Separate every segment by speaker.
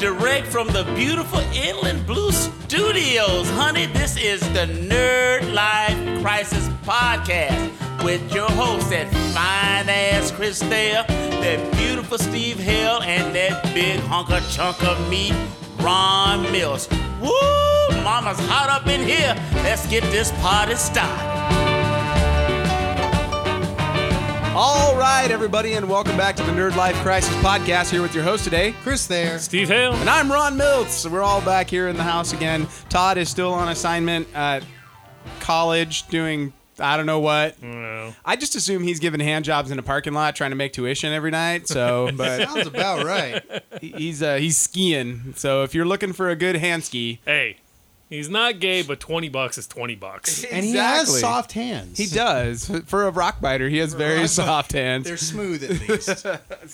Speaker 1: direct from the beautiful Inland Blue Studios. Honey, this is the Nerd Life Crisis Podcast with your hosts, that fine ass Chris Thayer, that beautiful Steve Hill, and that big hunker chunk of meat, Ron Mills. Woo! Mama's hot up in here. Let's get this party started.
Speaker 2: All right, everybody, and welcome back to the Nerd Life Crisis Podcast. Here with your host today, Chris Thayer.
Speaker 3: Steve Hale.
Speaker 2: And I'm Ron Miltz. We're all back here in the house again. Todd is still on assignment at college doing I don't know what. I just assume he's giving hand jobs in a parking lot trying to make tuition every night. So, but
Speaker 4: Sounds about right.
Speaker 2: he- he's uh, he's skiing. So if you're looking for a good hand ski,
Speaker 3: Hey, he's not gay, but 20 bucks is 20 bucks.
Speaker 4: And he has
Speaker 2: Exactly.
Speaker 4: soft hands.
Speaker 2: he does. For a rock biter, he has very
Speaker 4: rock
Speaker 2: soft hands.
Speaker 4: They're smooth at least.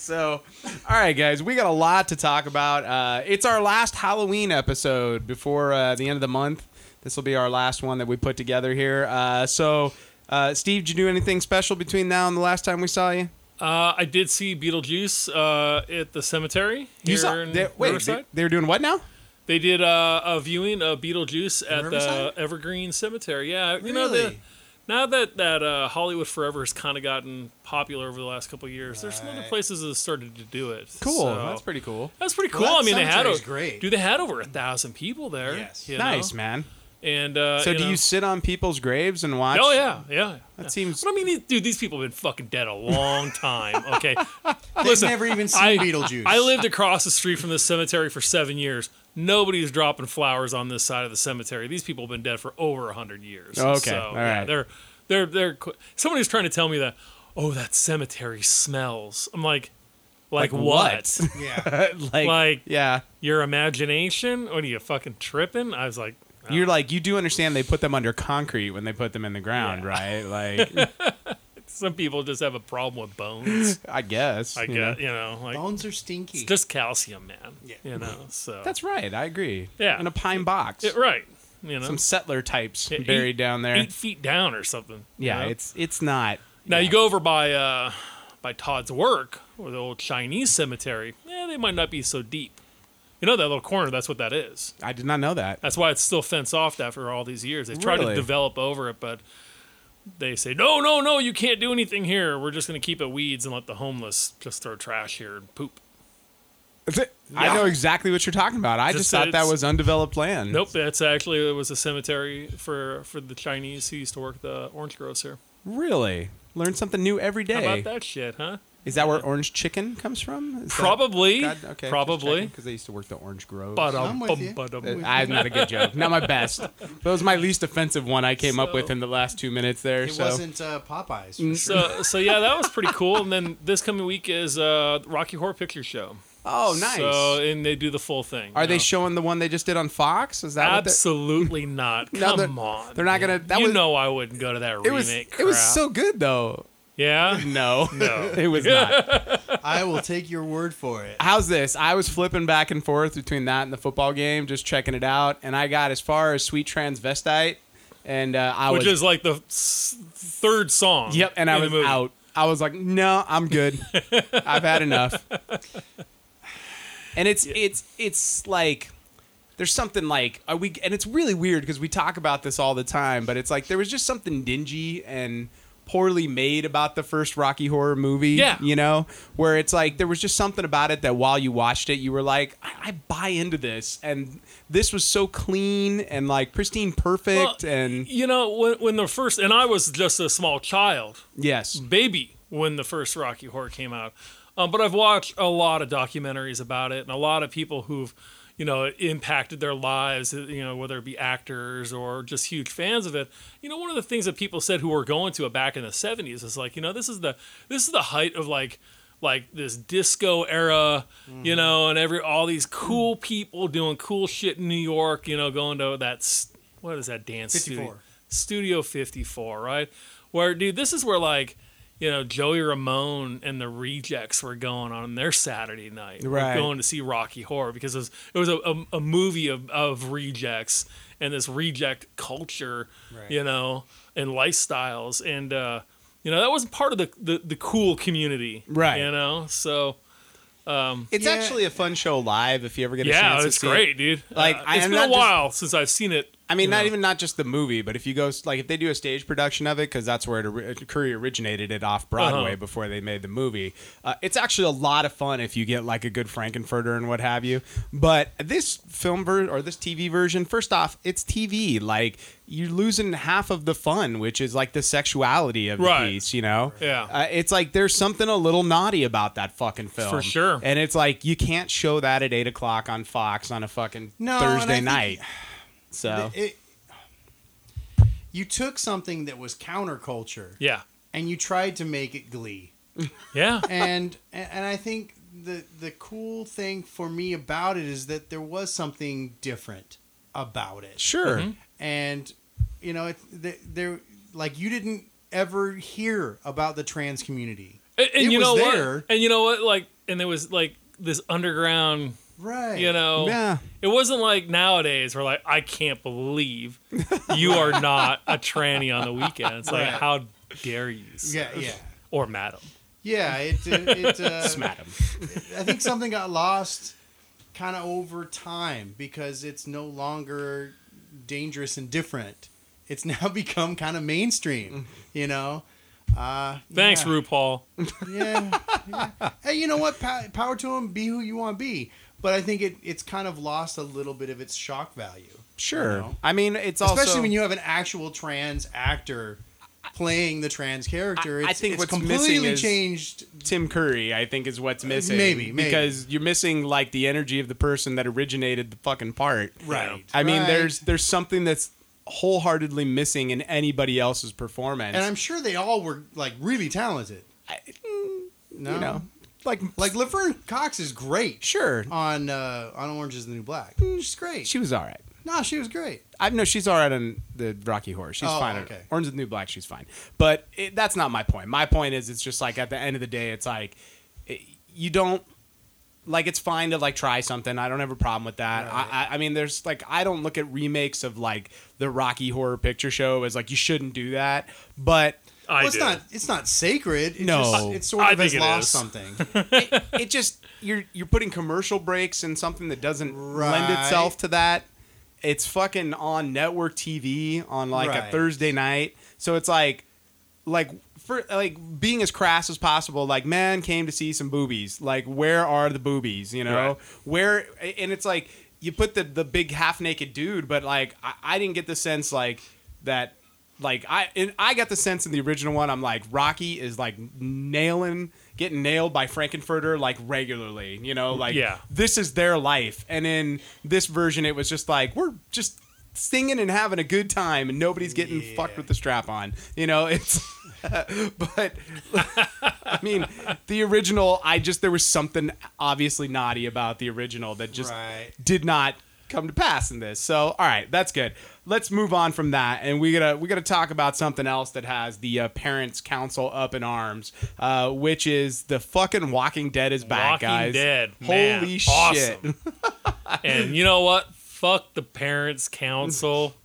Speaker 2: So, all right, guys, we got a lot to talk about. Uh, it's our last Halloween episode before uh, the end of the month. This will be our last one that we put together here. Uh, so, uh, Steve, did you do anything special between now and the last time we saw you?
Speaker 3: Uh, I did see Beetlejuice uh, at the cemetery
Speaker 2: You
Speaker 3: here
Speaker 2: saw?
Speaker 3: in
Speaker 2: They, wait,
Speaker 3: Riverside.
Speaker 2: they, they were doing what now?
Speaker 3: They, did uh, a viewing of Beetlejuice at
Speaker 4: Riverside?
Speaker 3: the Evergreen Cemetery. Yeah, you know the.
Speaker 4: Really?
Speaker 3: Now that that uh, Hollywood Forever has kind of gotten popular over the last couple of years, there's some other places that have started to do it. So-
Speaker 2: That's pretty cool.
Speaker 3: That's pretty cool.
Speaker 4: Well,
Speaker 3: I
Speaker 4: that
Speaker 3: mean, they had
Speaker 4: cemetery's
Speaker 3: over,
Speaker 4: great.
Speaker 3: dude, they had over a thousand people there.
Speaker 4: Yes.
Speaker 3: you know?
Speaker 2: Nice, man.
Speaker 3: And uh,
Speaker 2: So, do
Speaker 3: know.
Speaker 2: you sit on people's graves and watch?
Speaker 3: Oh yeah, yeah.
Speaker 2: That
Speaker 3: yeah.
Speaker 2: seems-
Speaker 3: But I mean, these- dude, these people have been fucking dead a long time. Okay,
Speaker 4: They've never even seen
Speaker 3: I-
Speaker 4: Beetlejuice.
Speaker 3: I lived across the street from this cemetery for seven years. Nobody's dropping flowers on this side of the cemetery. These people have been dead for over hundred years.
Speaker 2: Okay,
Speaker 3: so,
Speaker 2: all
Speaker 3: yeah,
Speaker 2: right.
Speaker 3: they're they're they're. qu- Somebody was trying to tell me that. Oh, that cemetery smells. I'm like, like, what?
Speaker 4: Yeah.
Speaker 2: Like,
Speaker 3: Like-
Speaker 2: yeah.
Speaker 3: Your imagination? What are you fucking tripping? I was like, oh,
Speaker 2: You're like, you do understand they put them under concrete when they put them in the ground, right? Like,
Speaker 3: some people just have a problem with bones.
Speaker 2: I guess.
Speaker 3: I
Speaker 2: you
Speaker 3: get,
Speaker 2: know.
Speaker 3: you know, like
Speaker 4: Bones are stinky.
Speaker 3: It's just calcium, man.
Speaker 4: Yeah.
Speaker 3: You know, so.
Speaker 2: That's right. I agree.
Speaker 3: Yeah.
Speaker 2: In a pine box.
Speaker 3: Yeah, right. You know,
Speaker 2: some settler types
Speaker 3: Yeah, eight-
Speaker 2: buried down there.
Speaker 3: eight feet down or something. you
Speaker 2: yeah,
Speaker 3: know?
Speaker 2: it's it's not.
Speaker 3: Now you go over by uh, by Todd's work or the old Chinese cemetery. Yeah, they might not be so deep. You know that little corner. That's what that is.
Speaker 2: I did not know that.
Speaker 3: That's why it's still fenced off after all these years. They tried
Speaker 2: Really?
Speaker 3: to develop over it, but they say no, no, no. You can't do anything here. We're just going to keep it weeds and let the homeless just throw trash here and poop.
Speaker 2: I know exactly what you're talking about. I just,
Speaker 3: Just
Speaker 2: thought that
Speaker 3: it's-
Speaker 2: was undeveloped land.
Speaker 3: Nope, that's actually it was a cemetery for for the Chinese who used to work the orange groves here.
Speaker 2: Really? Learn something new every
Speaker 3: How
Speaker 2: day.
Speaker 3: about that shit, huh?
Speaker 2: Is that where orange chicken comes from? Is
Speaker 3: Probably.
Speaker 2: That, God, okay.
Speaker 3: Probably.
Speaker 2: Because they used to work the orange grove.
Speaker 3: But um,
Speaker 4: I'm with you.
Speaker 3: bum, but um,
Speaker 2: I'm not a good joke. Not my best. That was my least offensive one I came up
Speaker 3: So-
Speaker 2: with in the last two minutes there.
Speaker 4: it
Speaker 2: so
Speaker 4: wasn't uh, Popeyes.
Speaker 3: Mm.
Speaker 4: for sure.
Speaker 3: so so yeah, that was pretty cool. And then this coming week is uh Rocky Horror Picture Show.
Speaker 2: oh, nice.
Speaker 3: So and they do the full thing.
Speaker 2: Are
Speaker 3: you
Speaker 2: they
Speaker 3: know?
Speaker 2: showing the one they just did on Fox? Is that what they're-
Speaker 3: Absolutely not.
Speaker 2: No,
Speaker 3: Come
Speaker 2: they're-
Speaker 3: on.
Speaker 2: they're not gonna- that
Speaker 3: you
Speaker 2: was-
Speaker 3: know I wouldn't go to that
Speaker 2: It
Speaker 3: remake.
Speaker 2: was.
Speaker 3: crap.
Speaker 2: It was so good though.
Speaker 3: Yeah.
Speaker 2: No,
Speaker 3: No.
Speaker 2: it was not.
Speaker 4: I will take your word for it.
Speaker 2: how's this? I was flipping back and forth between that and the football game, just checking it out, and I got as far as Sweet Transvestite, and uh, I
Speaker 3: Which
Speaker 2: was
Speaker 3: is like the s- third song.
Speaker 2: yep, and I
Speaker 3: in the
Speaker 2: was
Speaker 3: movie.
Speaker 2: out. I was like, no, I'm good. I've had enough. And it's it's it's like there's something like are we and it's really weird because we talk about this all the time, but it's like there was just something dingy and poorly made about the first Rocky Horror movie.
Speaker 3: Yeah.
Speaker 2: You know? Where it's like there was just something about it that while you watched it, you were like, I, I buy into this and this was so clean and like pristine perfect
Speaker 3: Well,
Speaker 2: and
Speaker 3: You know when when the first and I was just a small child.
Speaker 2: yes.
Speaker 3: baby when the first Rocky Horror came out. Um, but I've watched a lot of documentaries about it and a lot of people who've, you know, it impacted their lives, uh, you know, whether it be actors or just huge fans of it. You know, one of the things that people said who were going to it back in the 70s is like, you know, this is the this is the height of like like this disco era, you know, and every all these cool people doing cool shit in New York, you know, going to that s- what is that dance studio?
Speaker 4: 54.
Speaker 3: Studio 54, right? Where, dude, this is where like, you know, Joey Ramone and the Rejects were going on their Saturday night. We're
Speaker 2: Right.
Speaker 3: going to see Rocky Horror because it was, it was a, a, a movie of, of rejects and this reject culture, you know, and lifestyles. And, uh, you know, that was part of the, the, the cool community.
Speaker 2: Right.
Speaker 3: You know, so
Speaker 2: It's
Speaker 4: Yeah.
Speaker 2: actually a fun show live if you ever get a chance
Speaker 3: yeah,
Speaker 2: to
Speaker 3: it's
Speaker 2: see
Speaker 3: great,
Speaker 2: It.
Speaker 3: dude.
Speaker 2: Like,
Speaker 3: uh,
Speaker 2: I
Speaker 3: it's
Speaker 2: am
Speaker 3: been
Speaker 2: not
Speaker 3: a
Speaker 2: just-
Speaker 3: while since I've seen it. Uh,
Speaker 2: I mean,
Speaker 3: you
Speaker 2: not
Speaker 3: know.
Speaker 2: even not just the movie, but if you go s- like if they do a stage production of it, because that's where it ori- uh, Curry originated it off Broadway
Speaker 3: Uh-huh.
Speaker 2: before they made the movie. Uh, it's actually a lot of fun if you get like a good Frankenfurter and what have you. But this film ver- or this TV version, first off, it's TV. Like you're losing half of the fun, which is like the sexuality of the
Speaker 3: Right.
Speaker 2: piece. You know,
Speaker 3: Yeah.
Speaker 2: Uh, it's like there's something a little naughty about that fucking film
Speaker 3: For sure.
Speaker 2: And it's like you can't show that at eight o'clock on Fox on a fucking
Speaker 4: No, and I
Speaker 2: Thursday
Speaker 4: think-
Speaker 2: night. So
Speaker 4: It- you took something that was counterculture
Speaker 3: Yeah,
Speaker 4: and you tried to make it glee.
Speaker 3: yeah,
Speaker 4: and and I think the the cool thing for me about it is that there was something different about it.
Speaker 2: Sure.
Speaker 4: And you know, it, th- there like you didn't ever hear about the trans community,
Speaker 3: and, and
Speaker 4: It
Speaker 3: you
Speaker 4: was
Speaker 3: know
Speaker 4: there.
Speaker 3: what? And you know what? Like, and there was like this underground.
Speaker 4: right?
Speaker 3: You know,
Speaker 2: Yeah.
Speaker 3: it wasn't like nowadays where like I can't believe you are not a tranny on the weekend. It's like
Speaker 4: Right.
Speaker 3: how dare you, sir
Speaker 4: Yeah, yeah,
Speaker 3: or madam?
Speaker 4: yeah. It it, it uh,
Speaker 2: Madam.
Speaker 4: I think something got lost kind of over time because it's no longer dangerous and different. It's now become kind of mainstream, you know. Uh,
Speaker 3: Thanks,
Speaker 4: yeah.
Speaker 3: RuPaul.
Speaker 4: yeah, yeah. Hey, you know what? Pa- power to them. Be who you want to be. But I think it, it's kind of lost a little bit of its shock value,
Speaker 2: Sure.
Speaker 4: You know?
Speaker 2: I mean, it's also
Speaker 4: especially when you have an actual trans actor playing the trans character.
Speaker 2: I- I
Speaker 4: It's,
Speaker 2: think
Speaker 4: it's
Speaker 2: what's missing
Speaker 4: completely
Speaker 2: is-
Speaker 4: changed.
Speaker 2: Tim Curry, I think, is what's missing.
Speaker 4: Maybe, maybe.
Speaker 2: because you're missing like the energy of the person that originated the fucking part.
Speaker 4: Right.
Speaker 2: I mean,
Speaker 4: Right.
Speaker 2: there's there's something that's wholeheartedly missing in anybody else's performance.
Speaker 4: And I'm sure they all were like really talented. no,
Speaker 2: you know, like
Speaker 4: like Laverne Cox is great.
Speaker 2: sure,
Speaker 4: on uh, on Orange Is the New Black. She's great.
Speaker 2: Hmm. she was all right.
Speaker 4: no, she was great.
Speaker 2: I know she's all right on the Rocky Horror. She's
Speaker 4: Oh,
Speaker 2: fine. on
Speaker 4: okay.
Speaker 2: Orange is the New Black. She's fine. But it, that's not my point. My point is, it's just like at the end of the day, it's like it, you don't like. It's fine to like try something. I don't have a problem with that. I, I, I mean, there's like I don't look at remakes of like the Rocky Horror Picture Show as like you shouldn't do that. But
Speaker 3: I
Speaker 4: well, it's
Speaker 3: do.
Speaker 4: not it's not sacred. It's
Speaker 2: No.
Speaker 4: just, it's sort
Speaker 3: I
Speaker 4: of has
Speaker 3: think it
Speaker 4: lost
Speaker 3: is.
Speaker 4: something.
Speaker 2: it, it just you're you're putting commercial breaks in something that doesn't lend
Speaker 4: Right.
Speaker 2: itself to that. It's fucking on network TV on like a
Speaker 4: Right.
Speaker 2: Thursday night, so it's like, like for like being as crass as possible. Like, man came to see some boobies. Like, where are the boobies? You know,
Speaker 3: Right.
Speaker 2: where? And it's like you put the the big half naked dude, but like I, I didn't get the sense like that. Like I and I got the sense in the original one, I'm like Rocky is like nailing, getting nailed by Frankenfurter like regularly. You know, like
Speaker 3: Yeah.
Speaker 2: this is their life. And in this version, it was just like we're just singing and having a good time, and nobody's getting
Speaker 4: Yeah.
Speaker 2: fucked with the strap on. You know, it's. but I mean, the original, I just there was something obviously naughty about the original that just
Speaker 4: Right.
Speaker 2: did not come to pass in this. So, all right, that's good. Let's move on from that, and we gotta we gotta talk about something else that has the uh, parents' council up in arms, uh, which is the fucking Walking Dead is back,
Speaker 3: Walking
Speaker 2: guys.
Speaker 3: Dead.
Speaker 2: Holy
Speaker 3: Man,
Speaker 2: shit!
Speaker 3: awesome. and you know what? Fuck the parents' council.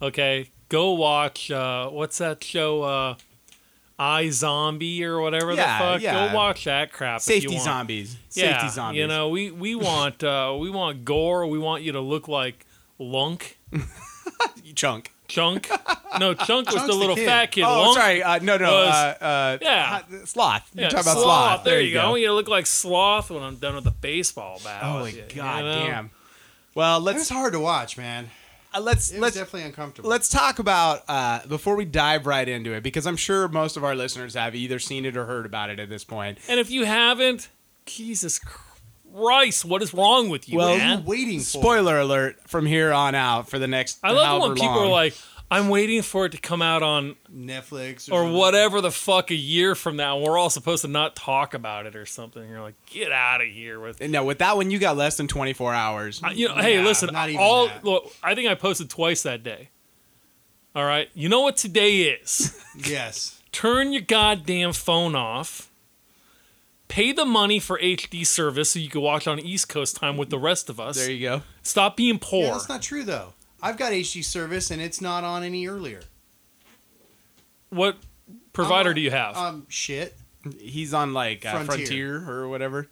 Speaker 3: Okay, go watch uh, what's that show? Uh, I Zombie or whatever
Speaker 2: Yeah,
Speaker 3: the fuck.
Speaker 2: yeah.
Speaker 3: Go watch that crap. if you
Speaker 2: Safety
Speaker 3: want.
Speaker 2: zombies.
Speaker 3: Yeah,
Speaker 2: Safety zombies.
Speaker 3: You know, we we want uh, we want gore. We want you to look like Lunk.
Speaker 2: chunk.
Speaker 3: Chunk? No, Chunk was
Speaker 4: Chunk's
Speaker 3: the
Speaker 4: the
Speaker 3: little
Speaker 4: kid.
Speaker 3: fat kid.
Speaker 2: Oh,
Speaker 3: Lunk?
Speaker 2: sorry. Uh, no, no.
Speaker 3: was-
Speaker 2: uh, uh,
Speaker 3: Yeah.
Speaker 2: hot- sloth. You're
Speaker 3: Yeah,
Speaker 2: talking about sloth.
Speaker 3: There, you go. I want you to look like Sloth when I'm done with the baseball bat.
Speaker 4: Oh,
Speaker 2: Holy
Speaker 3: You
Speaker 2: Oh, god
Speaker 3: know?
Speaker 2: damn. Well,
Speaker 4: It was
Speaker 2: let's
Speaker 4: hard to watch, man.
Speaker 2: uh, let's
Speaker 4: It was
Speaker 2: let's
Speaker 4: definitely uncomfortable.
Speaker 2: let's talk about uh, before we dive right into it because I'm sure most of our listeners have either seen it or heard about it at this point.
Speaker 3: And if you haven't, Jesus Christ, what is wrong with you,
Speaker 2: Well,
Speaker 4: what are
Speaker 3: man?
Speaker 4: you waiting for?
Speaker 2: Spoiler alert from here on out for the next.
Speaker 3: I love it
Speaker 2: however
Speaker 3: when people
Speaker 2: long.
Speaker 3: are like, I'm waiting for it to come out on
Speaker 4: Netflix
Speaker 3: or
Speaker 4: something.
Speaker 3: whatever the fuck a year from now. and We're all supposed to not talk about it or something. You're like, get out of here with
Speaker 2: No, with that one you got less than 24 hours.
Speaker 3: I- you know, hey,
Speaker 4: Yeah,
Speaker 3: listen,
Speaker 4: not even
Speaker 3: all
Speaker 4: that.
Speaker 3: look, I think I posted twice that day. All right, you know what today is?
Speaker 4: Yes.
Speaker 3: Turn your goddamn phone off. Pay the money for HD service so you can watch on East Coast time with the rest of us.
Speaker 2: there you go.
Speaker 3: Stop being poor.
Speaker 4: Yeah, that's not true though. I've got HD service and it's not on any earlier.
Speaker 3: what provider
Speaker 4: I'm on-
Speaker 3: do you have?
Speaker 4: Um, shit.
Speaker 2: He's on like uh, Frontier.
Speaker 4: Frontier.
Speaker 2: or whatever.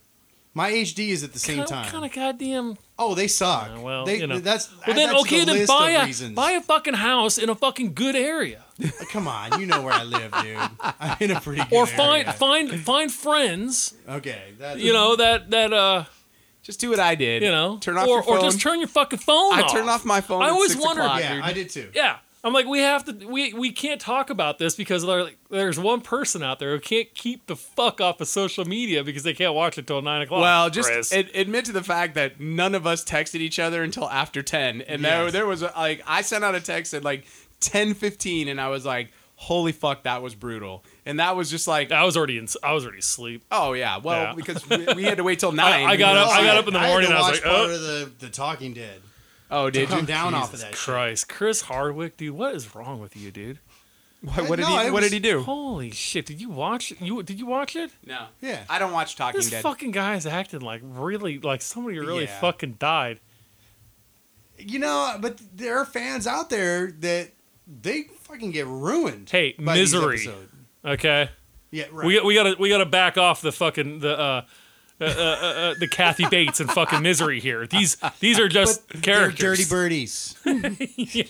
Speaker 4: My HD is at the same time.
Speaker 3: Kind of goddamn.
Speaker 4: oh, they suck.
Speaker 3: uh, well,
Speaker 4: they,
Speaker 3: you know.
Speaker 4: that's
Speaker 3: Well, then
Speaker 4: that's
Speaker 3: okay,
Speaker 4: the
Speaker 3: then
Speaker 4: list
Speaker 3: buy
Speaker 4: of
Speaker 3: a
Speaker 4: reasons.
Speaker 3: buy a fucking house in a fucking good area,
Speaker 4: Come on, you know where I live, dude. I'm in a pretty good
Speaker 3: or
Speaker 4: area.
Speaker 3: find find find friends.
Speaker 4: Okay, that's
Speaker 3: You know that that uh
Speaker 2: Just do what I did.
Speaker 3: you know
Speaker 2: turn off
Speaker 3: or
Speaker 2: your phone.
Speaker 3: or just turn your fucking phone.
Speaker 2: I
Speaker 3: off.
Speaker 2: turned off my phone.
Speaker 3: I
Speaker 2: at
Speaker 3: always
Speaker 2: six
Speaker 3: wondered-
Speaker 2: o'clock,
Speaker 4: Yeah,
Speaker 2: dude.
Speaker 4: I did too.
Speaker 3: Yeah. I'm like, we have to, we, we can't talk about this because there- there's one person out there who can't keep the fuck off of social media because they can't watch it till nine o'clock.
Speaker 2: Well, just
Speaker 3: Chris.
Speaker 2: ad- admit to the fact that none of us texted each other until after 10. And there,
Speaker 4: Yes.
Speaker 2: there was a, like, I sent out a text at like 10:15, and I was like, holy fuck, that was brutal. And that was just like,
Speaker 3: I was already in, I was already asleep.
Speaker 2: oh, yeah, well,
Speaker 3: Yeah.
Speaker 2: because we, we had to wait till 9.
Speaker 3: I got
Speaker 2: We
Speaker 3: up-
Speaker 2: were
Speaker 3: I got
Speaker 2: like,
Speaker 3: up in the
Speaker 4: had
Speaker 3: morning
Speaker 4: To
Speaker 3: and I was
Speaker 4: watch
Speaker 3: like,
Speaker 4: part
Speaker 3: oh.
Speaker 4: of the, the Talking Dead.
Speaker 2: Oh, did
Speaker 4: Come
Speaker 2: you?
Speaker 4: down off of that. shit.
Speaker 3: Christ, Chris Hardwick, dude, what is wrong with you, dude?
Speaker 2: What, what did,
Speaker 4: No,
Speaker 2: he,
Speaker 4: it
Speaker 2: what
Speaker 4: was-
Speaker 2: did he do?
Speaker 3: Holy shit! Did you watch it? You did you watch it?
Speaker 2: No.
Speaker 4: Yeah.
Speaker 2: I don't watch Talking
Speaker 3: This
Speaker 2: Dead.
Speaker 3: fucking guy is acting like really like somebody really
Speaker 4: Yeah.
Speaker 3: fucking died.
Speaker 4: You know, but there are fans out there that they fucking get ruined.
Speaker 3: Hey,
Speaker 4: by these
Speaker 3: misery.
Speaker 4: episodes.
Speaker 3: Okay,
Speaker 4: Yeah, right.
Speaker 3: we we gotta we gotta back off the fucking the. uh uh, uh, uh, uh, the Kathy Bates and fucking misery here. These these are just
Speaker 4: They're
Speaker 3: characters.
Speaker 4: dirty birdies.
Speaker 2: Have you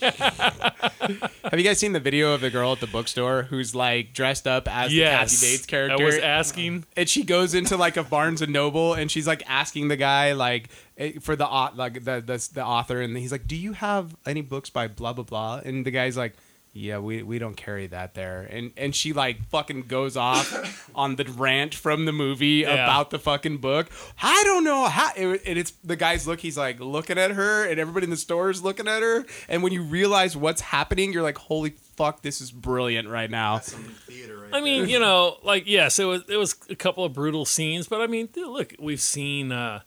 Speaker 2: guys seen the video of the girl at the bookstore who's like dressed up as the
Speaker 3: yes,
Speaker 2: Kathy Bates
Speaker 3: I
Speaker 2: character?
Speaker 3: was asking.
Speaker 2: and she goes into like a Barnes and Noble and she's like asking the guy like eh, for the au- like the, the the author and he's like, "Do you have any books by blah blah blah?" And the guy's like, "Yeah, we we don't carry that there." And and she like fucking goes off on the rant from the movie
Speaker 3: Yeah.
Speaker 2: about the fucking book. I don't know how and it's the guy's look he's like looking at her and everybody in the store is looking at her and when you realize what's happening, you're like, "Holy fuck, this is brilliant right now."
Speaker 4: theater right
Speaker 3: I mean, you know, like yes, it was it was a couple of brutal scenes, but I mean, dude, look, we've seen uh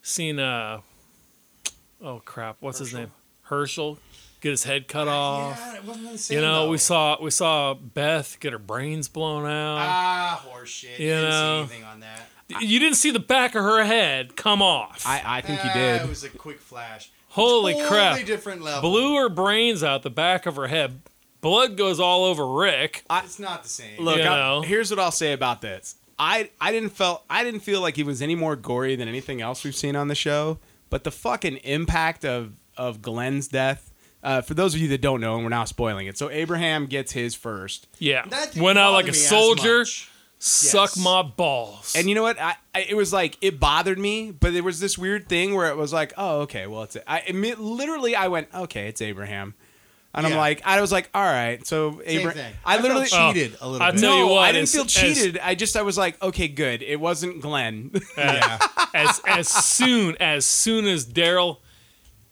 Speaker 3: seen uh oh crap, what's his name? Herschel get his head cut off.
Speaker 4: yeah, it wasn't the same,
Speaker 3: You know,
Speaker 4: though.
Speaker 3: we saw we saw Beth get her brains blown out.
Speaker 4: Ah, horseshit.
Speaker 3: You
Speaker 4: You didn't
Speaker 3: know.
Speaker 4: see anything on that.
Speaker 3: you didn't see the back of her head come off.
Speaker 2: I, I think you
Speaker 4: Ah,
Speaker 2: did.
Speaker 4: It was a quick flash.
Speaker 3: Holy
Speaker 4: totally
Speaker 3: crap.
Speaker 4: different level.
Speaker 3: Blew her brains out the back of her head. Blood goes all over Rick.
Speaker 4: It's not the same.
Speaker 2: Look,
Speaker 3: You
Speaker 2: I-
Speaker 3: know?
Speaker 2: here's what I'll say about this. I I didn't felt I didn't feel like he was any more gory than anything else we've seen on the show. But the fucking impact of of Glenn's death. Uh, for those of you that don't know, and we're now spoiling it. So Abraham gets his first,
Speaker 3: Yeah.
Speaker 4: That didn't
Speaker 3: Went out
Speaker 4: bother
Speaker 3: like
Speaker 4: me
Speaker 3: a
Speaker 4: as
Speaker 3: soldier.
Speaker 4: much.
Speaker 3: Suck
Speaker 4: Yes.
Speaker 3: my balls.
Speaker 2: and you know what? I, I it was like it bothered me, but there was this weird thing where it was like, oh okay, well it's I admit, literally I went okay, it's Abraham, and I'm
Speaker 4: Yeah.
Speaker 2: like I was like all right, so
Speaker 4: Same
Speaker 2: Abraham.
Speaker 4: thing.
Speaker 2: I
Speaker 4: felt
Speaker 2: literally
Speaker 4: cheated a
Speaker 3: Oh,
Speaker 4: little
Speaker 3: I
Speaker 4: bit.
Speaker 3: tell you
Speaker 2: no,
Speaker 3: what,
Speaker 2: I didn't
Speaker 3: as-
Speaker 2: feel
Speaker 3: as-
Speaker 2: cheated. I just I was like okay, good, it wasn't Glenn.
Speaker 4: yeah.
Speaker 3: as as soon as soon as Daryl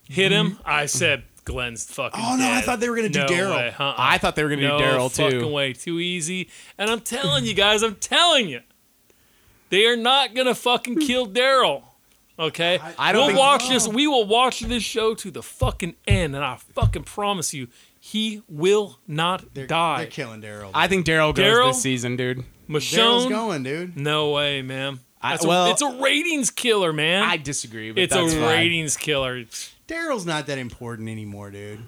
Speaker 3: hit him, I said Glenn's fucking.
Speaker 4: Mm-hmm. Oh, no, I
Speaker 3: dead."
Speaker 4: thought they were gonna do
Speaker 3: No
Speaker 4: Daryl.
Speaker 3: way, uh-uh.
Speaker 2: I thought they were gonna
Speaker 3: no
Speaker 2: do Daryl too.
Speaker 3: Fucking way, too easy. And I'm telling you guys, I'm telling you, they are not gonna fucking kill Daryl. Okay,
Speaker 2: I don't
Speaker 3: we'll
Speaker 2: think-
Speaker 3: watch this. We will watch this show to the fucking end, and I fucking promise you, he will not
Speaker 4: They're,
Speaker 3: die.
Speaker 4: they're killing Daryl.
Speaker 2: I think Daryl goes
Speaker 3: Daryl?
Speaker 2: this season, dude.
Speaker 4: Daryl's
Speaker 3: Michonne,
Speaker 4: going, dude.
Speaker 3: no way, man.
Speaker 2: I-
Speaker 3: That's a-
Speaker 2: well-
Speaker 3: it's a ratings killer, man.
Speaker 2: I disagree, but
Speaker 3: it's a
Speaker 2: that's fine.
Speaker 3: ratings killer.
Speaker 4: Daryl's not that important anymore, dude.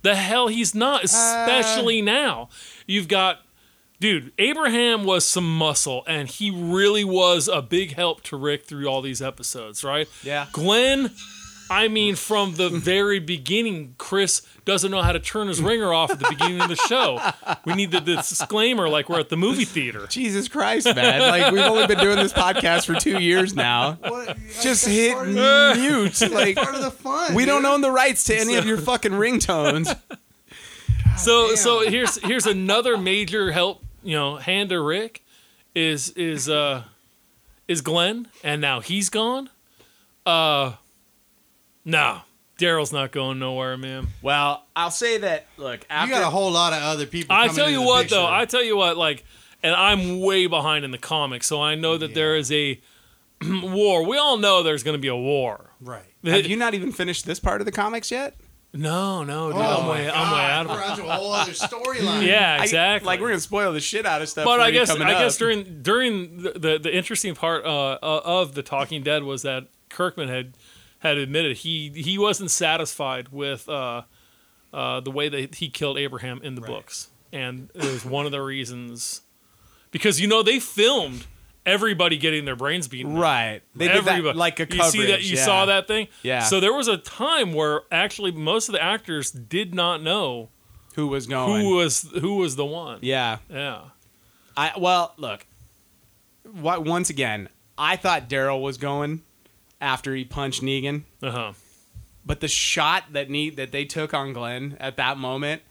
Speaker 3: The hell he's
Speaker 2: Uh,
Speaker 3: not, especially now. You've got, dude, Abraham was some muscle, and he really was a big help to Rick through all these episodes, right?
Speaker 2: Yeah.
Speaker 3: Glenn, I mean, from the very beginning, Chris doesn't know how to turn his ringer off at the beginning of the show. We need the disclaimer like we're at the movie theater.
Speaker 2: Jesus Christ, man! Like we've only been doing this podcast for two years now.
Speaker 4: What,
Speaker 2: Just
Speaker 4: that's
Speaker 2: hit
Speaker 4: part of the-
Speaker 2: mute. Like
Speaker 4: part of the fun.
Speaker 2: we don't
Speaker 4: dude.
Speaker 2: own the rights to any of your fucking ringtones.
Speaker 3: So
Speaker 4: Damn.
Speaker 3: so here's here's another major help, you know, hand to Rick is is uh is Glenn and now he's gone. Uh no. Daryl's not going nowhere, man.
Speaker 2: Well, I'll say that. Look,
Speaker 4: You got a whole lot of other people.
Speaker 3: I
Speaker 4: coming
Speaker 3: tell
Speaker 4: into
Speaker 3: you
Speaker 4: the
Speaker 3: what
Speaker 4: picture.
Speaker 3: though, I tell you what, like and I'm way behind in the comics, so I know that there is a war. We all know there's gonna be a war.
Speaker 4: right.
Speaker 2: have you not even finished this part of the comics yet?
Speaker 3: No, no, dude,
Speaker 4: Oh
Speaker 3: I'm
Speaker 4: my
Speaker 3: way I'm way out
Speaker 4: God,
Speaker 3: of
Speaker 4: we're
Speaker 3: it.
Speaker 4: onto a whole other storyline.
Speaker 3: Yeah,
Speaker 2: I-
Speaker 3: exactly.
Speaker 2: like we're gonna spoil the shit out of stuff.
Speaker 3: but
Speaker 2: for
Speaker 3: I
Speaker 2: you
Speaker 3: guess
Speaker 2: coming
Speaker 3: I
Speaker 2: up.
Speaker 3: guess during during the, the, the interesting part uh, uh, of the Talking Dead was that Kirkman had had admitted he he wasn't satisfied with uh, uh, the way that he killed Abraham in the books, and it was one of the reasons because you know they filmed everybody getting their brains beaten. out.
Speaker 2: Right. They did that
Speaker 3: everybody
Speaker 2: like a
Speaker 3: you
Speaker 2: coverage.
Speaker 3: see that you
Speaker 2: yeah.
Speaker 3: saw that thing.
Speaker 2: Yeah.
Speaker 3: So there was a time where actually most of the actors did not know
Speaker 2: Who was
Speaker 3: who
Speaker 2: going?
Speaker 3: was who was the one.
Speaker 2: yeah.
Speaker 3: Yeah.
Speaker 2: I well, look. What once again, I thought Daryl was going after he punched Negan,
Speaker 3: Uh huh.
Speaker 2: but the shot that ne- that they took on Glenn at that moment,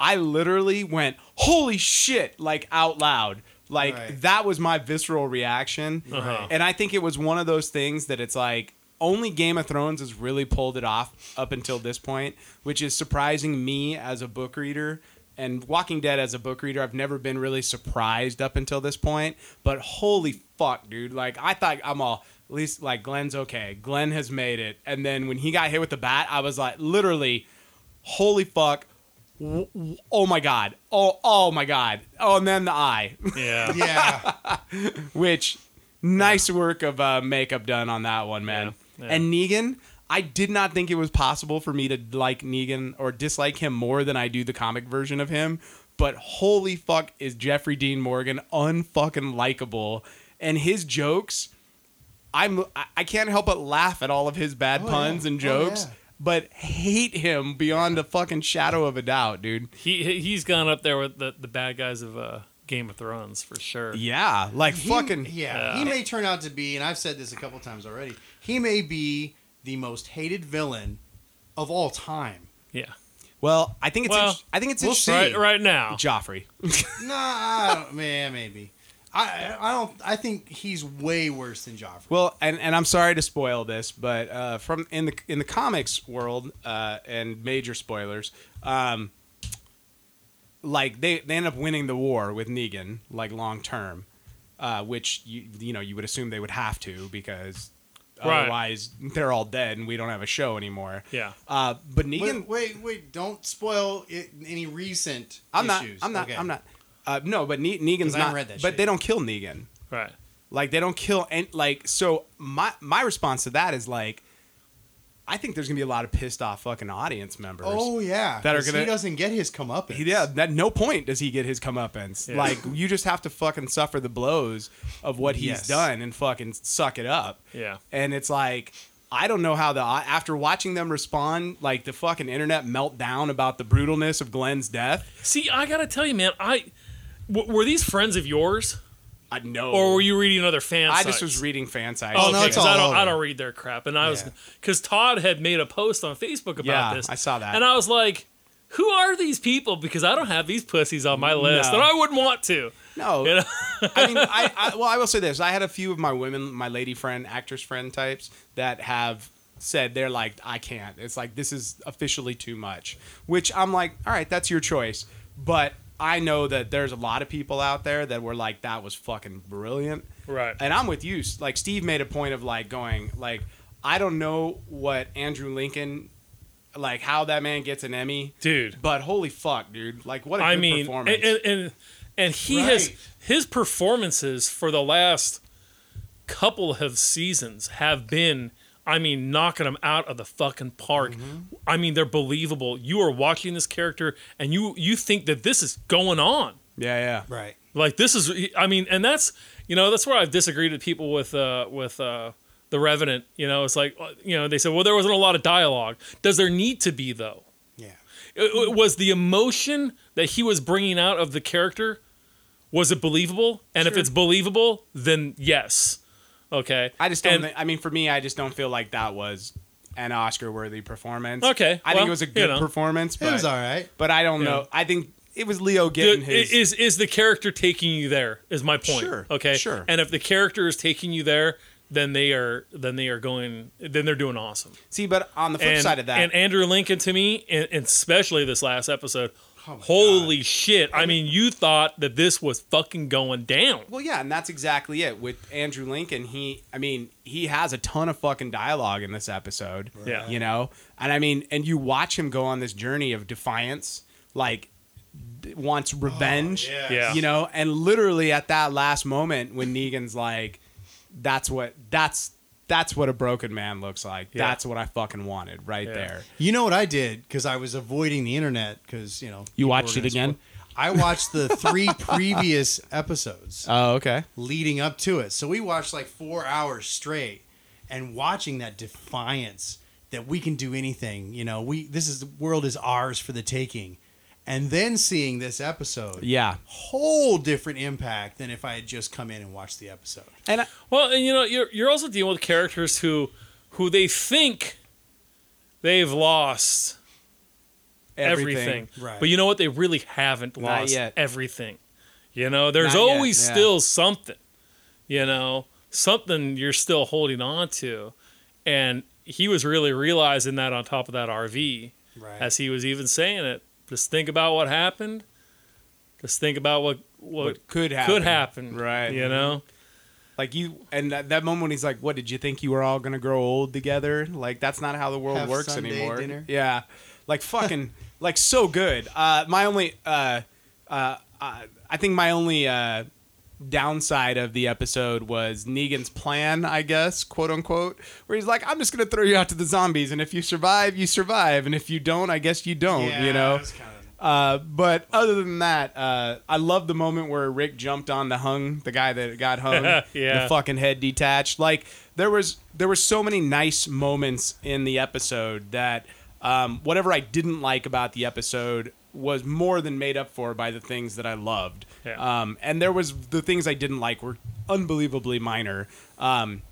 Speaker 2: I literally went, "Holy shit!" like out loud. Like
Speaker 4: Right.
Speaker 2: that was my visceral reaction.
Speaker 3: Uh-huh.
Speaker 2: And I think it was one of those things that it's like only Game of Thrones has really pulled it off up until this point, which is surprising me as a book reader. And Walking Dead as a book reader, I've never been really surprised up until this point. But holy fuck, dude. Like, I thought I'm all, at least like Glenn's okay. Glenn has made it. And then when he got hit with the bat, I was like, literally, holy fuck. W- w- oh my God. Oh, oh my God. Oh, and then the eye.
Speaker 3: Yeah.
Speaker 4: Yeah.
Speaker 2: Which nice work of uh, makeup done on that one, man.
Speaker 3: Yeah, yeah.
Speaker 2: And Negan, I did not think it was possible for me to like Negan or dislike him more than I do the comic version of him. But holy fuck, is Jeffrey Dean Morgan unfucking likable? And his jokes, I'm I- I can't help but laugh at all of his bad
Speaker 4: Oh,
Speaker 2: puns
Speaker 4: yeah.
Speaker 2: and
Speaker 4: Oh,
Speaker 2: jokes.
Speaker 4: yeah.
Speaker 2: But hate him beyond a fucking shadow of a doubt, dude.
Speaker 3: He he- he's gone up there with the, the bad guys of uh, Game of Thrones for sure.
Speaker 2: Yeah, like
Speaker 4: He-
Speaker 2: fucking.
Speaker 4: yeah.
Speaker 3: Yeah.
Speaker 4: He may turn out to be, and I've said this a couple times already. He may be the most hated villain of all time.
Speaker 3: Yeah.
Speaker 2: Well, I think it's.
Speaker 3: Well,
Speaker 2: int- I think it's.
Speaker 4: we'll
Speaker 2: interesting-
Speaker 3: Right right now.
Speaker 2: Joffrey.
Speaker 4: Nah, I don't, man, maybe. I I don't. I think he's way worse than Joffrey.
Speaker 2: Well, and, and I'm sorry to spoil this, but uh, from in the in the comics world, uh, and major spoilers, um, like they, they end up winning the war with Negan, like long term, uh, which you you know you would assume they would have to because
Speaker 3: Right.
Speaker 2: otherwise they're all dead and we don't have a show anymore.
Speaker 3: Yeah.
Speaker 2: Uh, but Negan,
Speaker 4: wait, wait, wait! Don't spoil it, any recent
Speaker 2: I'm not,
Speaker 4: issues.
Speaker 2: I'm not,
Speaker 4: Okay.
Speaker 2: I'm not, uh, no, but ne- Negan's
Speaker 4: 'Cause I haven't
Speaker 2: not.
Speaker 4: read that
Speaker 2: but
Speaker 4: shit.
Speaker 2: they don't kill Negan.
Speaker 3: Right.
Speaker 2: Like they don't kill and like so my my response to that is like I think there's gonna be a lot of pissed off fucking audience members.
Speaker 4: Oh yeah,
Speaker 2: That are
Speaker 4: 'cause
Speaker 2: gonna-
Speaker 4: he doesn't get his comeuppance.
Speaker 2: He- yeah, at no point does he get his comeuppance.
Speaker 3: Yeah.
Speaker 2: Like you just have to fucking suffer the blows of what he's
Speaker 4: Yes.
Speaker 2: done and fucking suck it up.
Speaker 3: Yeah.
Speaker 2: And it's like I don't know how the after watching them respond, like the fucking internet melt down about the brutalness of Glenn's death.
Speaker 3: See, I gotta tell you, man, I w- were these friends of yours,
Speaker 2: I know.
Speaker 3: or were you reading other fan
Speaker 2: I
Speaker 3: sites?
Speaker 2: just was reading fan sites.
Speaker 3: Oh,
Speaker 4: no,
Speaker 3: okay,
Speaker 4: it's
Speaker 3: 'cause I
Speaker 4: all
Speaker 3: don't, I
Speaker 4: over.
Speaker 3: don't read their crap, and I was
Speaker 4: Yeah.
Speaker 3: because Todd had made a post on Facebook about
Speaker 2: Yeah,
Speaker 3: this.
Speaker 2: I saw that.
Speaker 3: and I was like, "Who are these people?" Because I don't have these pussies on my list,
Speaker 2: No.
Speaker 3: and I wouldn't want to.
Speaker 2: No,
Speaker 3: You know?
Speaker 2: I mean, I, I well, I will say this: I had a few of my women, my lady friend, actress friend types that have said they're like, I can't. It's like this is officially too much. Which I'm like, all right, that's your choice. But I know that there's a lot of people out there that were like, that was fucking brilliant.
Speaker 3: Right.
Speaker 2: And I'm with you. Like Steve made a point of like going like, I don't know what Andrew Lincoln. Like how that man gets an Emmy,
Speaker 3: Dude.
Speaker 2: But holy fuck, dude! Like what a good
Speaker 3: I mean, and
Speaker 2: performance.
Speaker 3: and, and and he has
Speaker 4: Right.
Speaker 3: his performances for the last couple of seasons have been. I mean, knocking them out of the fucking park.
Speaker 2: Mm-hmm.
Speaker 3: I mean, they're believable. You are watching this character, and you you think that this is going on.
Speaker 2: yeah, yeah.
Speaker 4: right.
Speaker 3: Like this is, I mean, and that's you know that's where I've disagreed with people with uh with uh the Revenant. You know, it's like uh, you know they said well there wasn't a lot of dialogue. Does there need to be though?
Speaker 4: Yeah.
Speaker 3: It, it was the emotion that he was bringing out of the character was it believable? And if
Speaker 2: Sure.
Speaker 3: it's believable, then yes. Okay.
Speaker 2: I just don't.
Speaker 3: And-
Speaker 2: think, I mean, for me, I just don't feel like that was an Oscar-worthy performance.
Speaker 3: Okay,
Speaker 2: I
Speaker 3: well,
Speaker 2: think it was a
Speaker 3: you
Speaker 2: good
Speaker 3: know.
Speaker 2: performance, but
Speaker 4: it was all right.
Speaker 2: but I don't know. I think it was Leo getting
Speaker 3: The-
Speaker 2: his.
Speaker 3: is is the character taking you there? Is my point.
Speaker 2: Sure,
Speaker 3: Okay.
Speaker 2: sure.
Speaker 3: And if the character is taking you there, then they are then they are going then they're doing awesome.
Speaker 2: see, but on the flip
Speaker 3: and,
Speaker 2: side of that,
Speaker 3: and Andrew Lincoln to me, and, and especially this last episode,
Speaker 4: Oh my
Speaker 3: holy shit! I mean, you thought that this was fucking going down.
Speaker 2: well, yeah, and that's exactly it with Andrew Lincoln. He, I mean, he has a ton of fucking dialogue in this episode.
Speaker 3: Yeah.
Speaker 2: you know, and I mean, and you watch him go on this journey of defiance, like d- wants revenge.
Speaker 4: yes.
Speaker 3: Yeah.
Speaker 2: you know and literally at that last moment when negan's like that's what that's that's what a broken man looks like
Speaker 3: Yeah.
Speaker 2: that's what i fucking wanted right
Speaker 3: Yeah.
Speaker 2: there
Speaker 4: You know what I did because I was avoiding the internet because you know
Speaker 2: you
Speaker 4: people
Speaker 2: watched
Speaker 4: were
Speaker 2: it
Speaker 4: gonna
Speaker 2: again
Speaker 4: spoil- I watched the three previous episodes
Speaker 2: Oh, okay.
Speaker 4: leading up to it. So we watched like four hours straight, and watching that defiance that we can do anything. You know, we this is the world is ours for the taking, and then seeing this episode,
Speaker 2: Yeah.
Speaker 4: whole different impact than if I had just come in and watched the episode.
Speaker 2: And I,
Speaker 3: Well, and you know, you're you're also dealing with characters who who they think they've lost everything,
Speaker 4: Right.
Speaker 3: but you know what? They really haven't
Speaker 2: Not
Speaker 3: lost
Speaker 2: yet.
Speaker 3: everything. You know, there's
Speaker 2: Not yet,
Speaker 3: always
Speaker 2: yeah.
Speaker 3: still something. You know, something you're still holding on to, and he was really realizing that on top of that RV
Speaker 4: Right.
Speaker 3: as he was even saying it. Just think about what happened. Just think about what what,
Speaker 2: What could happen.
Speaker 3: could happen.
Speaker 2: Right.
Speaker 3: You know.
Speaker 2: Like you, and that, that moment when he's like, "What did you think you were all gonna grow old together?" Like that's not how the world
Speaker 4: Have
Speaker 2: works
Speaker 4: Sunday
Speaker 2: anymore.
Speaker 4: dinner.
Speaker 2: Yeah, like fucking, like so good. Uh, my only, uh, uh, uh, I think my only uh, downside of the episode was Negan's plan, I guess, quote unquote, where he's like, "I'm just gonna throw you out to the zombies, and if you survive, you survive, and if you don't, I guess you don't." you know,
Speaker 4: that's kinda-
Speaker 2: uh, but other than that, uh, I love the moment where Rick jumped on the hung, the guy that got hung,
Speaker 3: Yeah.
Speaker 2: the fucking head detached. Like there was there were so many nice moments in the episode that um, whatever I didn't like about the episode was more than made up for by the things that I loved.
Speaker 3: Yeah.
Speaker 2: Um, and there was the things I didn't like were unbelievably minor. Um,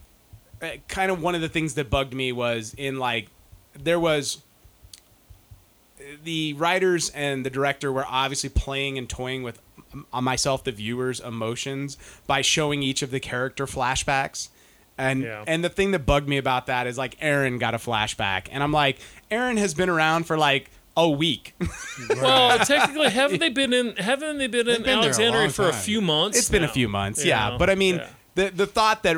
Speaker 2: kind of one of the things that bugged me was in like there was the writers and the director were obviously playing and toying with m- myself the viewers emotions by showing each of the character flashbacks and
Speaker 3: Yeah.
Speaker 2: and the thing that bugged me about that is like Aaron got a flashback and I'm like Aaron has been around for like a week
Speaker 3: Well, technically, haven't they been in? Haven't they been in
Speaker 4: been there a
Speaker 3: Alexandria
Speaker 4: long
Speaker 3: for a
Speaker 4: time.
Speaker 3: few months?
Speaker 2: It's been a
Speaker 3: now?
Speaker 2: few months,
Speaker 3: You
Speaker 2: yeah.
Speaker 3: know?
Speaker 2: But I mean,
Speaker 3: Yeah.
Speaker 2: the the thought that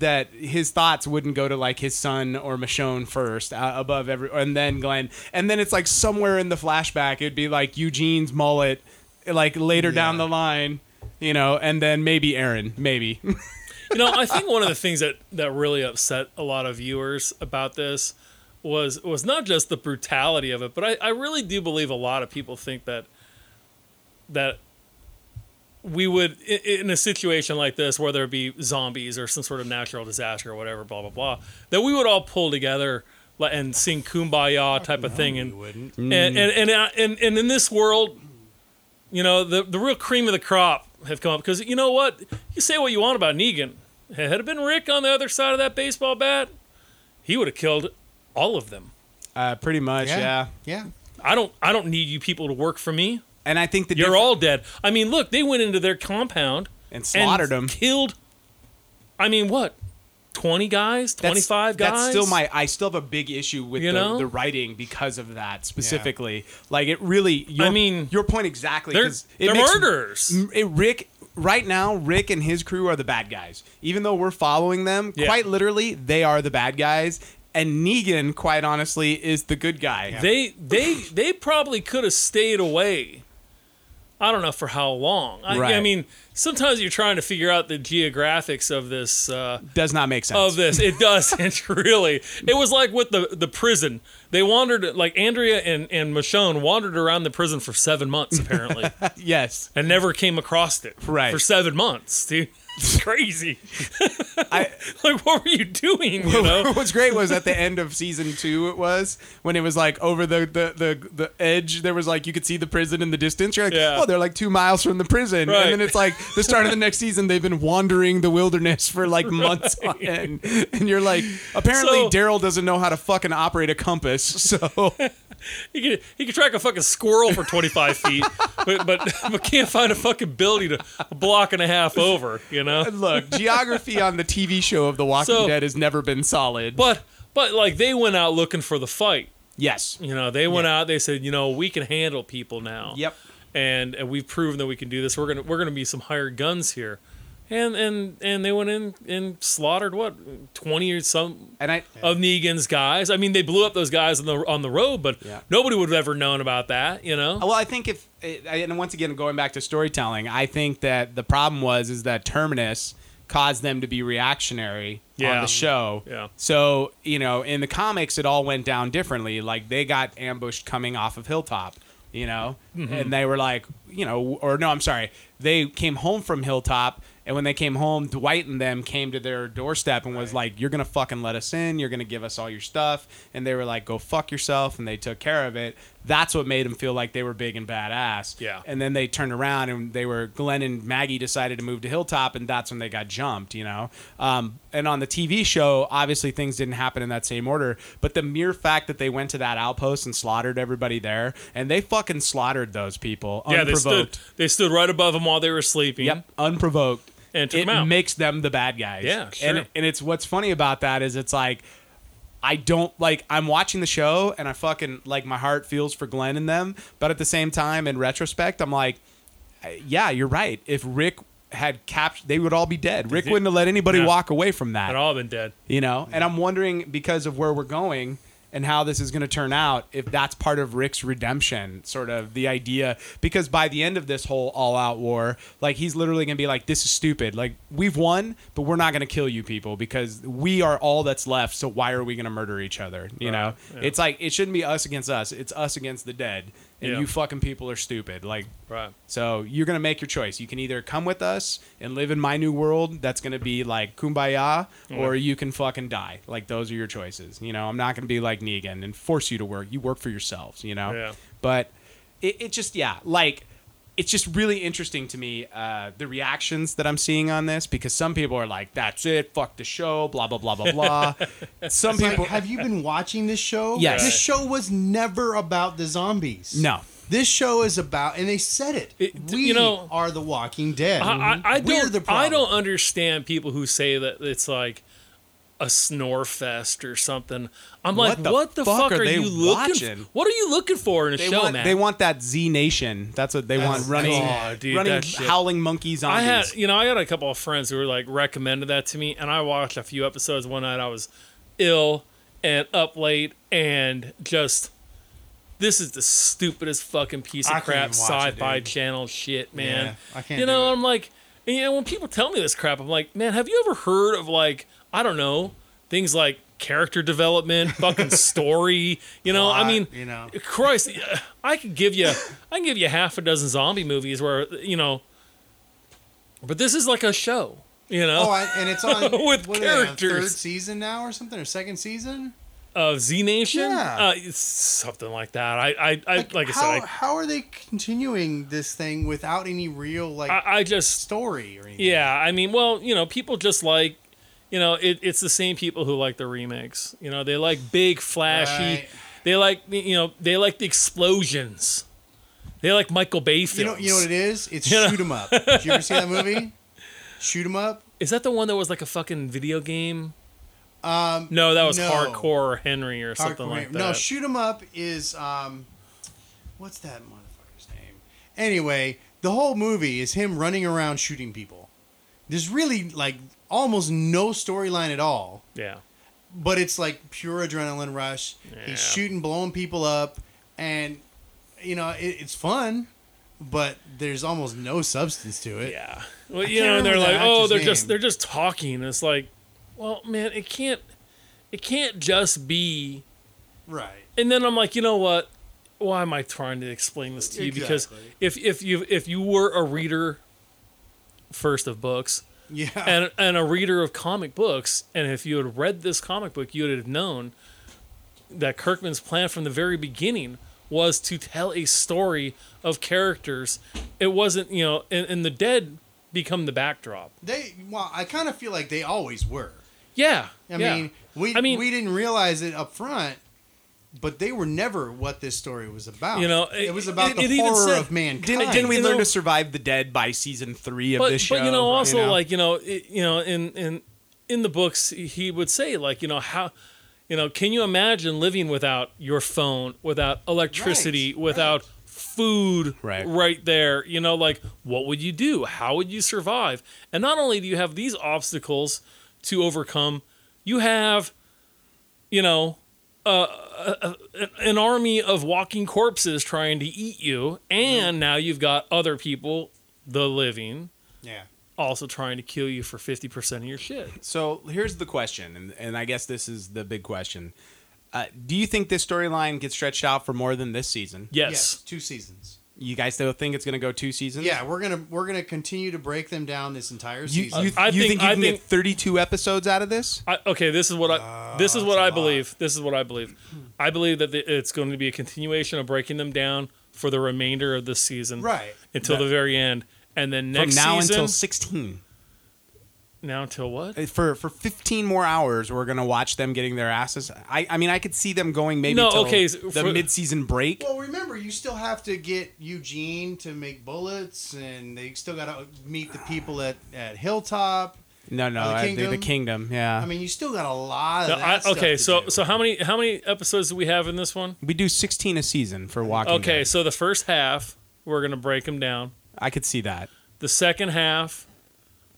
Speaker 2: that his thoughts wouldn't go to like his son or Michonne first, uh, above every, and then Glenn, and then it's like somewhere in the flashback, it'd be like Eugene's mullet, like later down
Speaker 4: Yeah.
Speaker 2: the line, you know, and then maybe Aaron, maybe.
Speaker 3: you know, I think one of the things that that really upset a lot of viewers about this was was not just the brutality of it, but I, I really do believe a lot of people think that that we would i- i- in a situation like this, whether it be zombies or some sort of natural disaster or whatever, blah blah blah, that we would all pull together like, and sing kumbaya type of thing and
Speaker 4: you wouldn't.
Speaker 2: Mm,
Speaker 3: and and and, uh, and and in this world, you know, the the real cream of the crop have come up because you know what? You say what you want about Negan. Had it been Rick on the other side of that baseball bat, he would have killed all of them.
Speaker 2: uh, pretty much, yeah.
Speaker 4: yeah, yeah.
Speaker 3: I don't I don't need you people to work for me.
Speaker 2: And I think the
Speaker 3: You're
Speaker 2: diff-
Speaker 3: all dead. I mean, look, they went into their compound
Speaker 2: and slaughtered
Speaker 3: and
Speaker 2: him.
Speaker 3: Killed. I mean, what? Twenty guys, twenty
Speaker 2: That's-
Speaker 3: five guys.
Speaker 2: That's still my. I still have a big issue with
Speaker 3: You
Speaker 2: the,
Speaker 3: know?
Speaker 2: the writing because of that specifically. Like it really. Your,
Speaker 3: I mean,
Speaker 2: your point exactly.
Speaker 3: They're,
Speaker 2: 'cause it
Speaker 3: they're
Speaker 2: makes-
Speaker 3: murderers.
Speaker 2: M- it- Rick. Right now, Rick and his crew are the bad guys. Even though we're following them,
Speaker 3: Yeah.
Speaker 2: quite literally, they are the bad guys. And Negan, quite honestly, is the good guy.
Speaker 3: They they they probably could have stayed away. I don't know for how long. I, I
Speaker 2: Right.
Speaker 3: mean, sometimes you're trying to figure out the geographics of this uh,
Speaker 2: Does not make sense.
Speaker 3: of this. It doesn't really. It was like with the the prison. They wandered like Andrea and and Michonne wandered around the prison for seven months apparently,
Speaker 2: yes.
Speaker 3: and never came across it.
Speaker 2: Right.
Speaker 3: for seven months, dude. It's crazy.
Speaker 2: I,
Speaker 3: Like, what were you doing? You know.
Speaker 2: What's great was at the end of season two, it was when it was like over the the the, the edge. There was like you could see the prison in the distance. You're like,
Speaker 3: Yeah.
Speaker 2: oh, they're like two miles from the prison,
Speaker 3: Right.
Speaker 2: and then it's like the start of the next season. They've been wandering the wilderness for like months on end, and you're like, apparently
Speaker 3: So-
Speaker 2: Daryl doesn't know how to fucking operate a compass. So
Speaker 3: He could he could track a fucking squirrel for twenty five feet, but, but but can't find a fucking building to a block and a half over, you know.
Speaker 2: look, geography on the TV show of The Walking
Speaker 3: So-
Speaker 2: Dead has never been solid.
Speaker 3: But but like they went out looking for the fight,
Speaker 2: yes,
Speaker 3: you know. They went out. They said, you know, we can handle people now.
Speaker 2: Yep.
Speaker 3: And, and we've proven that we can do this. We're gonna we're gonna be some hired guns here, and and and they went in and slaughtered what twenty or some
Speaker 2: and I
Speaker 3: of Negan's guys. I mean, they blew up those guys on the on the road, but
Speaker 2: Yeah.
Speaker 3: nobody would have ever known about that, you know.
Speaker 2: Well, I think if and once again going back to storytelling, I think that the problem was is that Terminus caused them to be reactionary on
Speaker 3: Yeah.
Speaker 2: the show.
Speaker 3: Yeah.
Speaker 2: So you know, in the comics, it all went down differently. Like they got ambushed coming off of Hilltop. you know,
Speaker 3: Mm-hmm.
Speaker 2: and they were like, you know, or no, I'm sorry, they came home from Hilltop, and when they came home, Dwight and them came to their doorstep and was like, "You're gonna fucking let us in. You're gonna give us all your stuff," and they were like, "Go fuck yourself," and they took care of it. That's what made them feel like they were big and badass.
Speaker 3: Yeah.
Speaker 2: And then they turned around and they were Glenn and Maggie decided to move to Hilltop, and that's when they got jumped. You know. Um, and on the TV show, obviously things didn't happen in that same order, but the mere fact that they went to that outpost and slaughtered everybody there, and they fucking slaughtered those people
Speaker 3: Yeah, they stood
Speaker 2: unprovoked.
Speaker 3: they stood right above him while they were sleeping.
Speaker 2: Yep, unprovoked.
Speaker 3: And took
Speaker 2: it
Speaker 3: 'em out.
Speaker 2: makes them the bad guys.
Speaker 3: Yeah, sure.
Speaker 2: And and it's what's funny about that is it's like I don't like I'm watching the show and I fucking like my heart feels for Glenn and them, but at the same time in retrospect I'm like yeah, you're right. If Rick had captured they would all be dead. Rick wouldn't have let anybody
Speaker 3: Yeah.
Speaker 2: walk away from that
Speaker 3: Had all been dead.
Speaker 2: you know and i'm wondering because of where we're going and how this is going to turn out if that's part of rick's redemption sort of the idea because by the end of this whole all-out war like he's literally going to be like this is stupid like we've won but we're not going to kill you people because we are all that's left so why are we going to murder each other you know
Speaker 3: yeah.
Speaker 2: it's like it shouldn't be us against us it's us against the dead and
Speaker 3: Yeah.
Speaker 2: you fucking people are stupid like
Speaker 3: Right.
Speaker 2: so you're gonna make your choice. You can either come with us and live in my new world. That's gonna be like kumbaya, or you can fucking die. Like those are your choices. You know, I'm not gonna be like Negan and force you to work. You work for yourselves. You know.
Speaker 3: Yeah.
Speaker 2: But it, it just yeah, like it's just really interesting to me uh, the reactions that I'm seeing on this because some people are like, "That's it, fuck the show," blah blah blah blah blah. some
Speaker 4: It's like,
Speaker 2: people
Speaker 4: have you been watching this show?
Speaker 2: Yes.
Speaker 4: This show was never about the zombies.
Speaker 2: no.
Speaker 4: This show is about, and they said it.
Speaker 3: It-
Speaker 4: we
Speaker 3: you know-
Speaker 4: are the Walking Dead.
Speaker 3: I,
Speaker 2: Mm-hmm.
Speaker 3: I, I
Speaker 4: We're
Speaker 3: don't.
Speaker 4: the
Speaker 3: I
Speaker 4: problem.
Speaker 3: don't understand people who say that it's like a snore fest or something. I'm
Speaker 2: What
Speaker 3: like,
Speaker 2: the
Speaker 3: what the
Speaker 2: fuck
Speaker 3: fuck,
Speaker 2: are
Speaker 3: are,
Speaker 2: they
Speaker 3: you looking?
Speaker 2: watching?
Speaker 3: What are you looking for in a
Speaker 2: They
Speaker 3: show,
Speaker 2: want,
Speaker 3: man?
Speaker 2: they want that Z Nation. That's what they want.
Speaker 4: That's-
Speaker 2: Running,
Speaker 3: oh, dude,
Speaker 2: running,
Speaker 3: that shit.
Speaker 2: howling monkey zombies.
Speaker 3: I had, you know, I had a couple of friends who were like recommended that to me, and I watched a few episodes one night. I was ill and up late, and just this is the stupidest fucking piece
Speaker 4: I
Speaker 3: of
Speaker 4: couldn't
Speaker 3: crap
Speaker 4: even watch it,
Speaker 3: sci-fi
Speaker 4: dude.
Speaker 3: channel shit, man.
Speaker 4: Yeah, I can't
Speaker 3: You
Speaker 4: do
Speaker 3: know,
Speaker 4: it.
Speaker 3: I'm like, and, you know, when people tell me this crap, I'm like, man, have you ever heard of like, I don't know, things like character development, fucking story? You know, I
Speaker 4: Plot,
Speaker 3: mean,
Speaker 4: you know.
Speaker 3: Christ, uh, I could give you, I can give you half a dozen zombie movies where you know, but this is like a show, you know,
Speaker 4: Oh, I, and it's on
Speaker 3: With
Speaker 4: what are they on, third
Speaker 3: characters.
Speaker 4: season now or something, or second season.
Speaker 3: of Z Nation,
Speaker 4: Yeah.
Speaker 3: uh, it's something like that. I, I, I like, I
Speaker 4: how,
Speaker 3: said,
Speaker 4: how are they continuing this thing without any real like
Speaker 3: I, I, I just,
Speaker 4: story or anything?
Speaker 3: yeah, I mean, well, you know, people just like. You know, it, it's the same people who like the remakes. You know, they like big, flashy.
Speaker 4: Right.
Speaker 3: They like, you know, they like the explosions. They like Michael Bay films.
Speaker 4: You know, you know what it is? It's
Speaker 3: You know?
Speaker 4: shoot 'em up. Did you ever see that movie? Shoot 'em up.
Speaker 3: Is that the one that was like a fucking video game? Um, no, that was
Speaker 4: no.
Speaker 3: Hardcore Henry or something
Speaker 4: Hardcore-
Speaker 3: like that.
Speaker 4: No, shoot 'em up is um, what's that motherfucker's name? Anyway, the whole movie is him running around shooting people. There's really like almost no storyline at all.
Speaker 3: yeah,
Speaker 4: but it's like pure adrenaline rush.
Speaker 3: Yeah.
Speaker 4: He's shooting, blowing people up, and you know it, it's fun, but there's almost no substance to it.
Speaker 3: yeah. Well,
Speaker 4: I
Speaker 3: you
Speaker 4: can't
Speaker 3: know, and they're
Speaker 4: remember
Speaker 3: like,
Speaker 4: that
Speaker 3: oh,
Speaker 4: actor's
Speaker 3: they're just
Speaker 4: name.
Speaker 3: they're just talking. It's like, well, man, it can't it can't just be.
Speaker 4: Right.
Speaker 3: And then I'm like, you know what? Why am I trying to explain this to you? Because
Speaker 4: Exactly.
Speaker 3: if if you if you were a reader first of books,
Speaker 4: Yeah.
Speaker 3: and and a reader of comic books, and if you had read this comic book, you would have known that Kirkman's plan from the very beginning was to tell a story of characters. It wasn't, you know, and, and the dead become the backdrop.
Speaker 4: they well, I kind of feel like they always were.
Speaker 3: Yeah,
Speaker 4: I
Speaker 3: yeah.
Speaker 4: mean, we
Speaker 3: I mean-
Speaker 4: we didn't realize it up front, but they were never what this story was about.
Speaker 3: You know,
Speaker 4: it,
Speaker 3: it-
Speaker 4: was about
Speaker 3: it-
Speaker 4: the
Speaker 3: it even
Speaker 4: horror
Speaker 3: said-
Speaker 4: of mankind.
Speaker 2: Didn't, didn't we
Speaker 3: you
Speaker 2: learn
Speaker 3: know-
Speaker 2: to survive the dead by season three of
Speaker 3: but
Speaker 2: this show?
Speaker 3: but you know, also
Speaker 2: know?
Speaker 3: like you know, it, you know, in in in the books, he would say like you know how. You know, can you imagine living without your phone, without electricity,
Speaker 4: Right,
Speaker 3: without food
Speaker 2: Right.
Speaker 3: there? You know, like what would you do? How would you survive? And not only do you have these obstacles to overcome, you have, you know, uh, a, a, an army of walking corpses trying to eat you,
Speaker 2: Mm-hmm.
Speaker 3: and now you've got other people, the living,
Speaker 4: yeah.
Speaker 3: also trying to kill you for 50% of your shit.
Speaker 2: So here's the question, and, and I guess this is the big question. Uh, do you think this storyline gets stretched out for more than this season?
Speaker 3: Yes.
Speaker 4: two seasons.
Speaker 2: You guys still think it's going to go two seasons?
Speaker 4: Yeah, we're gonna we're gonna continue to break them down this
Speaker 3: uh,
Speaker 4: entire
Speaker 2: You,
Speaker 4: season.
Speaker 2: you-
Speaker 3: I
Speaker 2: you think,
Speaker 3: think-
Speaker 2: you
Speaker 3: I
Speaker 2: can
Speaker 3: think-
Speaker 2: get 32 episodes out of this?
Speaker 3: I, okay, this is what I this is what
Speaker 4: Ah, that's a
Speaker 3: I
Speaker 4: lot.
Speaker 3: believe. This is what I believe. I believe that the, it's going to be a continuation of breaking them down for the remainder of this season,
Speaker 4: Right.
Speaker 3: Until the very end, and then next
Speaker 2: From now
Speaker 3: season,
Speaker 2: until 16.
Speaker 3: now until what?
Speaker 2: Uh, For for 15 more hours, we're going to watch them getting their asses. I, I mean, I could see them going maybe
Speaker 3: No,
Speaker 2: till
Speaker 3: okay, so
Speaker 2: the
Speaker 3: for-
Speaker 2: mid-season break.
Speaker 4: well, remember, you still have to get Eugene to make bullets, and they still got to meet the people at, at Hilltop.
Speaker 2: no, no,
Speaker 4: uh, the
Speaker 2: I think the
Speaker 4: Kingdom?
Speaker 2: kingdom. Yeah.
Speaker 4: I mean, you still got a lot of
Speaker 3: No, I-
Speaker 4: that stuff
Speaker 3: okay,
Speaker 4: to
Speaker 3: so
Speaker 4: do.
Speaker 3: so how many how many episodes do we have in this one?
Speaker 2: we do 16 a season for Walking
Speaker 3: Okay,
Speaker 2: Dead.
Speaker 3: so the first half we're going to break them down.
Speaker 2: I could see that.
Speaker 3: The second half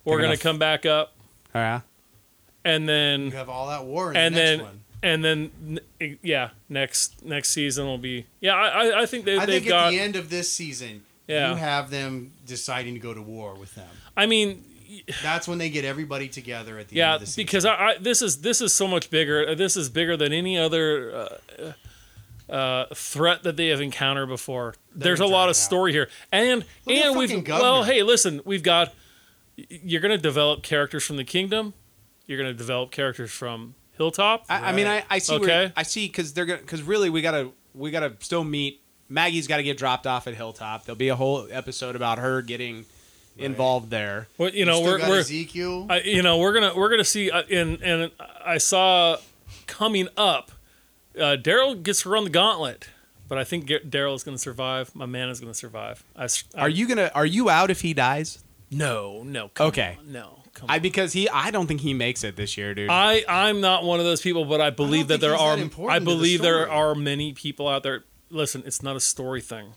Speaker 3: we're
Speaker 2: They're
Speaker 3: going
Speaker 2: gonna
Speaker 3: to come back up,
Speaker 2: Oh, yeah.
Speaker 3: and then
Speaker 4: you have all that war in
Speaker 3: and
Speaker 4: the next
Speaker 3: then
Speaker 4: one.
Speaker 3: and then n- e, yeah next next season will be yeah i i, I think they,
Speaker 4: I
Speaker 3: they've
Speaker 4: think
Speaker 3: got
Speaker 4: at the end of this season,
Speaker 3: Yeah.
Speaker 4: you have them deciding to go to war with them.
Speaker 3: i mean
Speaker 4: That's when they get everybody together at the
Speaker 3: yeah
Speaker 4: end of the season.
Speaker 3: because I, I this is this is so much bigger Uh, this is bigger than any other uh, uh, threat that they have encountered before there's a lot of
Speaker 4: entirely out.
Speaker 3: story here and
Speaker 4: Look at
Speaker 3: and
Speaker 4: fucking
Speaker 3: we've
Speaker 4: governor.
Speaker 3: well hey listen we've got y- you're gonna develop characters from the kingdom you're gonna develop characters from hilltop
Speaker 2: I, I mean, I, I see. Where,
Speaker 3: Okay.
Speaker 2: I see because they're gonna because really we gotta we gotta still meet. Maggie's got to get dropped off at Hilltop. There'll be a whole episode about her getting involved there.
Speaker 3: Well, you know
Speaker 4: still
Speaker 3: we're,
Speaker 4: got
Speaker 3: we're
Speaker 4: Ezekiel.
Speaker 3: I, you know we're gonna we're gonna see uh, and and I saw coming up uh, Daryl gets to run the gauntlet but I think Ga- Daryl is gonna survive my man is gonna survive I, s- I-
Speaker 2: Are you gonna Are you out if he dies?
Speaker 3: no no come
Speaker 2: Okay.
Speaker 3: on, no come
Speaker 2: I
Speaker 3: on.
Speaker 2: because he I don't think he makes it this year, dude.
Speaker 3: I I'm not one of those people but I believe that
Speaker 4: think
Speaker 3: there
Speaker 4: he's
Speaker 3: are
Speaker 4: that important
Speaker 3: I
Speaker 4: to the
Speaker 3: believe there
Speaker 4: story.
Speaker 3: are many people out there listen it's not a story thing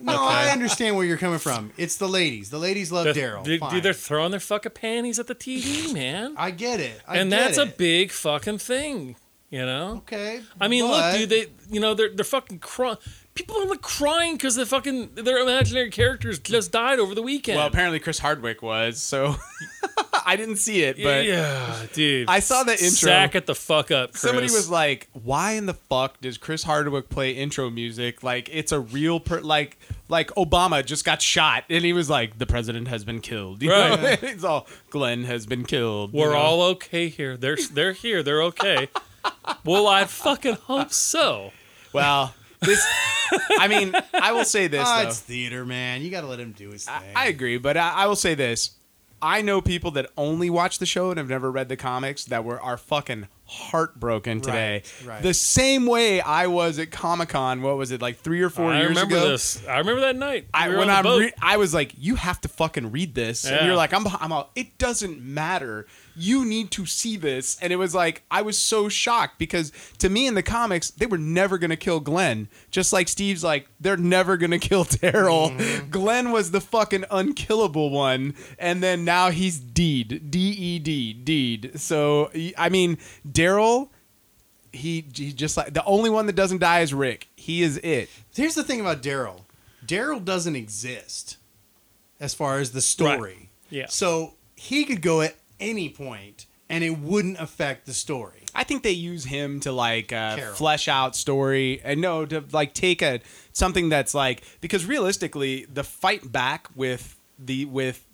Speaker 4: no, I understand where you're coming from. It's the ladies. The ladies love Daryl.
Speaker 3: They-
Speaker 4: Fine.
Speaker 3: they're throwing their fucking panties at the TV man
Speaker 4: I get it. I
Speaker 3: and
Speaker 4: get
Speaker 3: that's a
Speaker 4: it.
Speaker 3: big fucking thing you know
Speaker 4: okay.
Speaker 3: I mean,
Speaker 4: but-
Speaker 3: look, dude. They, you know, they're they're fucking crying. People are like crying because they fucking their imaginary characters just died over the weekend.
Speaker 2: well, apparently Chris Hardwick was so. I didn't see it, but
Speaker 3: yeah, dude.
Speaker 2: I saw the intro.
Speaker 3: Sack it the fuck up. Chris.
Speaker 2: Somebody was like, "Why in the fuck does Chris Hardwick play intro music? Like it's a real per- like like Obama just got shot and he was like, the president has been killed. You know?
Speaker 3: Right.
Speaker 2: it's all Glenn has been killed. you
Speaker 3: "We're
Speaker 2: know?
Speaker 3: all okay here. They're they're here. They're okay." well, I fucking hope so.
Speaker 2: well. This, I mean, I will say this
Speaker 3: Oh,
Speaker 4: Ah,
Speaker 2: though.
Speaker 4: it's theater, man. You got to let him do his thing.
Speaker 2: I, I agree, but I, I will say this: I know people that only watch the show and have never read the comics that were are fucking heartbroken today.
Speaker 4: right.
Speaker 2: The same way I was at Comic Con. What was it like three or four
Speaker 3: I
Speaker 2: years
Speaker 3: remember
Speaker 2: ago?
Speaker 3: this. I remember that night.
Speaker 2: I,
Speaker 3: We were
Speaker 2: when
Speaker 3: on the
Speaker 2: I'm
Speaker 3: boat.
Speaker 2: re- I was like, you have to fucking read this, and
Speaker 3: Yeah.
Speaker 2: you're like, I'm, I'm out. It doesn't matter. You need to see this, and it was like I was so shocked because to me in the comics they were never gonna kill Glenn, just like Steve's like they're never gonna kill Daryl.
Speaker 3: Mm-hmm.
Speaker 2: Glenn was the fucking unkillable one, and then now he's Deed, D E D, Deed. So y- I mean, Daryl. He, he just like the only one that doesn't die is Rick. He is it.
Speaker 4: Here's the thing about Daryl. Daryl doesn't exist as far as the story.
Speaker 3: Yeah.
Speaker 4: So he could go at any point and it wouldn't affect the story.
Speaker 2: I think they use him to like uh,
Speaker 4: Carol.
Speaker 2: flesh out story and no to like take a something that's like because realistically the fight back with the with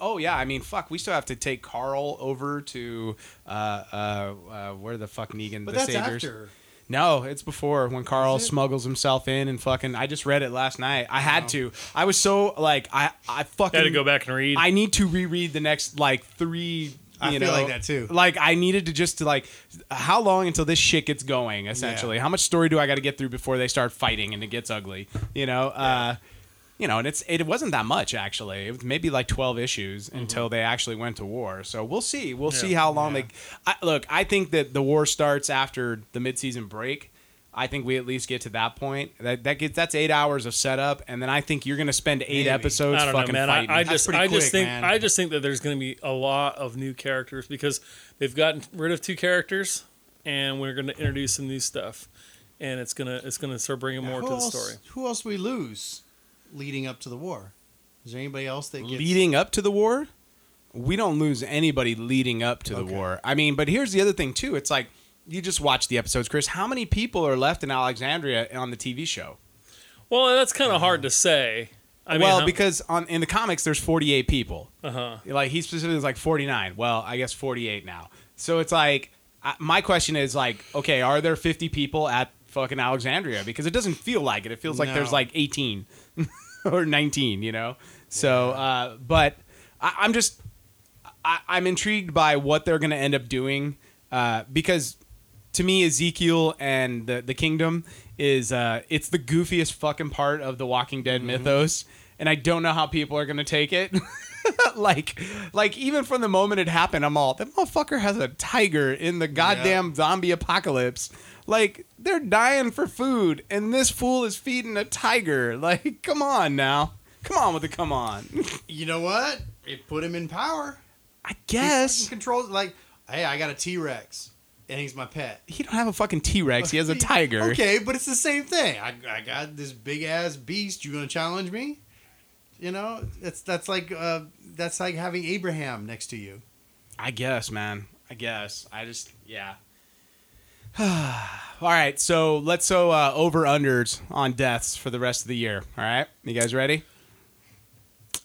Speaker 2: oh yeah I mean fuck we still have to take Carl over to uh uh, uh where the fuck Negan
Speaker 4: But
Speaker 2: the
Speaker 4: that's
Speaker 2: Saviors
Speaker 4: after.
Speaker 2: no it's before when Carl
Speaker 4: Is it?
Speaker 2: smuggles himself in and fucking I just read it last night I had to I was so like I I fucking
Speaker 3: had to go back and read.
Speaker 2: I need to reread the next like three.
Speaker 4: I
Speaker 2: you
Speaker 4: feel
Speaker 2: know,
Speaker 4: like that, too.
Speaker 2: Like I needed to just to like, how long until this shit gets going? Essentially,
Speaker 4: Yeah.
Speaker 2: how much story do I got to get through before they start fighting and it gets ugly? You know, uh, you know, and it's it wasn't that much actually. It was maybe like twelve issues until they actually went to war. So we'll see. We'll see how long
Speaker 4: Mm-hmm. Yeah.
Speaker 2: they. I, look, I think that the war starts after the midseason break. I think we at least get to that point. That that gets that's eight hours of setup, and then I think you're going to spend eight
Speaker 4: Maybe.
Speaker 2: episodes
Speaker 3: I don't know,
Speaker 2: fucking
Speaker 3: man.
Speaker 2: fighting.
Speaker 3: I, I
Speaker 4: That's
Speaker 3: just,
Speaker 4: pretty
Speaker 3: I just
Speaker 4: quick,
Speaker 3: think,
Speaker 4: man.
Speaker 3: I just think that there's going to be a lot of new characters because they've gotten rid of two characters, and we're going to introduce some new stuff, and it's gonna, it's gonna start bringing more
Speaker 4: who
Speaker 3: to the
Speaker 4: else,
Speaker 3: story.
Speaker 4: Who else we lose leading up to the war? Is there anybody else that gets
Speaker 2: leading up to the war, we don't lose anybody leading up to the
Speaker 4: Okay.
Speaker 2: war. I mean, but here's the other thing too. It's like you just watch the episodes, Chris. How many people are left in Alexandria on the TV show?
Speaker 3: Well, that's kind of hard to say. I mean,
Speaker 2: well,
Speaker 3: how-
Speaker 2: because on in the comics there's 48 people.
Speaker 3: uh-huh.
Speaker 2: Like he specifically was like 49. Well, I guess 48 now. So it's like I, my question is like, okay, are there 50 people at fucking Alexandria? Because it doesn't feel like it. It feels like there's
Speaker 4: No.
Speaker 2: like 18 or 19. You know. So, uh, but I, I'm just I, I'm intrigued by what they're going to end up doing uh, because to me Ezekiel and the the kingdom is uh, it's the goofiest fucking part of the Walking Dead mythos, and I don't know how people are going to take it. like, like even from the moment it happened, I'm all that motherfucker has a tiger in the goddamn zombie apocalypse. Like they're dying for food, and this fool is feeding a tiger. Like, come on now, come on with the come on.
Speaker 4: You know what? It put him in power.
Speaker 2: I
Speaker 4: He
Speaker 2: guess
Speaker 4: fucking controls like, hey, I got a T Rex, and he's my pet.
Speaker 2: He don't have a fucking T Rex. He has a tiger.
Speaker 4: Okay, but it's the same thing. I, I got this big ass beast. You gonna challenge me? You know, that's that's like uh, that's like having Abraham next to you.
Speaker 2: I guess, man. I guess. I just yeah. all right, so let's so uh, over unders on deaths for the rest of the year. All right, you guys ready?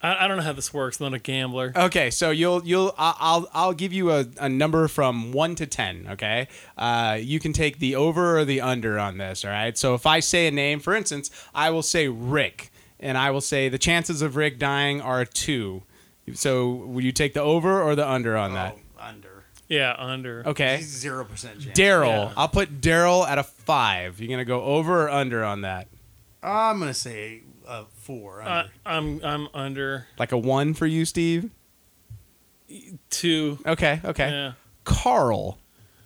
Speaker 3: I, I don't know how this works. I'm not a
Speaker 4: Uh,
Speaker 3: gambler.
Speaker 2: Okay, so you'll you'll I- I'll I'll give you a, a number from one to ten. Okay, uh, you can take the over or the under on this. All right, so if I say a name, for instance, I will say Rick, and I will say the chances of Rick dying are two. So will you take the over or the under on that?
Speaker 4: Oh, under.
Speaker 3: Yeah, under.
Speaker 2: Okay.
Speaker 4: Zero percent chance.
Speaker 2: Daryl.
Speaker 3: Yeah.
Speaker 2: I'll put Daryl at a five. You're gonna go over or under on that?
Speaker 4: I'm gonna say uh, four.
Speaker 3: Uh,
Speaker 4: Under.
Speaker 3: I'm I'm under
Speaker 2: Like a one for you, Steve?
Speaker 3: two.
Speaker 2: Okay, okay.
Speaker 3: Yeah,
Speaker 2: Carl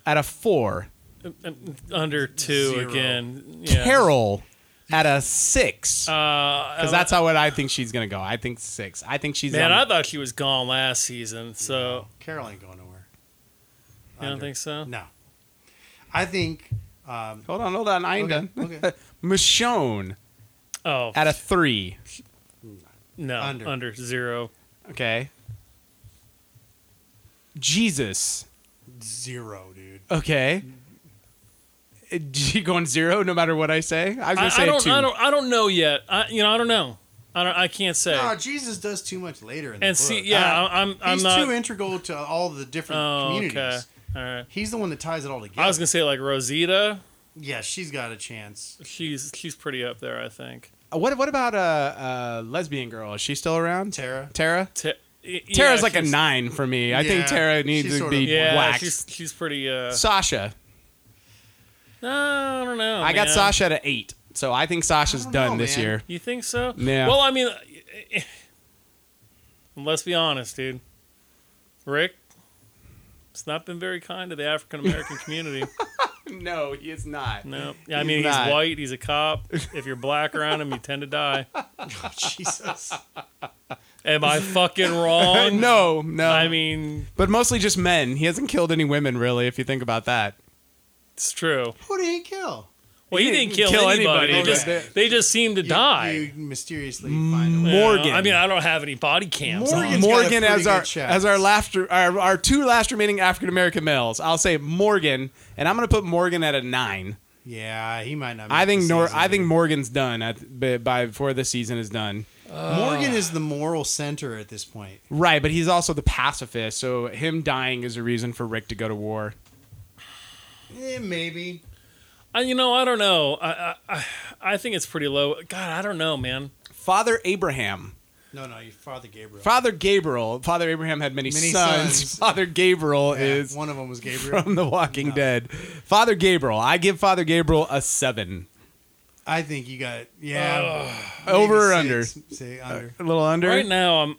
Speaker 2: at a four.
Speaker 3: Um, under two
Speaker 4: Zero.
Speaker 3: again. Yeah. Uh,
Speaker 2: Carol at a six.
Speaker 3: Because
Speaker 2: Because that's how what I think she's gonna go. I think six. I think she's on-
Speaker 3: man. I thought she was gone last season. So
Speaker 4: Carol ain't going nowhere.
Speaker 3: you don't
Speaker 4: Under.
Speaker 3: think so?
Speaker 4: No. I think. Um,
Speaker 2: Hold on, hold on. I ain't
Speaker 4: okay,
Speaker 2: done.
Speaker 4: okay.
Speaker 2: Michonne
Speaker 3: Oh
Speaker 2: at a three.
Speaker 3: no,
Speaker 4: Under.
Speaker 3: under. zero.
Speaker 2: Okay. Jesus.
Speaker 4: Zero, dude.
Speaker 2: Okay. Uh, You going zero no matter what I say? I was gonna
Speaker 3: I,
Speaker 2: say
Speaker 3: I don't.
Speaker 2: two.
Speaker 3: I don't. I don't know yet. I you know I don't know. I don't. I can't say.
Speaker 4: No, Oh, Jesus does too much later in the
Speaker 3: and
Speaker 4: book.
Speaker 3: see, yeah,
Speaker 4: Uh,
Speaker 3: I, am I'm
Speaker 4: he's
Speaker 3: not.
Speaker 4: too integral to all the different
Speaker 3: oh,
Speaker 4: communities.
Speaker 3: okay. All right.
Speaker 4: He's the one that ties it all together.
Speaker 3: I was gonna say like Rosita.
Speaker 4: yeah, she's got a chance.
Speaker 3: She's she's pretty up there. I think.
Speaker 2: What what about a, a lesbian girl? Is she still around?
Speaker 4: Tara.
Speaker 2: Tara.
Speaker 3: Ta- y-
Speaker 2: Tara's
Speaker 3: yeah,
Speaker 2: like a
Speaker 3: she's-
Speaker 2: nine for me. I think
Speaker 4: Yeah,
Speaker 2: Tara needs
Speaker 4: she's
Speaker 2: to
Speaker 4: sort
Speaker 2: be
Speaker 4: of-
Speaker 3: Yeah,
Speaker 2: whacked.
Speaker 3: she's she's pretty. Uh,
Speaker 2: Sasha.
Speaker 3: no, I don't know.
Speaker 2: I got
Speaker 3: Oh, man.
Speaker 2: Sasha at an eight, so I think Sasha's
Speaker 4: I don't
Speaker 2: done
Speaker 4: know,
Speaker 2: this
Speaker 4: man.
Speaker 2: year.
Speaker 3: You think so?
Speaker 2: Yeah.
Speaker 3: Well, I mean, let's be honest, dude. Rick, it's not been very kind to the African American community.
Speaker 2: No, he is not.
Speaker 3: No, I
Speaker 2: He's
Speaker 3: mean, he's
Speaker 2: not.
Speaker 3: white. He's a cop. If you're black around him, you tend to die.
Speaker 4: Oh, Jesus.
Speaker 3: Am I fucking wrong?
Speaker 2: No, no.
Speaker 3: I mean,
Speaker 2: but mostly just men. He hasn't killed any women, really, if you think about that.
Speaker 3: it's true.
Speaker 4: Who did he kill?
Speaker 3: Well, he, didn't kill, anybody. They just
Speaker 2: Okay.
Speaker 3: they just seem to
Speaker 4: You-
Speaker 3: die.
Speaker 4: You mysteriously find a
Speaker 3: You
Speaker 4: way.
Speaker 3: know,
Speaker 2: Morgan.
Speaker 3: I mean, I don't have any body cams.
Speaker 4: Morgan-
Speaker 3: on.
Speaker 4: Morgan's
Speaker 2: Morgan
Speaker 4: got a
Speaker 2: as
Speaker 4: pretty
Speaker 2: our
Speaker 4: good shot.
Speaker 2: as our last our, our two last remaining African American males. I'll say Morgan, and I'm gonna put Morgan at a nine.
Speaker 4: Yeah, he might not.
Speaker 2: I
Speaker 4: make
Speaker 2: think
Speaker 4: the
Speaker 2: Nor-
Speaker 4: season,
Speaker 2: I
Speaker 4: dude.
Speaker 2: think Morgan's done at, by, by before the season is done.
Speaker 4: Morgan is the moral center at this point.
Speaker 2: Right, but he's also the pacifist, so him dying is a reason for Rick to go to war.
Speaker 4: Eh, maybe.
Speaker 3: I, you know, I don't know. I, I I- I think it's pretty low. God, I don't know, man.
Speaker 2: Father Abraham.
Speaker 4: No, no, your father Gabriel.
Speaker 2: Father Gabriel. Father Abraham had many,
Speaker 4: Many
Speaker 2: sons.
Speaker 4: sons.
Speaker 2: Father Gabriel
Speaker 4: Yeah,
Speaker 2: is
Speaker 4: one of them was Gabriel.
Speaker 2: from The Walking Dead. Father Gabriel. I give Father Gabriel a seven.
Speaker 4: I think you got yeah. maybe
Speaker 2: Over or Uh,
Speaker 4: six. Say under.
Speaker 2: A little under.
Speaker 3: Right now, I'm.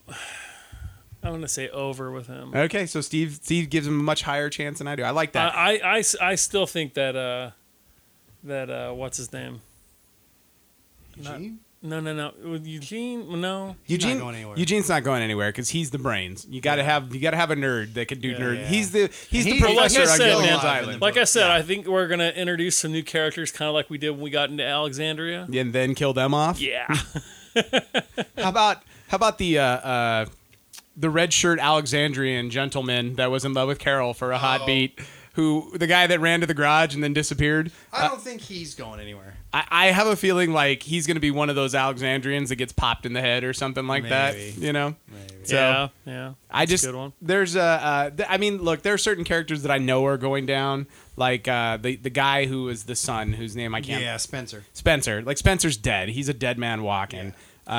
Speaker 3: I'm gonna say over with him. I,
Speaker 2: Okay, so Steve Steve gives him a much higher chance than I do. I like that.
Speaker 3: I, I s- I still think that uh, that uh, what's his name? Not-
Speaker 4: Gee,
Speaker 3: no, no, no. With Eugene? No.
Speaker 4: he's not
Speaker 2: Eugene,
Speaker 4: going anywhere.
Speaker 2: Eugene's not going anywhere because he's the brains. You gotta have you gotta have a nerd that can do
Speaker 3: Yeah.
Speaker 2: nerd.
Speaker 4: Yeah.
Speaker 2: He's the he's the
Speaker 4: He- Well,
Speaker 2: professor
Speaker 4: like I
Speaker 2: on
Speaker 3: said,
Speaker 2: Gilligan's
Speaker 3: man,
Speaker 2: Island,
Speaker 3: Like I said, I think we're gonna introduce some new characters, kind of like we did when we got into Alexandria.
Speaker 2: and then kill them off.
Speaker 3: Yeah.
Speaker 2: How about how about the uh,
Speaker 4: Oh.
Speaker 2: uh, the red shirt Alexandrian gentleman that was in love with Carol for a hot beat? who the guy that ran to the garage and then disappeared.
Speaker 4: I don't think he's going anywhere.
Speaker 2: I, I have a feeling like he's going to be one of those Alexandrians that gets popped in the head or something like that.
Speaker 4: Maybe.
Speaker 2: You know. So
Speaker 3: yeah, yeah.
Speaker 2: I
Speaker 3: That's
Speaker 2: just
Speaker 3: a good one.
Speaker 2: there's a uh, th- I mean look there are certain characters that I know are going down like uh, the the guy who is the son whose name I can't
Speaker 4: Yeah, Spencer.
Speaker 2: Spencer like Spencer's dead he's a dead man walking. Uh,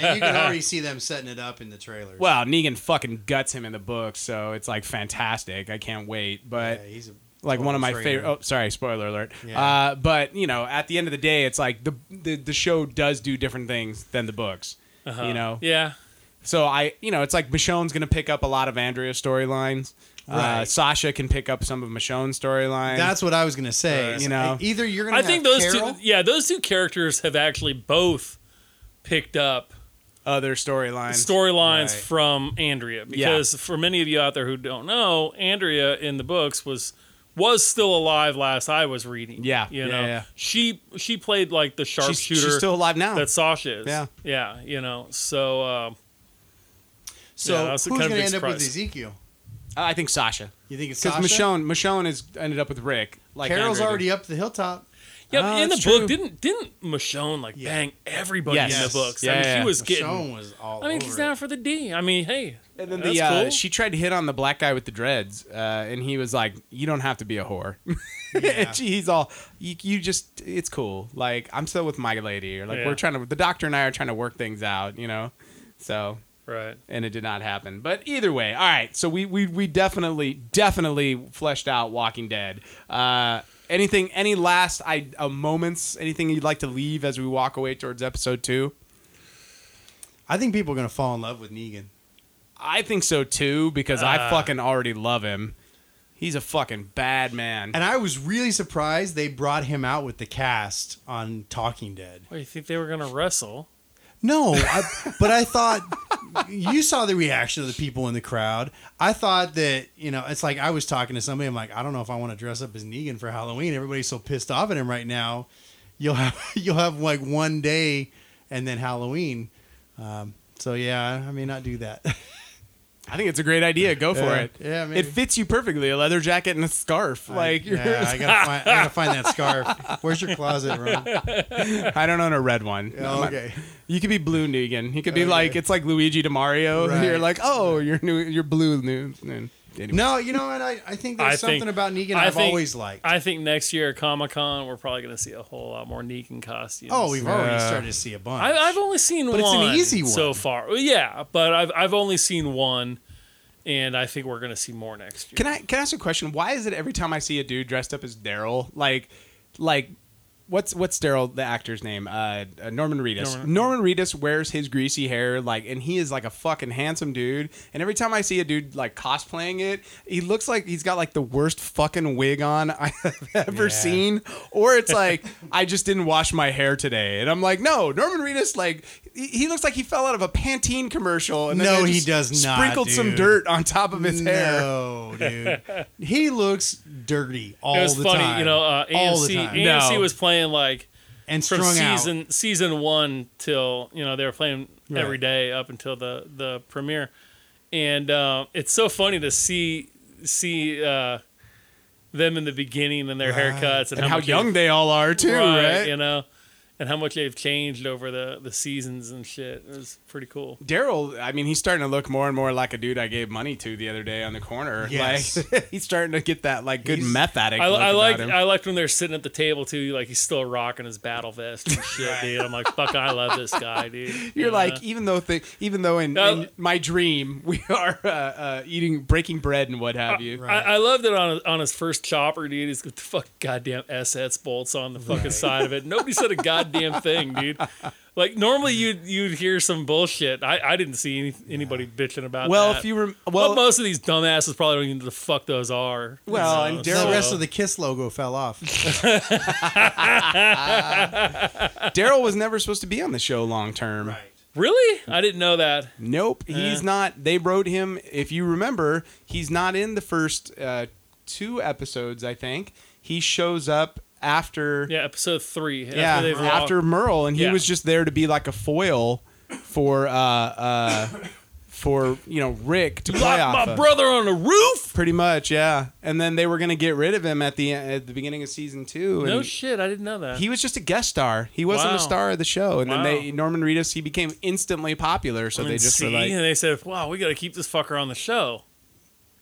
Speaker 4: And you can already see them setting it up in the trailers.
Speaker 2: well Negan fucking guts him in the book so it's like fantastic I can't wait but
Speaker 4: yeah, he's a,
Speaker 2: like one of my
Speaker 4: Spoiler
Speaker 2: favorite. Oh, sorry, spoiler alert.
Speaker 4: Yeah.
Speaker 2: Uh, but you know, at the end of the day, it's like the the, the show does do different things than the books. You know,
Speaker 3: Yeah.
Speaker 2: so I you know it's like Michonne's gonna pick up a lot of Andrea's storylines. Uh,
Speaker 4: Right.
Speaker 2: Sasha can pick up some of Michonne's storylines.
Speaker 4: That's what I was gonna say.
Speaker 2: Uh,
Speaker 4: is
Speaker 2: you know.
Speaker 4: either you're gonna.
Speaker 3: I
Speaker 4: have
Speaker 3: think those
Speaker 4: Carol,
Speaker 3: two, yeah, those two characters have actually both picked up
Speaker 2: other storylines.
Speaker 3: storylines
Speaker 4: Right.
Speaker 3: from Andrea because for many of you out there who don't know, Andrea in the books was was still alive last I was reading.
Speaker 2: Yeah,
Speaker 3: you
Speaker 2: yeah,
Speaker 3: know,
Speaker 2: yeah.
Speaker 3: she she played like the
Speaker 2: she's,
Speaker 3: sharpshooter
Speaker 2: she's still alive now.
Speaker 3: that Sasha is.
Speaker 2: Yeah.
Speaker 3: yeah, you know. So uh,
Speaker 4: So
Speaker 3: yeah,
Speaker 4: who's
Speaker 3: that's a kind
Speaker 4: gonna
Speaker 3: of big
Speaker 4: end up with
Speaker 3: surprise.
Speaker 4: Ezekiel?
Speaker 2: I think Sasha
Speaker 4: You think it's
Speaker 2: because
Speaker 4: Sasha?
Speaker 2: Michonne Michonne is ended up with Rick. Like
Speaker 4: Carol's
Speaker 2: Andrea did.
Speaker 4: already up the hilltop.
Speaker 3: yeah,
Speaker 2: Oh,
Speaker 3: in the
Speaker 2: that's
Speaker 3: book
Speaker 2: true.
Speaker 3: didn't didn't Michonne like
Speaker 4: Yeah.
Speaker 3: bang everybody in
Speaker 2: Yes.
Speaker 3: the books? I
Speaker 2: Yeah,
Speaker 3: mean,
Speaker 2: yeah,
Speaker 3: she was getting.
Speaker 4: Michonne was all.
Speaker 3: I mean,
Speaker 4: over
Speaker 3: he's
Speaker 4: it.
Speaker 3: down for the D. I mean, hey,
Speaker 2: And then
Speaker 3: that's
Speaker 2: the uh,
Speaker 3: cool.
Speaker 2: she tried to hit on the black guy with the dreads, uh, and he was like, "You don't have to be a whore."
Speaker 4: Yeah.
Speaker 2: and she, he's all, you, "You just, it's cool. Like I'm still with my lady, or like
Speaker 3: Yeah.
Speaker 2: we're trying to. The doctor and I are trying to work things out, you know." So,
Speaker 3: right.
Speaker 2: and it did not happen. But either way, all right. So we we we definitely definitely fleshed out Walking Dead. Uh, anything? Any last I uh, moments? Anything you'd like to leave as we walk away towards episode two?
Speaker 4: I think people are gonna fall in love with Negan.
Speaker 2: I think so too because I
Speaker 4: Uh.
Speaker 3: Ah.
Speaker 2: fucking already love him. He's a fucking bad man.
Speaker 4: And I was really surprised they brought him out with the cast on Talking Dead.
Speaker 3: Well, you think they were gonna wrestle?
Speaker 4: No, I, but I thought you saw the reaction of the people in the crowd. I thought that you know it's like I was talking to somebody. I'm like, I don't know if I want to dress up as Negan for Halloween. Everybody's so pissed off at him right now. You'll have you'll have like one day and then Halloween. Um, so yeah, I may not do that.
Speaker 2: I think it's a great idea. Go for
Speaker 4: Yeah.
Speaker 2: it.
Speaker 4: Yeah, maybe.
Speaker 2: it fits you perfectly. A leather jacket and a scarf. like you're,
Speaker 4: yeah, I gotta find, I gotta find that scarf. Where's your closet, Ron?
Speaker 2: I don't own a red one. No, my-
Speaker 4: okay.
Speaker 2: You could be blue Negan. You could be
Speaker 4: Okay.
Speaker 2: like it's like Luigi to Mario.
Speaker 4: Right.
Speaker 2: You're like, oh, you're new. You're blue new. new- Anyway.
Speaker 4: No, you know what? I, I think
Speaker 3: I
Speaker 4: there's something
Speaker 3: think-
Speaker 4: about Negan
Speaker 3: I
Speaker 4: I've
Speaker 3: think-
Speaker 4: always liked.
Speaker 3: I think next year at Comic Con, we're probably going to see a whole lot more Negan costumes.
Speaker 4: oh, we've already
Speaker 2: Yeah.
Speaker 4: started to see a bunch.
Speaker 3: I, I've only seen
Speaker 4: But it's
Speaker 3: one.
Speaker 4: an easy one.
Speaker 3: so far. Well, Yeah, but I've I've only seen one, and I think we're going to see more next year.
Speaker 2: Can I can I ask a question? Why is it every time I see a dude dressed up as Daryl, like, like, what's what's Daryl the actor's name? Uh, uh, Norman Reedus. Norman.
Speaker 3: Norman-
Speaker 2: Reedus wears his greasy hair like, and he is like a fucking handsome dude. And every time I see a dude like cosplaying it, he looks like he's got like the worst fucking wig on I have ever
Speaker 4: Yeah.
Speaker 2: seen. Or it's like I just didn't wash my hair today, and I'm like, no, Norman Reedus like. He he looks like he fell out of a Pantene commercial. And then
Speaker 4: No,
Speaker 2: they
Speaker 4: he
Speaker 2: just
Speaker 4: does not,
Speaker 2: Sprinkled some
Speaker 4: dude.
Speaker 2: dirt on top of his hair.
Speaker 4: No, dude. He looks dirty all
Speaker 3: It was
Speaker 4: the
Speaker 3: funny,
Speaker 4: time.
Speaker 3: you know. Uh, AMC,
Speaker 4: all the time.
Speaker 3: AMC
Speaker 2: No.
Speaker 3: was playing like
Speaker 4: and
Speaker 3: from
Speaker 4: strung
Speaker 3: season season one till you know they were playing
Speaker 4: Right.
Speaker 3: every day up until the the premiere, and uh, it's so funny to see see uh, them in the beginning and their
Speaker 4: Right.
Speaker 3: haircuts and,
Speaker 2: and how
Speaker 3: much
Speaker 2: young they all are too, right?
Speaker 3: You know, and how much they've changed over the the seasons and shit. It was pretty cool.
Speaker 2: Daryl, I mean, he's starting to look more and more like a dude I gave money to the other day on the corner.
Speaker 4: Yes.
Speaker 2: Like he's starting to get that like good
Speaker 4: He's-
Speaker 2: meth addict.
Speaker 3: I,
Speaker 2: look
Speaker 3: I
Speaker 2: about
Speaker 3: liked
Speaker 2: him.
Speaker 3: I liked when they're sitting at the table too. Like he's still rocking his battle vest and shit, dude. I'm like, fuck, I love this guy, dude.
Speaker 2: You're
Speaker 3: You
Speaker 2: like,
Speaker 3: know?
Speaker 2: even though thi- even though in,
Speaker 3: No.
Speaker 2: in my dream we are uh, uh, eating breaking bread and what have you.
Speaker 4: right.
Speaker 3: I, I loved it on on his first chopper, dude. He's got the fuck goddamn SS bolts on the fucking side of it. Nobody said a goddamn thing, dude. Like normally you'd you'd hear some bullshit. I, I didn't see any, anybody bitching about
Speaker 2: Well,
Speaker 3: that.
Speaker 2: if you rem-
Speaker 3: well,
Speaker 2: well,
Speaker 3: most of these dumbasses probably don't even know the fuck those are. you
Speaker 2: Well,
Speaker 3: know,
Speaker 2: and Daryl-
Speaker 4: out. The
Speaker 3: so-
Speaker 4: rest of the Kiss logo fell off.
Speaker 2: Daryl was never supposed to be on the show long term.
Speaker 3: Really? I didn't know that.
Speaker 2: Nope, he's
Speaker 3: Eh.
Speaker 2: not. They wrote him. If you remember, he's not in the first uh, two episodes. I think he shows up after.
Speaker 3: Yeah, episode three. After
Speaker 2: yeah,
Speaker 3: they've
Speaker 2: after,
Speaker 3: walked-
Speaker 2: Merle, and he
Speaker 3: Yeah.
Speaker 2: was just there to be like a foil for uh, uh, for you know Rick to play off
Speaker 3: Lock my
Speaker 2: of.
Speaker 3: brother on a roof.
Speaker 2: Pretty much, yeah. And then they were gonna get rid of him at the at the beginning of season two. And
Speaker 3: No shit, I didn't know that.
Speaker 2: he was just a guest star. He wasn't
Speaker 3: Wow.
Speaker 2: a star of the show. And
Speaker 3: Wow.
Speaker 2: then they Norman Reedus, he became instantly popular. So
Speaker 3: and
Speaker 2: they just
Speaker 3: see,
Speaker 2: were like,
Speaker 3: and they said, "Wow, we got to keep this fucker on the show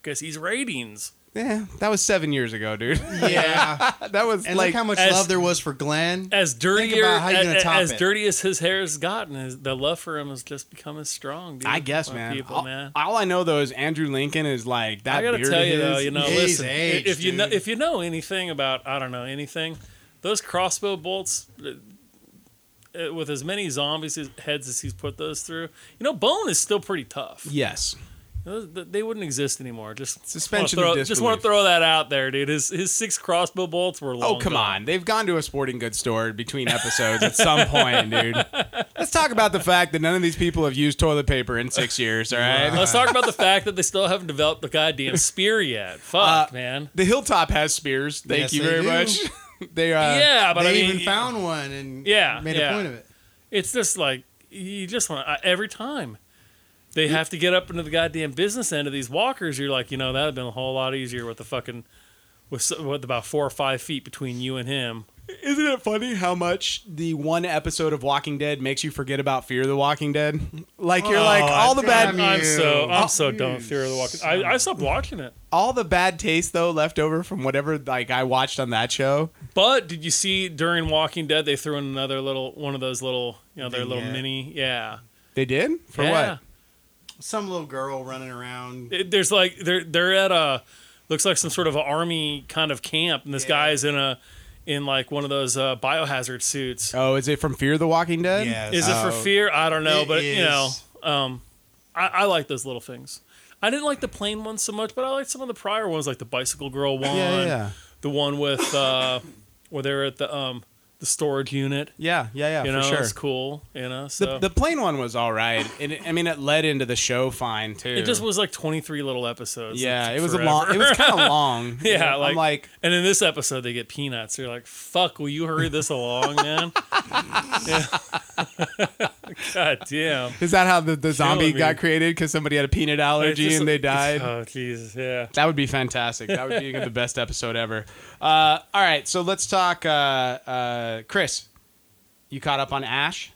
Speaker 3: because he's ratings."
Speaker 2: yeah, that was seven years ago, dude.
Speaker 4: Yeah,
Speaker 2: that was
Speaker 4: and
Speaker 2: like
Speaker 4: look how much
Speaker 3: as-
Speaker 4: love there was for Glenn.
Speaker 3: As dirty
Speaker 4: about how you're gonna
Speaker 3: as,
Speaker 4: top
Speaker 3: as
Speaker 4: it.
Speaker 3: dirty as his hair has gotten, his, the love for him has just become as strong. Dude,
Speaker 2: I guess,
Speaker 3: among
Speaker 2: man.
Speaker 3: People,
Speaker 2: all,
Speaker 3: man.
Speaker 2: all I know though is Andrew Lincoln is like that.
Speaker 3: I gotta
Speaker 2: beard
Speaker 3: tell
Speaker 2: of
Speaker 3: you though,
Speaker 2: his-
Speaker 3: you know,
Speaker 4: He's
Speaker 3: listen,
Speaker 4: aged,
Speaker 3: if you know,
Speaker 4: dude.
Speaker 3: if you know anything about, I don't know anything, those crossbow bolts, uh, uh, with as many zombies as- heads as he's put those through, you know, bone is still pretty tough.
Speaker 2: Yes.
Speaker 3: Those- th- They wouldn't exist anymore. Just
Speaker 2: Suspension
Speaker 3: wanna
Speaker 2: of
Speaker 3: throw, Just want to
Speaker 2: disbelief.
Speaker 3: throw that out there, dude. His his six crossbow bolts were long.
Speaker 2: Oh come
Speaker 3: gone.
Speaker 2: on! They've gone to a sporting goods store between episodes at some point, dude. Let's talk about the fact that none of these people have used toilet paper in six years. All right.
Speaker 3: Let's talk about the fact that they still haven't developed the goddamn spear yet. Fuck,
Speaker 4: Uh,
Speaker 3: man.
Speaker 2: The hilltop has spears. Thank
Speaker 4: Yes,
Speaker 2: you
Speaker 4: they
Speaker 2: very
Speaker 4: do.
Speaker 2: much. they uh, are.
Speaker 3: yeah, but
Speaker 4: uh, they
Speaker 3: I mean,
Speaker 4: even found one and
Speaker 3: Yeah,
Speaker 4: made
Speaker 3: yeah.
Speaker 4: a point of it.
Speaker 3: it's just like you just want to, every time they have to get up into the goddamn business end of these walkers. You're like, you know, that'd have been a whole lot easier with the fucking with, so- with about four or five feet between you and him.
Speaker 2: Isn't it funny how much the one episode of Walking Dead makes you forget about Fear the Walking Dead? Like you're like all the
Speaker 4: damn
Speaker 2: bad,
Speaker 3: Oh,
Speaker 4: you.
Speaker 3: I'm so I'm
Speaker 4: Oh,
Speaker 3: so
Speaker 4: you
Speaker 3: done with Fear of the Walking. I, I stopped watching it.
Speaker 2: all the bad taste though left over from whatever like I watched on that show.
Speaker 3: But did you see during Walking Dead they threw in another little one of those little you know their little
Speaker 4: Vignette.
Speaker 3: mini yeah
Speaker 2: They did for
Speaker 3: yeah.
Speaker 2: what?
Speaker 4: Some little girl running around.
Speaker 3: It- there's like they're they're at a looks like some sort of a army kind of camp, and this
Speaker 4: Yeah.
Speaker 3: guy's in a in like one of those uh, biohazard suits.
Speaker 2: Oh, is it from Fear the Walking Dead?
Speaker 4: Yes.
Speaker 3: Is it for
Speaker 2: Oh.
Speaker 3: fear? I don't know,
Speaker 4: It
Speaker 3: but you know,
Speaker 4: is.
Speaker 3: um, I, I like those little things. I didn't like the plain ones so much, but I liked some of the prior ones, like the bicycle girl one,
Speaker 2: Yeah, yeah, yeah,
Speaker 3: the one with uh, where they're at the um the storage unit.
Speaker 2: yeah, yeah, yeah
Speaker 3: You
Speaker 2: for
Speaker 3: know,
Speaker 2: sure.
Speaker 3: it's cool. You know, so.
Speaker 2: The, the plain one was all right, and it, I mean it led into the show fine too.
Speaker 3: it just was like 23 little episodes.
Speaker 2: yeah,
Speaker 3: It
Speaker 2: it
Speaker 3: took
Speaker 2: was a
Speaker 3: forever.
Speaker 2: long, it was kind of long.
Speaker 3: Yeah, like,
Speaker 2: I'm like,
Speaker 3: and in this episode they get peanuts. They're like, "Fuck, will you hurry this along, man?" Yeah. God damn.
Speaker 2: is that how the, the zombie
Speaker 3: me.
Speaker 2: got created? Because somebody had a peanut allergy
Speaker 3: Just-
Speaker 2: and they died.
Speaker 3: Oh Jesus, yeah.
Speaker 2: That would be fantastic. That would be the best episode ever. Uh, all right, so let's talk. Uh, uh, Chris, you caught up on Ash?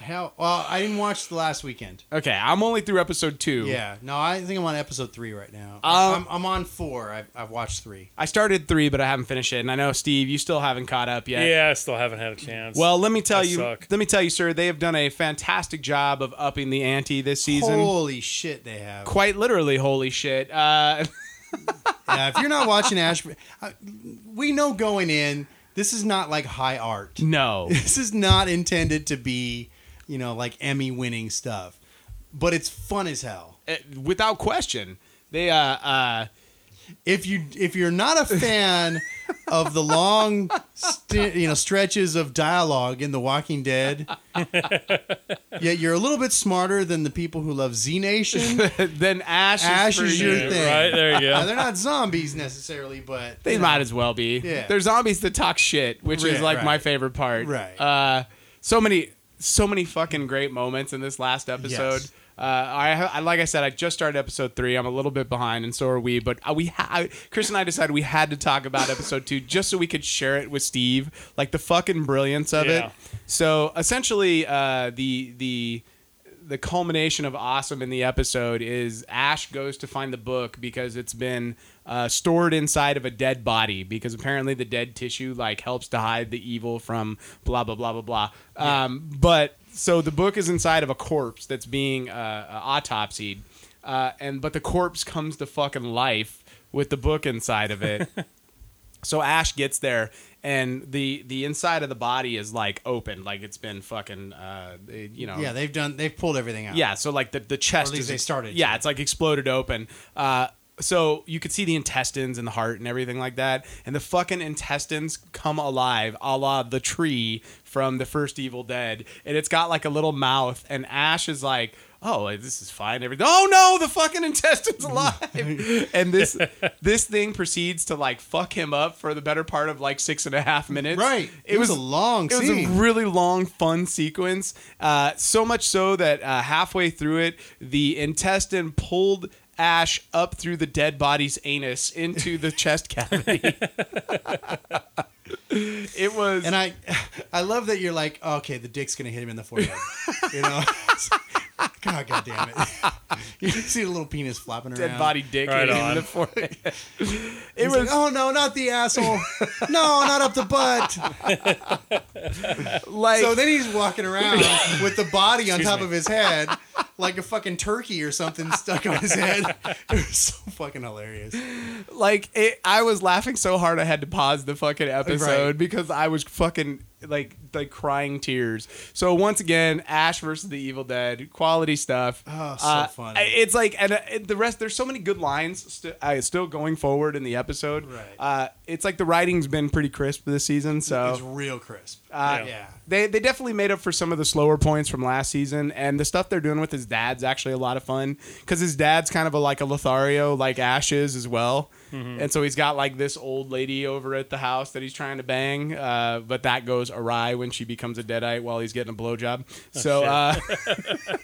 Speaker 4: Hell, well, I didn't watch the last weekend.
Speaker 2: Okay, I'm only through episode two.
Speaker 4: Yeah, no, I think I'm on episode three right now.
Speaker 2: Um,
Speaker 3: Uh,
Speaker 4: I'm, I'm on four. I've, I've watched three.
Speaker 2: I started three, but I haven't finished it. And I know Steve, you still haven't caught up
Speaker 3: yeah,
Speaker 2: yet.
Speaker 3: I still haven't had a chance.
Speaker 2: Well, let me tell
Speaker 3: I
Speaker 2: you,
Speaker 3: suck.
Speaker 2: let me tell you, sir, they have done a fantastic job of upping the ante this season.
Speaker 4: Holy shit, they have.
Speaker 2: Quite literally, holy shit. Uh,
Speaker 4: yeah, if you're not watching Ash, I- we know going in, this is not like high art.
Speaker 2: no.
Speaker 4: This is not intended to be, you know, like Emmy winning stuff, but it's fun as hell.
Speaker 2: Uh, Without question. They, uh, uh,
Speaker 4: If you if you're not a fan of the long, st- you know, stretches of dialogue in The Walking Dead, yet you're a little bit smarter than the people who love Z Nation.
Speaker 2: then Ash,
Speaker 4: Ash
Speaker 2: for
Speaker 4: is
Speaker 2: you.
Speaker 4: your
Speaker 3: Yeah,
Speaker 4: thing.
Speaker 3: Right there you
Speaker 4: Now,
Speaker 3: go.
Speaker 2: Uh,
Speaker 4: they're not zombies necessarily, but
Speaker 2: They might as well be.
Speaker 4: Yeah.
Speaker 2: They're zombies that talk shit, which is
Speaker 4: Right,
Speaker 2: like my
Speaker 4: right.
Speaker 2: favorite part.
Speaker 4: Right.
Speaker 2: Uh, so many, so many fucking great moments in this last episode.
Speaker 4: Yes.
Speaker 2: Uh, I, ha- I like I said, I just started episode three. I'm a little bit behind, and so are we. But uh, we, ha- I- Chris and I decided we had to talk about episode two just so we could share it with Steve, like the fucking brilliance of
Speaker 3: Yeah.
Speaker 2: it. So essentially, uh, the the the culmination of awesome in the episode is Ash goes to find the book because it's been uh, stored inside of a dead body because apparently the dead tissue like helps to hide the evil from blah blah blah blah blah. Um, but so the book is inside of a corpse that's being uh, uh, autopsied, uh, and but the corpse comes to fucking life with the book inside of it. So Ash gets there, and the the inside of the body is like open, like it's been fucking, uh, it- you know,
Speaker 4: yeah, they've done they've pulled everything out.
Speaker 2: yeah. So like the the chest
Speaker 4: least
Speaker 2: is
Speaker 4: they started
Speaker 2: Yeah,
Speaker 4: to.
Speaker 2: it's like exploded open. Uh, so you could see the intestines and the heart and everything like that, and the fucking intestines come alive, a la the tree from the first Evil Dead, and it's got like a little mouth, and Ash is like. Oh, this is fine. Everything. Oh no, the fucking intestines alive. and this this thing proceeds to like fuck him up for the better part of like six and a half minutes.
Speaker 4: Right.
Speaker 2: It, was,
Speaker 4: a long
Speaker 2: it was
Speaker 4: scene.
Speaker 2: a really long, fun sequence. Uh, so much so that uh, halfway through it, the intestine pulled Ash up through the dead body's anus into the chest cavity. it was.
Speaker 4: and I, I love that you're like, oh, okay, the dick's gonna hit him in the forehead. You know, God, God damn it! You see the little penis flopping around.
Speaker 2: dead body dick hit
Speaker 3: Right
Speaker 2: him in
Speaker 3: on.
Speaker 2: the forehead.
Speaker 4: It
Speaker 2: It
Speaker 4: was.
Speaker 2: was
Speaker 4: oh no, not the asshole. no, not up the butt.
Speaker 2: like
Speaker 4: So then he's walking around with the body on
Speaker 3: Excuse
Speaker 4: top
Speaker 3: me.
Speaker 4: of his head, like a fucking turkey or something stuck on his head. It was so fucking hilarious.
Speaker 2: like it, I was laughing so hard I had to pause the fucking episode
Speaker 4: Right.
Speaker 2: because I was fucking like like crying tears. So once again, Ash versus the Evil Dead, quality stuff. Uh,
Speaker 4: Oh, so funny.
Speaker 2: I- It's like and uh, it- the rest. There's so many good lines st- uh, still going forward in the episode.
Speaker 4: Right.
Speaker 2: Uh, it's like the writing's been pretty crisp this season. So
Speaker 4: It's real crisp.
Speaker 2: uh,
Speaker 4: yeah.
Speaker 2: They, they definitely made up for some of the slower points from last season, and the stuff they're doing with his dad's actually a lot of fun because his dad's kind of a, like a Lothario, like Ashes as well, and so he's got like this old lady over at the house that he's trying to bang, uh, but that goes awry when she becomes a deadite while he's getting a blowjob. so
Speaker 3: shit.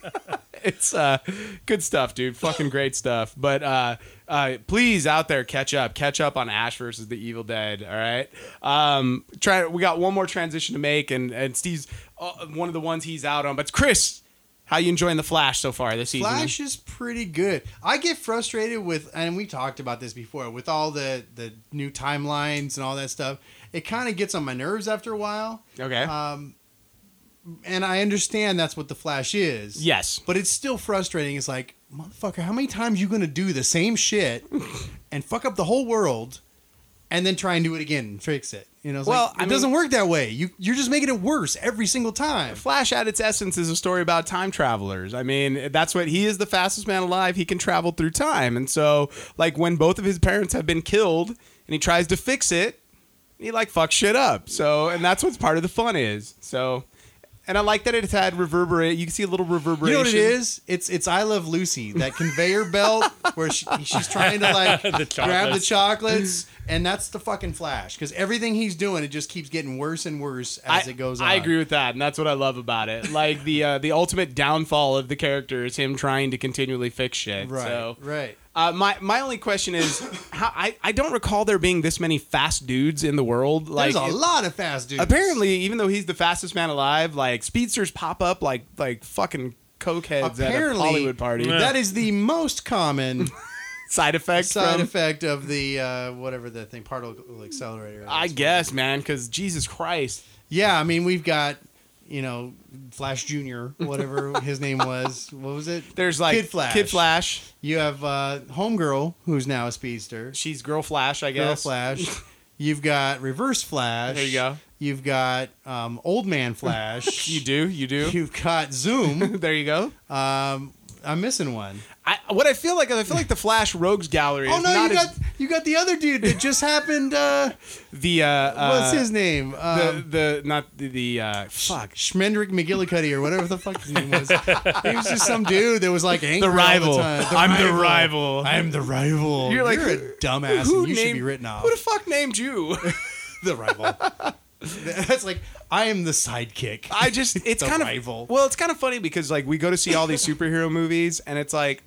Speaker 2: uh, it's uh, good stuff, dude. Fucking great stuff. But uh, uh, please, out there, catch up. Catch up on Ash versus the Evil Dead. All right. Um, try. We got one more transition to make, and and Steve's uh, one of the ones he's out on. But Chris, how you enjoying the Flash so far this season?
Speaker 4: Flash is pretty good. I get frustrated with, and we talked about this before, with all the the new timelines and all that stuff. It kind of gets on my nerves after a while,
Speaker 2: Okay.
Speaker 4: and I understand that's what the Flash is.
Speaker 2: yes.
Speaker 4: but it's still frustrating. It's like, motherfucker, how many times you gonna do the same shit and fuck up the whole world, and then try and do it again and fix it? You know, it's
Speaker 2: Well,
Speaker 4: like,
Speaker 2: I
Speaker 4: it
Speaker 2: mean-
Speaker 4: doesn't work that way. You you're just making it worse every single time.
Speaker 2: Flash, at its essence, is a story about time travelers. I mean, that's what he is the fastest man alive. He can travel through time. And so, like, when both of his parents have been killed and he tries to fix it, he, like, fucks shit up. So, and that's what's part of the fun is. So, and I like that it's had reverberate. You can see a little reverberation.
Speaker 4: You know what it is? It's it's I Love Lucy, that conveyor belt where she, she's trying to like grab the
Speaker 3: chocolates.
Speaker 4: chocolates, and that's the fucking Flash because everything he's doing it just keeps getting worse and worse as
Speaker 2: I,
Speaker 4: it goes on.
Speaker 2: I agree with that, and that's what I love about it. Like the uh, the ultimate downfall of the character is him trying to continually fix shit.
Speaker 4: Right,
Speaker 2: So.
Speaker 4: right.
Speaker 2: Uh, my my only question is, how, I I don't recall there being this many fast dudes in the world. Like
Speaker 4: There's a
Speaker 2: it-
Speaker 4: lot of fast dudes.
Speaker 2: apparently, even though he's the fastest man alive, like speedsters pop up like like fucking cokeheads at a
Speaker 4: Apparently,
Speaker 2: Hollywood party.
Speaker 3: Yeah.
Speaker 4: that is the most common
Speaker 2: Side effect.
Speaker 4: side
Speaker 2: from,
Speaker 4: effect of the uh, whatever the thing particle accelerator. is.
Speaker 2: I guess, man, because Jesus Christ.
Speaker 4: Yeah, I mean we've got you know Flash Junior, whatever his name was. What was it?
Speaker 2: There's like
Speaker 4: Kid Flash.
Speaker 2: Kid Flash.
Speaker 4: You have uh, Homegirl, who's now a speedster.
Speaker 2: She's Girl Flash, I guess.
Speaker 4: Girl Flash. You've got Reverse Flash.
Speaker 2: There you go.
Speaker 4: You've got um, Old Man Flash.
Speaker 2: You do. You do.
Speaker 4: You've got Zoom.
Speaker 2: there you go.
Speaker 4: Um, I'm missing one.
Speaker 2: I, what I feel like is I feel like the Flash Rogues Gallery.
Speaker 4: Oh
Speaker 2: is
Speaker 4: no, you
Speaker 2: not as-
Speaker 4: got you got the other dude that just happened. Uh,
Speaker 2: the uh, uh,
Speaker 4: what's his name? Um,
Speaker 2: the the not the, the uh, fuck
Speaker 4: Schmendrick McGillicuddy or whatever the fuck his name was. he was just some dude that was like angry
Speaker 2: the rival.
Speaker 4: All the time. The
Speaker 2: I'm the
Speaker 4: rival.
Speaker 2: rival.
Speaker 4: I'm the rival.
Speaker 2: You're
Speaker 4: You're
Speaker 2: like,
Speaker 4: like a dumbass. and you should be
Speaker 2: named-
Speaker 4: written off.
Speaker 2: Who the fuck named you?
Speaker 4: the rival. That's like I am the sidekick.
Speaker 2: I just it's
Speaker 4: The
Speaker 2: kind
Speaker 4: rival.
Speaker 2: of well, it's kind of funny because like we go to see all these superhero movies and it's like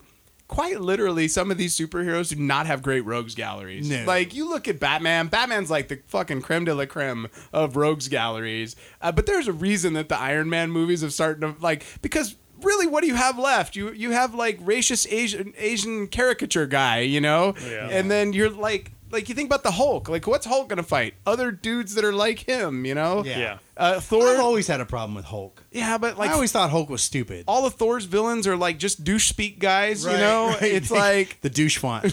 Speaker 2: quite literally some of these superheroes do not have great rogues galleries.
Speaker 4: No.
Speaker 2: Like you look at Batman, Batman's like the fucking creme de la creme of rogues galleries. Uh, but there's a reason that the Iron Man movies have started to like because really what do you have left? You you have like racist Asian Asian caricature guy, you know?
Speaker 3: Yeah.
Speaker 2: And then you're like like you think about the Hulk, like what's Hulk gonna fight? Other dudes that are like him, you know?
Speaker 4: Yeah.
Speaker 3: Yeah.
Speaker 2: Uh, Thor.
Speaker 4: I've always had a problem with Hulk.
Speaker 2: yeah, but like
Speaker 4: I always thought Hulk was stupid.
Speaker 2: all of Thor's villains are like just douche speak guys, you know? It's like
Speaker 4: the douche font.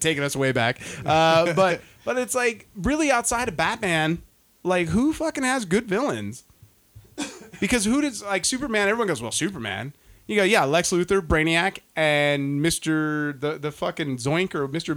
Speaker 2: taking us way back. Uh, but but it's like really outside of Batman, like who fucking has good villains? Because who does like Superman? Everyone goes, well, Superman. You go, yeah, Lex Luthor, Brainiac, and Mister the the fucking Zoink or Mister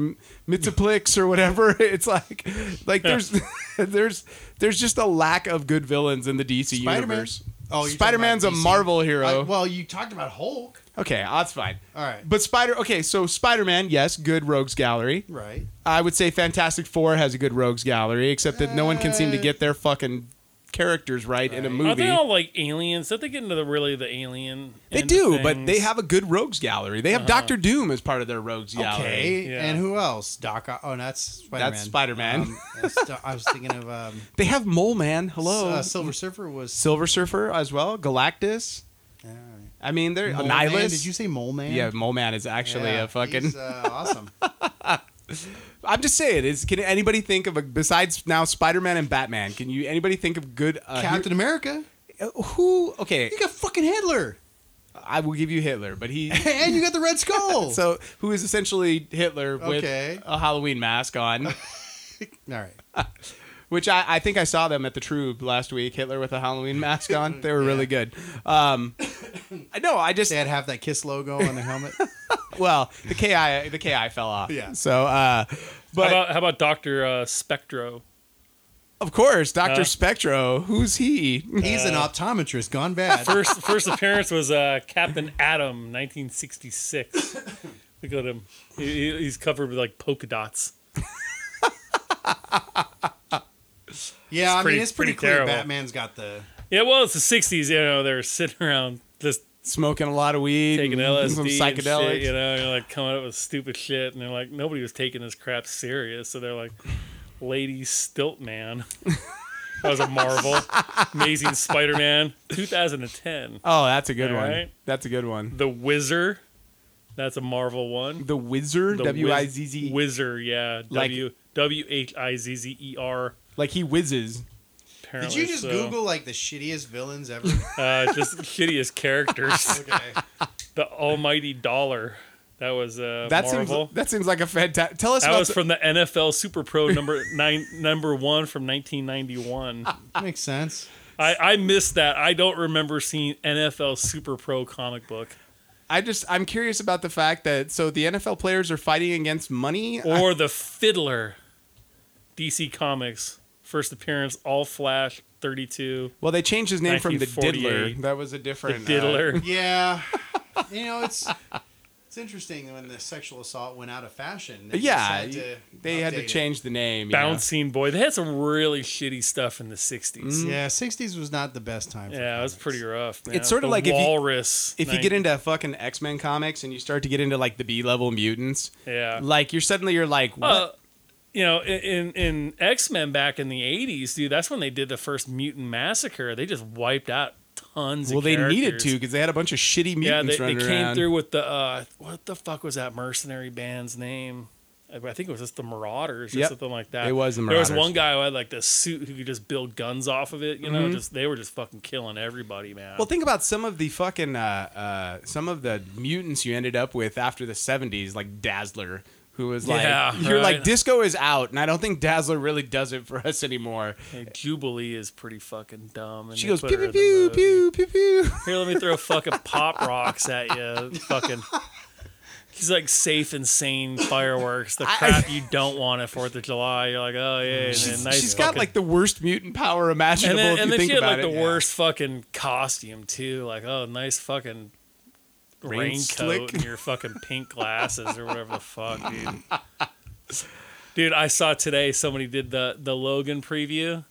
Speaker 2: Mitiplex or whatever. It's like, like there's there's there's just a lack of good villains in the DC
Speaker 4: Spider-Man?
Speaker 2: universe.
Speaker 4: Oh, you're talking about
Speaker 2: Spider-Man's a
Speaker 4: DC.
Speaker 2: Marvel hero.
Speaker 4: I- well, you talked about Hulk,
Speaker 2: okay, that's fine.
Speaker 4: All right.
Speaker 2: but Spider. Okay, so Spider-Man, yes, good Rogues Gallery.
Speaker 4: right?
Speaker 2: I would say Fantastic Four has a good Rogues Gallery, except that no one can seem to get their fucking characters right, in a
Speaker 4: Right.
Speaker 3: Are
Speaker 2: movie.
Speaker 3: they all like aliens? Don't they get into the really the alien?
Speaker 2: They
Speaker 3: end of
Speaker 2: do, but
Speaker 3: things? Uh-huh.
Speaker 2: they have a good rogues gallery. They have Doctor Doom as part of their rogues gallery.
Speaker 4: Okay,
Speaker 3: Yeah.
Speaker 4: and who else? Doc. O- Oh, that's Spider-Man.
Speaker 2: That's Spider Man.
Speaker 4: Um, I was- I was thinking of um,
Speaker 2: they have Mole Man. Hello,
Speaker 4: uh, Silver Surfer was
Speaker 2: Silver Surfer as well. Galactus.
Speaker 4: all right.
Speaker 2: I mean, they're
Speaker 4: Mole Man?
Speaker 2: Nihilus.
Speaker 4: Did you say Mole Man?
Speaker 2: yeah, Mole Man is actually
Speaker 4: Yeah,
Speaker 2: a fucking.
Speaker 4: he's, uh, awesome.
Speaker 2: I'm just saying. Is can anybody think of a besides now Spider Man and Batman? Can you anybody think of good uh,
Speaker 4: Captain America.
Speaker 2: hero- uh, Who? Okay,
Speaker 4: You got fucking Hitler,
Speaker 2: I will give you Hitler, but he.
Speaker 4: and you got the Red Skull.
Speaker 2: So who is essentially Hitler with
Speaker 4: Okay.
Speaker 2: a Halloween mask on?
Speaker 4: all right.
Speaker 2: which I, I think I saw them at the Troob last week. Hitler with a Halloween mask on. They were really good. Um, I know. I just
Speaker 4: They had half that Kiss logo on the helmet.
Speaker 2: well the ki the ki fell off.
Speaker 4: Yeah.
Speaker 2: So, uh,
Speaker 3: How
Speaker 2: but
Speaker 3: about, how about Doctor uh, Spectro?
Speaker 2: of course, Doctor
Speaker 3: Uh.
Speaker 2: Spectro. Who's he?
Speaker 4: He's an optometrist gone bad.
Speaker 3: First first appearance was uh, Captain Atom, 1966. Look at him. He, he- he's covered with like polka dots.
Speaker 4: yeah, I
Speaker 3: pretty-
Speaker 4: mean it's pretty,
Speaker 3: pretty
Speaker 4: clear
Speaker 3: terrible.
Speaker 4: Batman's got the
Speaker 3: Yeah, well, it's the 60s. You know, they're sitting around just
Speaker 2: Smoking a lot of weed,
Speaker 3: taking
Speaker 2: and Mm-hmm.
Speaker 3: LSD,
Speaker 2: some
Speaker 3: and
Speaker 2: psychedelics.
Speaker 3: shit, you know, and like coming up with stupid shit, and they're like, nobody was taking this crap serious, so they're like, Lady Stilt Man. that was a Marvel, Amazing Spider-Man, 2010.
Speaker 2: Oh, that's a good
Speaker 3: All
Speaker 2: one.
Speaker 3: right.
Speaker 2: That's a good one.
Speaker 3: The Wizard, that's a Marvel one.
Speaker 2: The Wizard,
Speaker 3: The
Speaker 2: W I Z Z,
Speaker 3: Wizard, yeah,
Speaker 2: Like-
Speaker 3: W W H I Z Z E R.
Speaker 2: like he whizzes.
Speaker 3: Apparently,
Speaker 4: Did you just
Speaker 3: so,
Speaker 4: Google like the shittiest villains ever?
Speaker 3: uh, just shittiest characters?
Speaker 4: okay.
Speaker 3: the Almighty Dollar. That was uh,
Speaker 2: That
Speaker 3: Marvel.
Speaker 2: seems that seems like a fantastic. Tell us
Speaker 3: That
Speaker 2: about
Speaker 3: was
Speaker 2: the-
Speaker 3: from the NFL Super Pro number nine, number one from 1991.
Speaker 4: Makes sense.
Speaker 3: I, I missed that. I don't remember seeing NFL Super Pro comic book
Speaker 2: I just I'm curious about the fact that so the NFL players are fighting against money.
Speaker 3: or the Fiddler, DC Comics first appearance, All Flash 32,
Speaker 2: Well, they changed his name from the Diddler.
Speaker 3: 1948.
Speaker 2: That was a
Speaker 3: the
Speaker 2: different uh,
Speaker 3: Diddler.
Speaker 4: Yeah. you know, it's it's interesting when the sexual assault went out of fashion.
Speaker 2: uh,
Speaker 4: They
Speaker 2: yeah,
Speaker 4: decided to
Speaker 2: they had to
Speaker 4: update it.
Speaker 2: change the name. you know.
Speaker 3: Bouncing Boy. They had some really shitty stuff in the 60s.
Speaker 4: Yeah, 60s was not the best time. For
Speaker 3: Yeah, it was
Speaker 4: comics.
Speaker 3: pretty rough. Man.
Speaker 2: Mm. It's sorta
Speaker 3: The
Speaker 2: like if you-
Speaker 3: Walrus.
Speaker 2: If you get into fucking X Men comics and you start to get into like the B level mutants,
Speaker 3: yeah,
Speaker 2: like you're suddenly you're like, what?
Speaker 3: Uh, you know, in in, in X Men back in the '80s, dude, that's when they did the first mutant massacre. They just wiped out tons.
Speaker 2: well,
Speaker 3: of
Speaker 2: they needed
Speaker 3: characters.
Speaker 2: to because they had a bunch of shitty mutants
Speaker 3: Yeah, they, they
Speaker 2: running
Speaker 3: came
Speaker 2: around.
Speaker 3: through with the uh, what the fuck was that mercenary band's name? I I think it was just the Marauders or
Speaker 2: Yep.
Speaker 3: something like that.
Speaker 2: It was the
Speaker 3: There
Speaker 2: Marauders. Mm-hmm.
Speaker 3: was one guy who had like this suit who could just build guns off of it. You know, just they were just fucking killing everybody, man.
Speaker 2: Well, think about some of the fucking uh, uh, some of the mutants you ended up with after the '70s, like Dazzler, who was like,
Speaker 3: Yeah,
Speaker 2: you're like,
Speaker 3: right.
Speaker 2: disco is out, and I don't think Dazzler really does it for us anymore.
Speaker 3: Hey, Jubilee is pretty fucking dumb. And
Speaker 2: She
Speaker 3: they
Speaker 2: goes
Speaker 3: put
Speaker 2: pew pew
Speaker 3: her in the
Speaker 2: pew
Speaker 3: movie.
Speaker 2: pew pew pew.
Speaker 3: Here, let me throw fucking pop rocks at you. Fucking. He's like safe and sane fireworks, the
Speaker 2: I-
Speaker 3: crap you don't want at Fourth of July. You're like, oh yeah, and
Speaker 2: She's,
Speaker 3: then nice
Speaker 2: she's got
Speaker 3: fucking-
Speaker 2: like the worst mutant power
Speaker 3: and
Speaker 2: imaginable.
Speaker 3: then,
Speaker 2: if
Speaker 3: and
Speaker 2: you
Speaker 3: then
Speaker 2: think
Speaker 3: she had
Speaker 2: about
Speaker 3: like the
Speaker 2: it. Yeah.
Speaker 3: worst fucking costume too. Like, oh, nice fucking
Speaker 2: Rain
Speaker 3: raincoat
Speaker 2: slick.
Speaker 3: and your fucking pink glasses or whatever the fuck, dude. Dude, I saw today somebody did the the Logan preview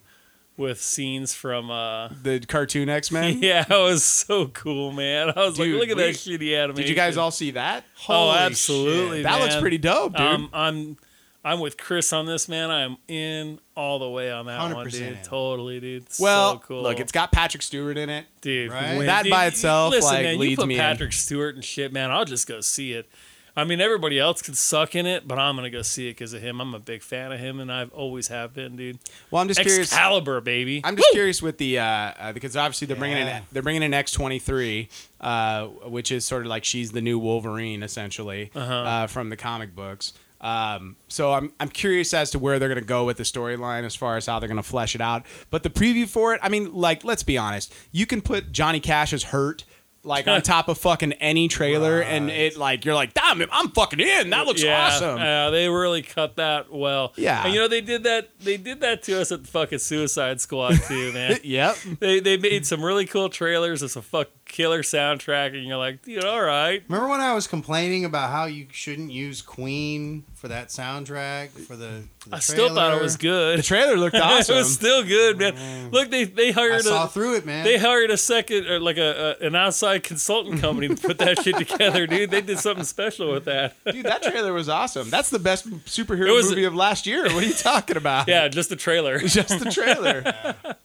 Speaker 3: with scenes from uh
Speaker 2: The cartoon X Men.
Speaker 3: yeah, it was so cool, man. I was
Speaker 2: Dude,
Speaker 3: like, look at
Speaker 2: we-
Speaker 3: that shitty animation.
Speaker 2: Did you guys all see that?
Speaker 3: Oh,
Speaker 4: Holy
Speaker 3: absolutely.
Speaker 4: shit.
Speaker 2: That looks
Speaker 3: man.
Speaker 2: pretty dope, dude.
Speaker 3: Um, I'm I'm with Chris on this, man. I'm in all the way on that one,
Speaker 4: 100%
Speaker 3: dude.
Speaker 4: in.
Speaker 3: Totally, dude.
Speaker 2: well,
Speaker 3: so cool.
Speaker 2: look, it's got Patrick Stewart in it.
Speaker 3: dude.
Speaker 4: Right?
Speaker 3: when-
Speaker 2: That
Speaker 3: dude,
Speaker 2: by
Speaker 3: you-
Speaker 2: itself,
Speaker 3: listen,
Speaker 2: like,
Speaker 3: man, you
Speaker 2: leads
Speaker 3: put
Speaker 2: me in.
Speaker 3: Patrick Stewart and shit, man. I'll just go see it. I mean, everybody else could suck in it, but I'm gonna go see it because of him. I'm a big fan of him, and I've always have been, dude.
Speaker 2: Well, I'm just curious.
Speaker 3: Excalibur, baby.
Speaker 2: I'm just curious with the uh, uh, because obviously they're bringing
Speaker 4: Yeah.
Speaker 2: in they're bringing in X23, uh, which is sort of like she's the new Wolverine essentially
Speaker 3: Uh-huh.
Speaker 2: uh from the comic books. Um, so I'm I'm curious as to where they're gonna go with the storyline as far as how they're gonna flesh it out. But the preview for it, I mean, like let's be honest, you can put Johnny Cash as hurt. like on top of fucking any trailer, and it like you're like, damn, I'm fucking in. That looks
Speaker 3: yeah, Uh,
Speaker 2: awesome.
Speaker 3: Yeah, they really cut that well.
Speaker 2: Yeah.
Speaker 3: and you know they did that. They did that to us at fucking Suicide Squad too, man.
Speaker 2: yep.
Speaker 3: They they made some really cool trailers with some fuck killer soundtrack, and you're like, dude, all right.
Speaker 4: Remember when I was complaining about how you shouldn't use Queen for that soundtrack for the? For the
Speaker 3: I still thought it
Speaker 4: trailer? Mm.
Speaker 3: was good.
Speaker 2: The trailer looked awesome.
Speaker 3: it was still good, man. Look, they they
Speaker 4: I
Speaker 3: hired
Speaker 4: saw
Speaker 3: a
Speaker 4: through it, man.
Speaker 3: they hired a second or like a, a an outside consultant company to put that shit together, dude. They did something special with that.
Speaker 2: Dude, that trailer was awesome. That's the best superhero
Speaker 3: It was-
Speaker 2: movie of last year. What are you talking about?
Speaker 3: Yeah, just the trailer.
Speaker 2: Just the trailer.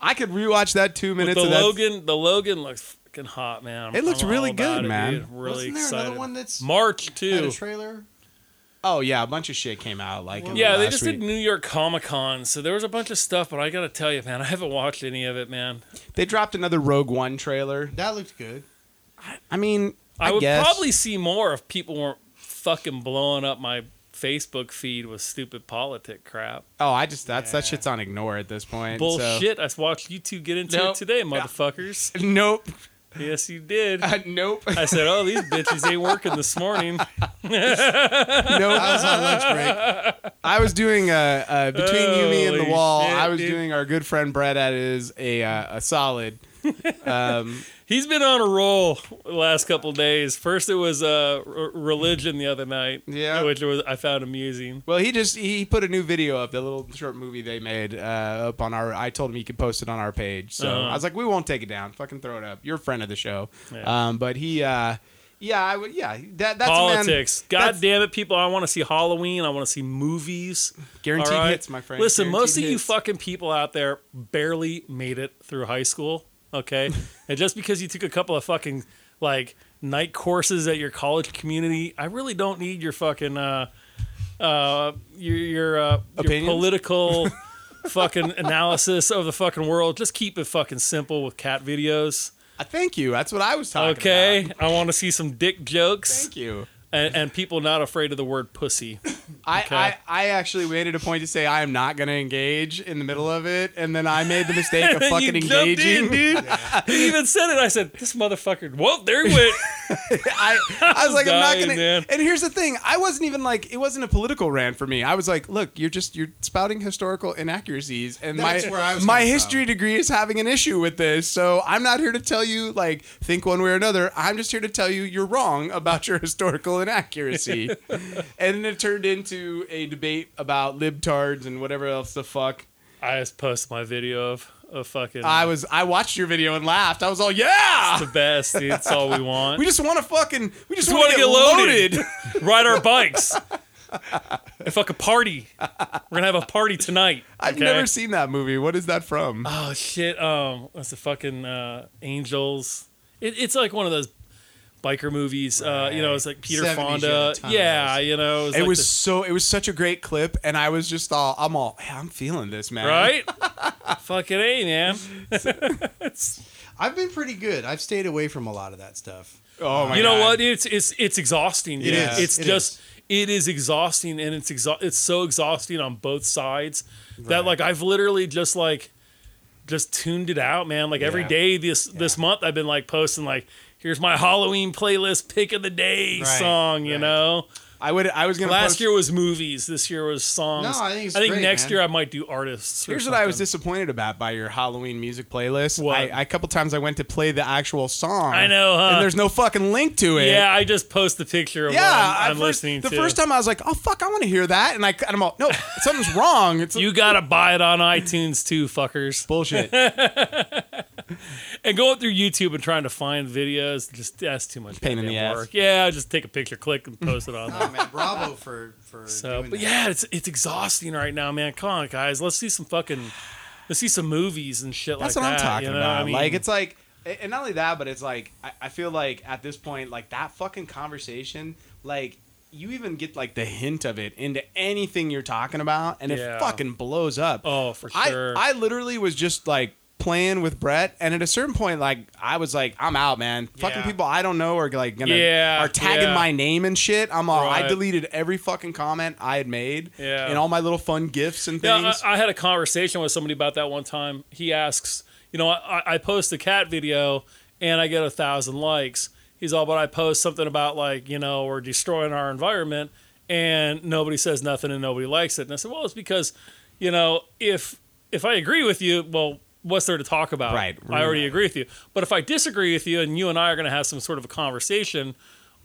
Speaker 2: I could rewatch that two
Speaker 3: But
Speaker 2: minutes
Speaker 3: the
Speaker 2: of that.
Speaker 3: Logan, the Logan looks fucking hot, man. I'm-
Speaker 2: It looks
Speaker 3: I'm all
Speaker 2: really
Speaker 3: about
Speaker 2: good,
Speaker 3: it,
Speaker 2: man.
Speaker 3: dude. I'm Really
Speaker 4: Wasn't there
Speaker 3: excited.
Speaker 4: another one that's
Speaker 3: March
Speaker 4: had a
Speaker 3: too.
Speaker 4: trailer?
Speaker 2: Oh yeah, a bunch of shit came out like in
Speaker 3: Yeah,
Speaker 2: the
Speaker 3: they
Speaker 2: last
Speaker 3: just
Speaker 2: week.
Speaker 3: did New York Comic Con, so there was a bunch of stuff. But I gotta tell you, man, I haven't watched any of it, man.
Speaker 2: They dropped another Rogue One trailer.
Speaker 4: That looked good.
Speaker 2: I mean, I,
Speaker 3: I, would
Speaker 2: guess.
Speaker 3: probably see more if people weren't fucking blowing up my Facebook feed with stupid politic crap.
Speaker 2: Oh, I just that's that shit's on ignore at this point. so-
Speaker 3: Bullshit. I watched you two get into
Speaker 2: Nope.
Speaker 3: it today, motherfuckers.
Speaker 2: Nope.
Speaker 3: Yes, you did.
Speaker 2: Uh, nope.
Speaker 3: I said, oh, these bitches ain't working this morning.
Speaker 2: nope.
Speaker 4: I was on lunch break.
Speaker 2: I was doing uh, uh, between you, me, and the
Speaker 3: Holy
Speaker 2: wall.
Speaker 3: shit,
Speaker 2: I was
Speaker 3: dude.
Speaker 2: doing our good friend Brett at is a uh, a solid. Um,
Speaker 3: He's been on a roll the last couple days. First, it was uh, r- religion the other night,
Speaker 2: Yeah.
Speaker 3: which was I found amusing.
Speaker 2: Well, he just he put a new video up, the little short movie they made uh, up on our. I told him he could post it on our page, so
Speaker 3: Uh-huh.
Speaker 2: I was like, we won't take it down. Fucking throw it up. You're a friend of the show,
Speaker 3: Yeah.
Speaker 2: um, but he, uh, yeah, I would, yeah, that that's
Speaker 3: Politics.
Speaker 2: A man,
Speaker 3: God
Speaker 2: that's-
Speaker 3: damn it, people! I want to see Halloween. I want to see movies.
Speaker 2: guaranteed
Speaker 3: All right?
Speaker 2: hits, my friend.
Speaker 3: Listen, most
Speaker 2: Guaranteed
Speaker 3: of you
Speaker 2: hits.
Speaker 3: fucking people out there barely made it through high school, okay? and just because you took a couple of fucking like night courses at your college community, I really don't need your fucking uh uh your your uh your
Speaker 2: Opinions?
Speaker 3: political fucking analysis of the fucking world. Just keep it fucking simple with cat videos.
Speaker 2: Uh, Thank you. That's what I was talking
Speaker 3: Okay?
Speaker 2: about.
Speaker 3: I want to see some dick jokes
Speaker 2: Thank you.
Speaker 3: and, and people not afraid of the word pussy.
Speaker 2: I,
Speaker 3: Okay.
Speaker 2: I, I actually made it a point to say I am not going to engage in the middle of it, and then I made the mistake of
Speaker 3: You
Speaker 2: fucking
Speaker 3: jumped in,
Speaker 2: engaging.
Speaker 3: dude. He even said it. I said, "This motherfucker." Whoa, there he went.
Speaker 2: I, I was like, I'm not
Speaker 3: Dying,
Speaker 2: gonna.
Speaker 3: man.
Speaker 2: And here's the thing: I wasn't even like it wasn't a political rant for me. I was like, look, you're just you're spouting historical inaccuracies, and
Speaker 4: That's
Speaker 2: my
Speaker 4: where I was
Speaker 2: my
Speaker 4: coming
Speaker 2: history degree is having an issue with this. So I'm not here to tell you like think one way or another. I'm just here to tell you you're wrong about your historical inaccuracy. and then it turned into a debate about libtards and whatever else the fuck.
Speaker 3: I just posted my video of of fucking.
Speaker 2: I was I watched your video and laughed. I was all yeah.
Speaker 3: the best. Dude. It's all we want.
Speaker 2: We just want to fucking we just, want to get loaded.
Speaker 3: Ride our bikes. and fuck a party. We're gonna have a party tonight.
Speaker 2: I've
Speaker 3: okay?
Speaker 2: never seen that movie. What is that from?
Speaker 3: Oh shit! Um, what's the fucking uh, Angels? It, it's like one of those biker movies. Uh, you know, it's like Peter
Speaker 4: 70s, yeah,
Speaker 3: Fonda.
Speaker 4: a ton of
Speaker 3: Yeah,
Speaker 4: those.
Speaker 3: you know, it was.
Speaker 2: It
Speaker 3: like
Speaker 2: was
Speaker 3: the-
Speaker 2: so. It was such a great clip, and I was just all, I'm all, hey, I'm feeling this, man.
Speaker 3: right. fucking a man.
Speaker 4: I've been pretty good. I've stayed away from a lot of that stuff.
Speaker 2: Oh my.
Speaker 3: you know
Speaker 2: God.
Speaker 3: what? It's it's it's exhausting. It
Speaker 4: is.
Speaker 3: It's
Speaker 4: It
Speaker 3: just it is exhausting, and it's exa- it's so exhausting on both sides that like I've literally just like just tuned it out, man. Like every
Speaker 2: Yeah.
Speaker 3: day this this month, I've been like posting like. Here's my Halloween playlist pick of the day
Speaker 4: Right,
Speaker 3: song, you
Speaker 4: right.
Speaker 3: know.
Speaker 2: I would. I was gonna.
Speaker 3: Last
Speaker 2: post-
Speaker 3: year was movies, this year was songs.
Speaker 4: No, I think it's great,
Speaker 3: next
Speaker 4: man.
Speaker 3: year I might do artists. or
Speaker 2: Here's what I was
Speaker 3: something.
Speaker 2: disappointed about by your Halloween music playlist.
Speaker 3: What?
Speaker 2: I, I- a couple times I went to play the actual song.
Speaker 3: I know, huh?
Speaker 2: And there's no fucking link to it.
Speaker 3: Yeah, I just post the picture of
Speaker 2: Yeah,
Speaker 3: what
Speaker 2: I
Speaker 3: I'm, I'm
Speaker 2: first-
Speaker 3: listening
Speaker 2: the
Speaker 3: to.
Speaker 2: first time I was like, "Oh fuck, I want to hear that," and I, and I'm all, "No, something's wrong." It's
Speaker 3: you gotta buy it on iTunes too, fuckers.
Speaker 2: bullshit.
Speaker 3: and going through YouTube and trying to find videos, just that's too much
Speaker 2: Pain in the
Speaker 3: goddamn
Speaker 2: ass.
Speaker 3: work. Yeah, just take a picture, click, and post it on there.
Speaker 4: Oh man, bravo for for
Speaker 3: So,
Speaker 4: doing
Speaker 3: but
Speaker 4: that.
Speaker 3: yeah, it's it's exhausting right now, man. Come on, guys, let's see some fucking, let's see some movies and shit
Speaker 2: That's
Speaker 3: like
Speaker 2: what
Speaker 3: that.
Speaker 2: I'm talking
Speaker 3: you know?
Speaker 2: about.
Speaker 3: I mean,
Speaker 2: like it's like, a- and not only that, but it's like I, I feel like at this point, like that fucking conversation, like you even get like the hint of it into anything you're talking about, and
Speaker 3: Yeah.
Speaker 2: it fucking blows up.
Speaker 3: oh for
Speaker 2: I
Speaker 3: sure.
Speaker 2: I literally was just like playing with Brett, and at a certain point, like I was like, I'm out, man. Fucking
Speaker 4: Yeah.
Speaker 2: people I don't know are like gonna
Speaker 3: Yeah,
Speaker 2: are tagging
Speaker 3: yeah.
Speaker 2: my name and shit. I'm all I
Speaker 3: Right.
Speaker 2: deleted every fucking comment I had made,
Speaker 3: Yeah.
Speaker 2: and all my little fun gifs and
Speaker 3: Yeah, uh,
Speaker 2: things.
Speaker 3: I, I had a conversation with somebody about that one time. He asks, you know, I, I post the cat video and I get a thousand likes. He's all, but I post something about like you know we're destroying our environment, and nobody says nothing and nobody likes it. And I said, well, it's because, you know, if if I agree with you, well, what's there to talk about?
Speaker 2: Right.
Speaker 3: I already agree with you. But if I disagree with you, and you and I are going to have some sort of a conversation,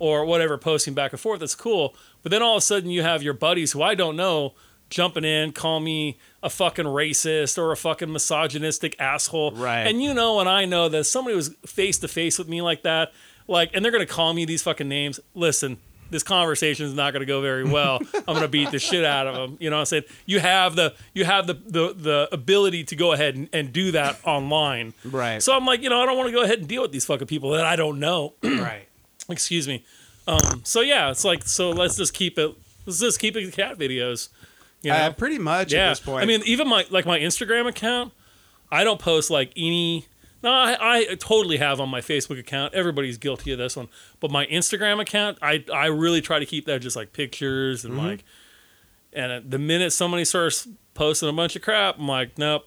Speaker 3: or whatever, posting back and forth. That's cool. But then all of a sudden, you have your buddies who I don't know jumping in, call me a fucking racist or a fucking misogynistic asshole.
Speaker 2: Right.
Speaker 3: And you know, and I know that if somebody was face to face with me like that, like, and they're going to call me these fucking names. Listen, this conversation is not going to go very well. I'm going to beat the shit out of them. You know what I'm saying? You have the, you have the, the, the ability to go ahead and, and do that online.
Speaker 2: Right.
Speaker 3: So I'm like, you know, I don't want to go ahead and deal with these fucking people that I don't know.
Speaker 2: Right.
Speaker 3: excuse me um so yeah it's like so let's just keep it let's just keep it cat videos you know
Speaker 2: Uh, pretty much
Speaker 3: yeah
Speaker 2: at this point.
Speaker 3: i mean even my like my instagram account i don't post like any no I, I totally have on my facebook account everybody's guilty of this one but my instagram account i i really try to keep that just like pictures
Speaker 2: Mm-hmm.
Speaker 3: and like and uh, the minute somebody starts posting a bunch of crap i'm like nope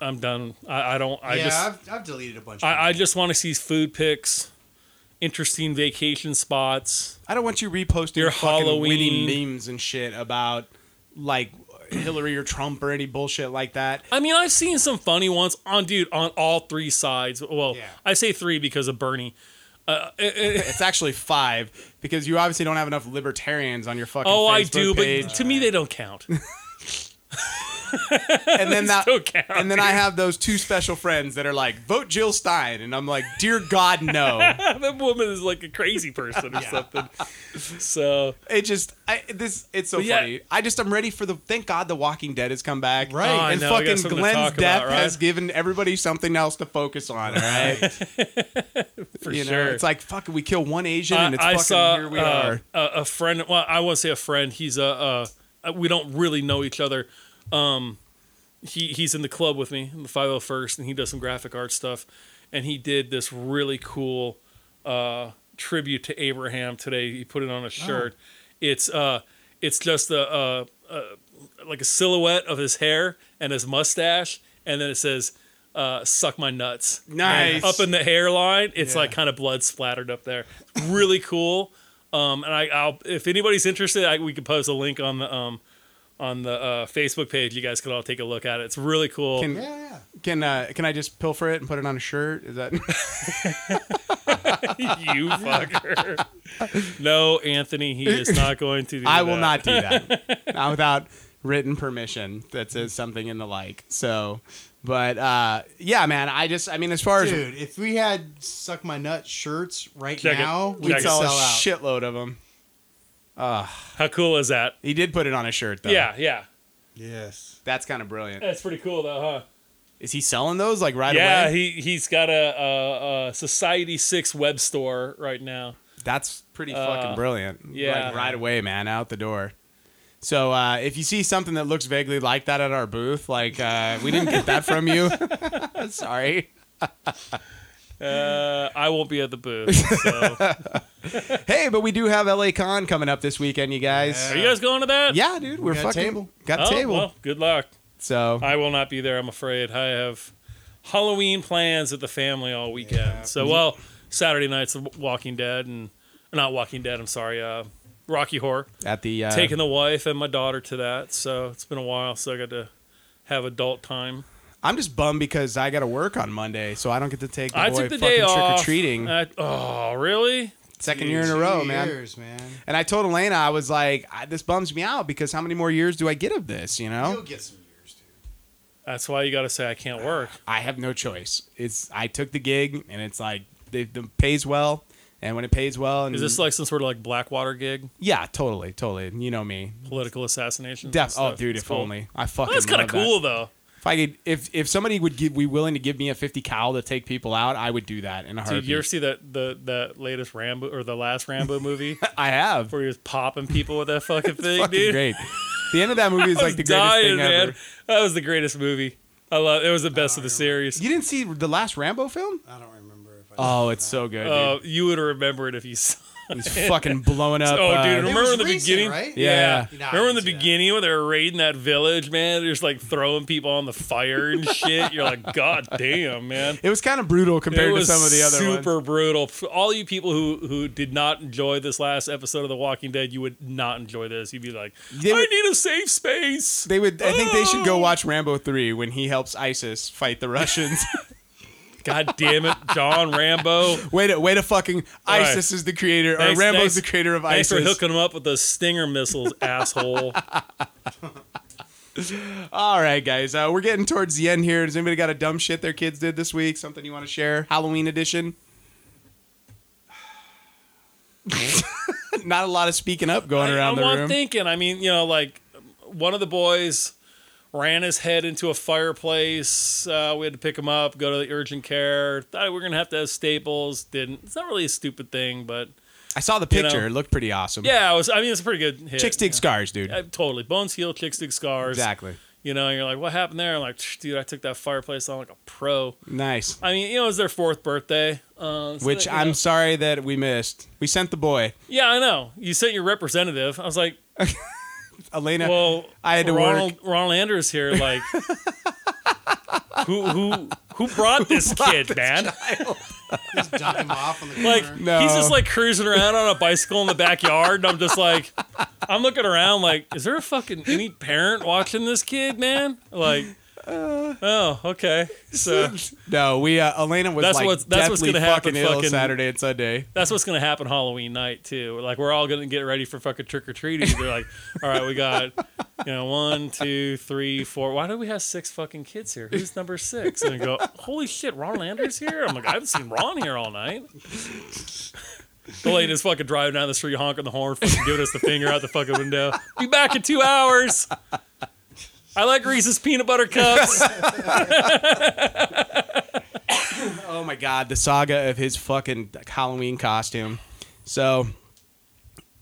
Speaker 3: i'm done i, I don't i
Speaker 4: yeah,
Speaker 3: just
Speaker 4: I've, I've deleted a bunch. of
Speaker 3: I, I just want to see food pics, interesting vacation spots.
Speaker 2: I don't want you reposting
Speaker 3: Your
Speaker 2: fucking
Speaker 3: Halloween-
Speaker 2: witty memes and shit about like Hillary or Trump or any bullshit like that.
Speaker 3: I mean, I've seen some funny ones on dude on all three sides. Well,
Speaker 4: Yeah.
Speaker 3: I say three because of Bernie. Uh, eh,
Speaker 2: It's actually five because you obviously don't have enough libertarians on your fucking.
Speaker 3: Oh,
Speaker 2: Facebook
Speaker 3: I do,
Speaker 2: page.
Speaker 3: but to me they don't count.
Speaker 2: and then that,
Speaker 3: don't count.
Speaker 2: and then I have those two special friends that are like, vote Jill Stein, and I'm like, dear God, no.
Speaker 3: that woman is like a crazy person or something. So
Speaker 2: It just I this it's so
Speaker 3: But yeah.
Speaker 2: funny. I just I'm ready for the thank God the Walking Dead has come back.
Speaker 4: Right. Oh, I
Speaker 2: and
Speaker 3: know, we got
Speaker 2: fucking
Speaker 3: something to
Speaker 2: Glenn's
Speaker 3: talk
Speaker 2: death
Speaker 3: about, right?
Speaker 2: has given everybody something else to focus on, all right?
Speaker 3: for
Speaker 2: you know,
Speaker 3: sure,
Speaker 2: it's like fuck we kill one Asian and it's fucking here we
Speaker 3: uh,
Speaker 2: are.
Speaker 3: A, a friend. Well, I won't say a friend. He's a. Uh, we don't really know each other. Um, he he's in the club with me in the 501st, and he does some graphic art stuff. And he did this really cool uh, tribute to Abraham today. He put it on a shirt. It's uh, it's just a, uh uh like a silhouette of his hair and his mustache, and then it says. Uh, suck my nuts. And
Speaker 2: Nice.
Speaker 3: up in the hairline, it's
Speaker 4: Yeah.
Speaker 3: like kind of blood splattered up there. Really cool. Um, and I, I'll if anybody's interested, I, we could post a link on the um, on the uh, Facebook page. You guys could all take a look at it. It's really cool.
Speaker 2: Can-
Speaker 4: them. Yeah, yeah.
Speaker 2: Can uh can I just pilfer it and put it on a shirt? Is that
Speaker 3: you fucker. no, Anthony, he is not going to. Do
Speaker 2: I will
Speaker 3: that.
Speaker 2: not do that. not without written permission that says something in the like. So but uh yeah, man, I just I mean as far as
Speaker 4: Dude, if we had suck my nut shirts right
Speaker 3: Check it.
Speaker 4: now,
Speaker 3: Check
Speaker 4: we'd
Speaker 3: it.
Speaker 4: sell
Speaker 2: sell a
Speaker 4: out.
Speaker 2: shitload of them.
Speaker 3: How cool is that?
Speaker 2: He did put it on a shirt though.
Speaker 3: Yeah, yeah.
Speaker 4: Yes.
Speaker 2: That's kind of brilliant.
Speaker 3: That's pretty cool though, huh?
Speaker 2: Is he selling those like right
Speaker 3: yeah,
Speaker 2: away?
Speaker 3: he he's got a, a, a Society Six web store right now.
Speaker 2: That's pretty
Speaker 3: Uh,
Speaker 2: fucking brilliant.
Speaker 3: yeah.
Speaker 2: Like right away, man, out the door. So uh, if you see something that looks vaguely like that at our booth, like uh, we didn't get that from you. Sorry.
Speaker 3: Uh, I won't be at the booth. So.
Speaker 2: Hey, but we do have LA Con coming up this weekend, you guys.
Speaker 3: Are you guys going to that?
Speaker 2: Yeah, dude, we're
Speaker 4: got a
Speaker 2: fucking
Speaker 4: table.
Speaker 2: got a
Speaker 3: Oh,
Speaker 2: table.
Speaker 3: Well, good luck.
Speaker 2: So
Speaker 3: I will not be there, I'm afraid. I have Halloween plans with the family all weekend. So, well, Saturday night's The Walking Dead and not Walking Dead, I'm sorry, uh, Rocky Horror.
Speaker 2: at the uh,
Speaker 3: Taking the wife and my daughter to that. So, it's been a while, so I got to have adult time.
Speaker 2: I'm just bummed because I got to work on Monday, so I don't get to take the
Speaker 3: I
Speaker 2: boy
Speaker 3: took the
Speaker 2: fucking
Speaker 3: day off.
Speaker 2: trick or treating.
Speaker 3: I- oh, really?
Speaker 2: Second year in a row,
Speaker 4: Two
Speaker 2: man.
Speaker 4: years, man.
Speaker 2: And I told Elena, I was like, I, this bums me out because how many more years do I get of this? You know,
Speaker 4: You'll get some years, dude.
Speaker 3: That's why you got to say I can't work.
Speaker 2: I have no choice. It's I took the gig, and it's like they, the pays well, and when it pays well, and
Speaker 3: Is this like some sort of like Blackwater gig,
Speaker 2: yeah, totally, totally. You know me,
Speaker 3: political assassination?
Speaker 2: Def- oh dude, if only I fucking
Speaker 3: That's kind
Speaker 2: kind
Speaker 3: of cool, though.
Speaker 2: If I could, if if somebody would give, be willing to give me a fifty cal to take people out, I would do that in a
Speaker 3: Dude,
Speaker 2: heartbeat.
Speaker 3: you ever see that the that latest Rambo or the last Rambo movie
Speaker 2: I have
Speaker 3: where he was popping people with that fucking thing,
Speaker 2: fucking
Speaker 3: dude?
Speaker 2: great. The end of that movie is
Speaker 3: I was
Speaker 2: like the greatest
Speaker 3: dying,
Speaker 2: thing
Speaker 3: man.
Speaker 2: ever.
Speaker 3: That was the greatest movie. I love. It was the best of the series.
Speaker 2: You didn't see the last Rambo film?
Speaker 4: I don't remember if I
Speaker 2: Oh, it's so good.
Speaker 3: Uh, you would remember it if you saw.
Speaker 2: dude. He's fucking blowing up.
Speaker 3: oh,
Speaker 2: uh,
Speaker 3: dude!
Speaker 4: It
Speaker 3: Remember
Speaker 4: was
Speaker 3: in the
Speaker 4: recent,
Speaker 3: beginning?
Speaker 4: right?
Speaker 2: Yeah.
Speaker 4: Nah, I
Speaker 3: remember in the
Speaker 4: didn't see that.
Speaker 3: beginning when they were raiding that village, man? They're just like throwing people on the fire and shit. You're like, God damn, man.
Speaker 2: It was kind of brutal compared
Speaker 3: it
Speaker 2: to
Speaker 3: was
Speaker 2: some of the other
Speaker 3: super
Speaker 2: ones.
Speaker 3: brutal. For all you people who who did not enjoy this last episode of The Walking Dead, you would not enjoy this. You'd be like,
Speaker 2: They
Speaker 3: I
Speaker 2: would-
Speaker 3: need a safe space.
Speaker 2: They would. I think they should
Speaker 3: Oh!
Speaker 2: go watch Rambo three when he helps ISIS fight the Russians.
Speaker 3: God damn it, John Rambo.
Speaker 2: way to way to fucking
Speaker 3: right.
Speaker 2: ISIS is the creator
Speaker 3: Thanks-
Speaker 2: or Rambo's
Speaker 3: thanks-
Speaker 2: the creator of
Speaker 3: Thanks for
Speaker 2: ISIS.
Speaker 3: hooking him up with those stinger missiles, asshole.
Speaker 2: All right, guys, uh, we're getting towards the end here. Does anybody got a dumb shit their kids did this week? Something you want to share? Halloween edition. Not a lot of speaking up going
Speaker 3: I-
Speaker 2: around
Speaker 3: I'm
Speaker 2: the room.
Speaker 3: thinking. I mean, you know, like one of the boys ran his head into a fireplace. Uh, we had to pick him up, go to the urgent care. Thought we were gonna have to have staples. Didn't. It's not really a stupid thing, but
Speaker 2: I saw the
Speaker 3: you
Speaker 2: picture;
Speaker 3: know.
Speaker 2: it looked pretty awesome.
Speaker 3: yeah, it was. I mean, it's a pretty good hit.
Speaker 2: Hmm. chicks
Speaker 3: you
Speaker 2: dig scars, dude.
Speaker 3: know. Uh, totally bones heal, chicks dig scars.
Speaker 2: Exactly.
Speaker 3: You know, and you're like, what happened there? I'm like, "Tch, dude, I took that fireplace on like a pro.
Speaker 2: Nice.
Speaker 3: I mean, you know, it was their fourth birthday. Uh, so
Speaker 2: Which
Speaker 3: that, you
Speaker 2: I'm
Speaker 3: know-
Speaker 2: sorry that we missed. We sent the boy,
Speaker 3: yeah, I know. You sent your representative. I was like,
Speaker 2: Elena.
Speaker 3: well,
Speaker 2: I had to
Speaker 3: Ronald, Ronald Anders here, like, who who who brought this kid, man?
Speaker 4: Just dump him off on the corner.
Speaker 3: Like,
Speaker 2: No.
Speaker 3: he's just like cruising around on a bicycle in the backyard, and I'm just like, I'm looking around, like, is there a fucking any parent watching this kid, man? Like,
Speaker 2: Uh,
Speaker 3: oh, okay, so
Speaker 2: no, we uh, Elena was
Speaker 3: That's
Speaker 2: like
Speaker 3: what's- that's what's
Speaker 2: deathly
Speaker 3: gonna happen
Speaker 2: fucking ill
Speaker 3: fucking-
Speaker 2: Saturday and Sunday.
Speaker 3: that's what's gonna happen Halloween night too. Like, we're all gonna get ready for fucking trick or treating. They're like, all right, we got. You know, one, two, three, four. Why do we have six fucking kids here? Who's number six? And I go, holy shit, Ron Landers here? I'm like, I haven't seen Ron here all night. The lady is fucking driving down the street, honking the horn, fucking giving us the finger out the fucking window. Be back in two hours. I like Reese's peanut butter cups.
Speaker 2: Oh my god, the saga of his fucking Halloween costume. So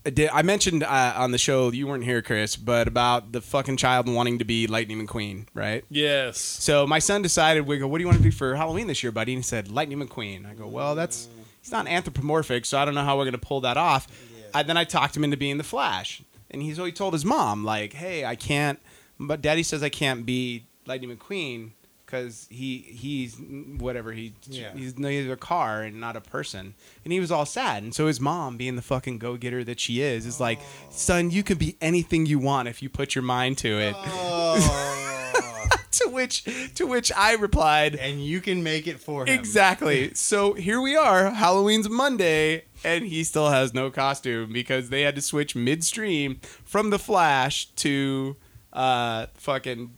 Speaker 2: I did- I mentioned uh, on the show you weren't here, Chris, but about the fucking child wanting to be Lightning McQueen, right?
Speaker 3: Yes.
Speaker 2: So my son decided, we go, what do you want to do for Halloween this year, buddy? And he said, Lightning McQueen. I go, well, that's he's not anthropomorphic, so I don't know how we're gonna pull that off. I, then I talked him into being the Flash, and he's already told his mom, like, hey, I can't. But Daddy says I can't be Lightning McQueen because he he's whatever he
Speaker 4: Yeah.
Speaker 2: he's neither a car and not a person. And he was all sad, and so his mom, being the fucking go getter that she is, is like, son, you can be anything you want if you put your mind to it.
Speaker 4: oh,
Speaker 2: to which to which I replied.
Speaker 4: and you can make it for him.
Speaker 2: Exactly. So here we are. Halloween's Monday, and he still has no costume because they had to switch midstream from the Flash to uh, fucking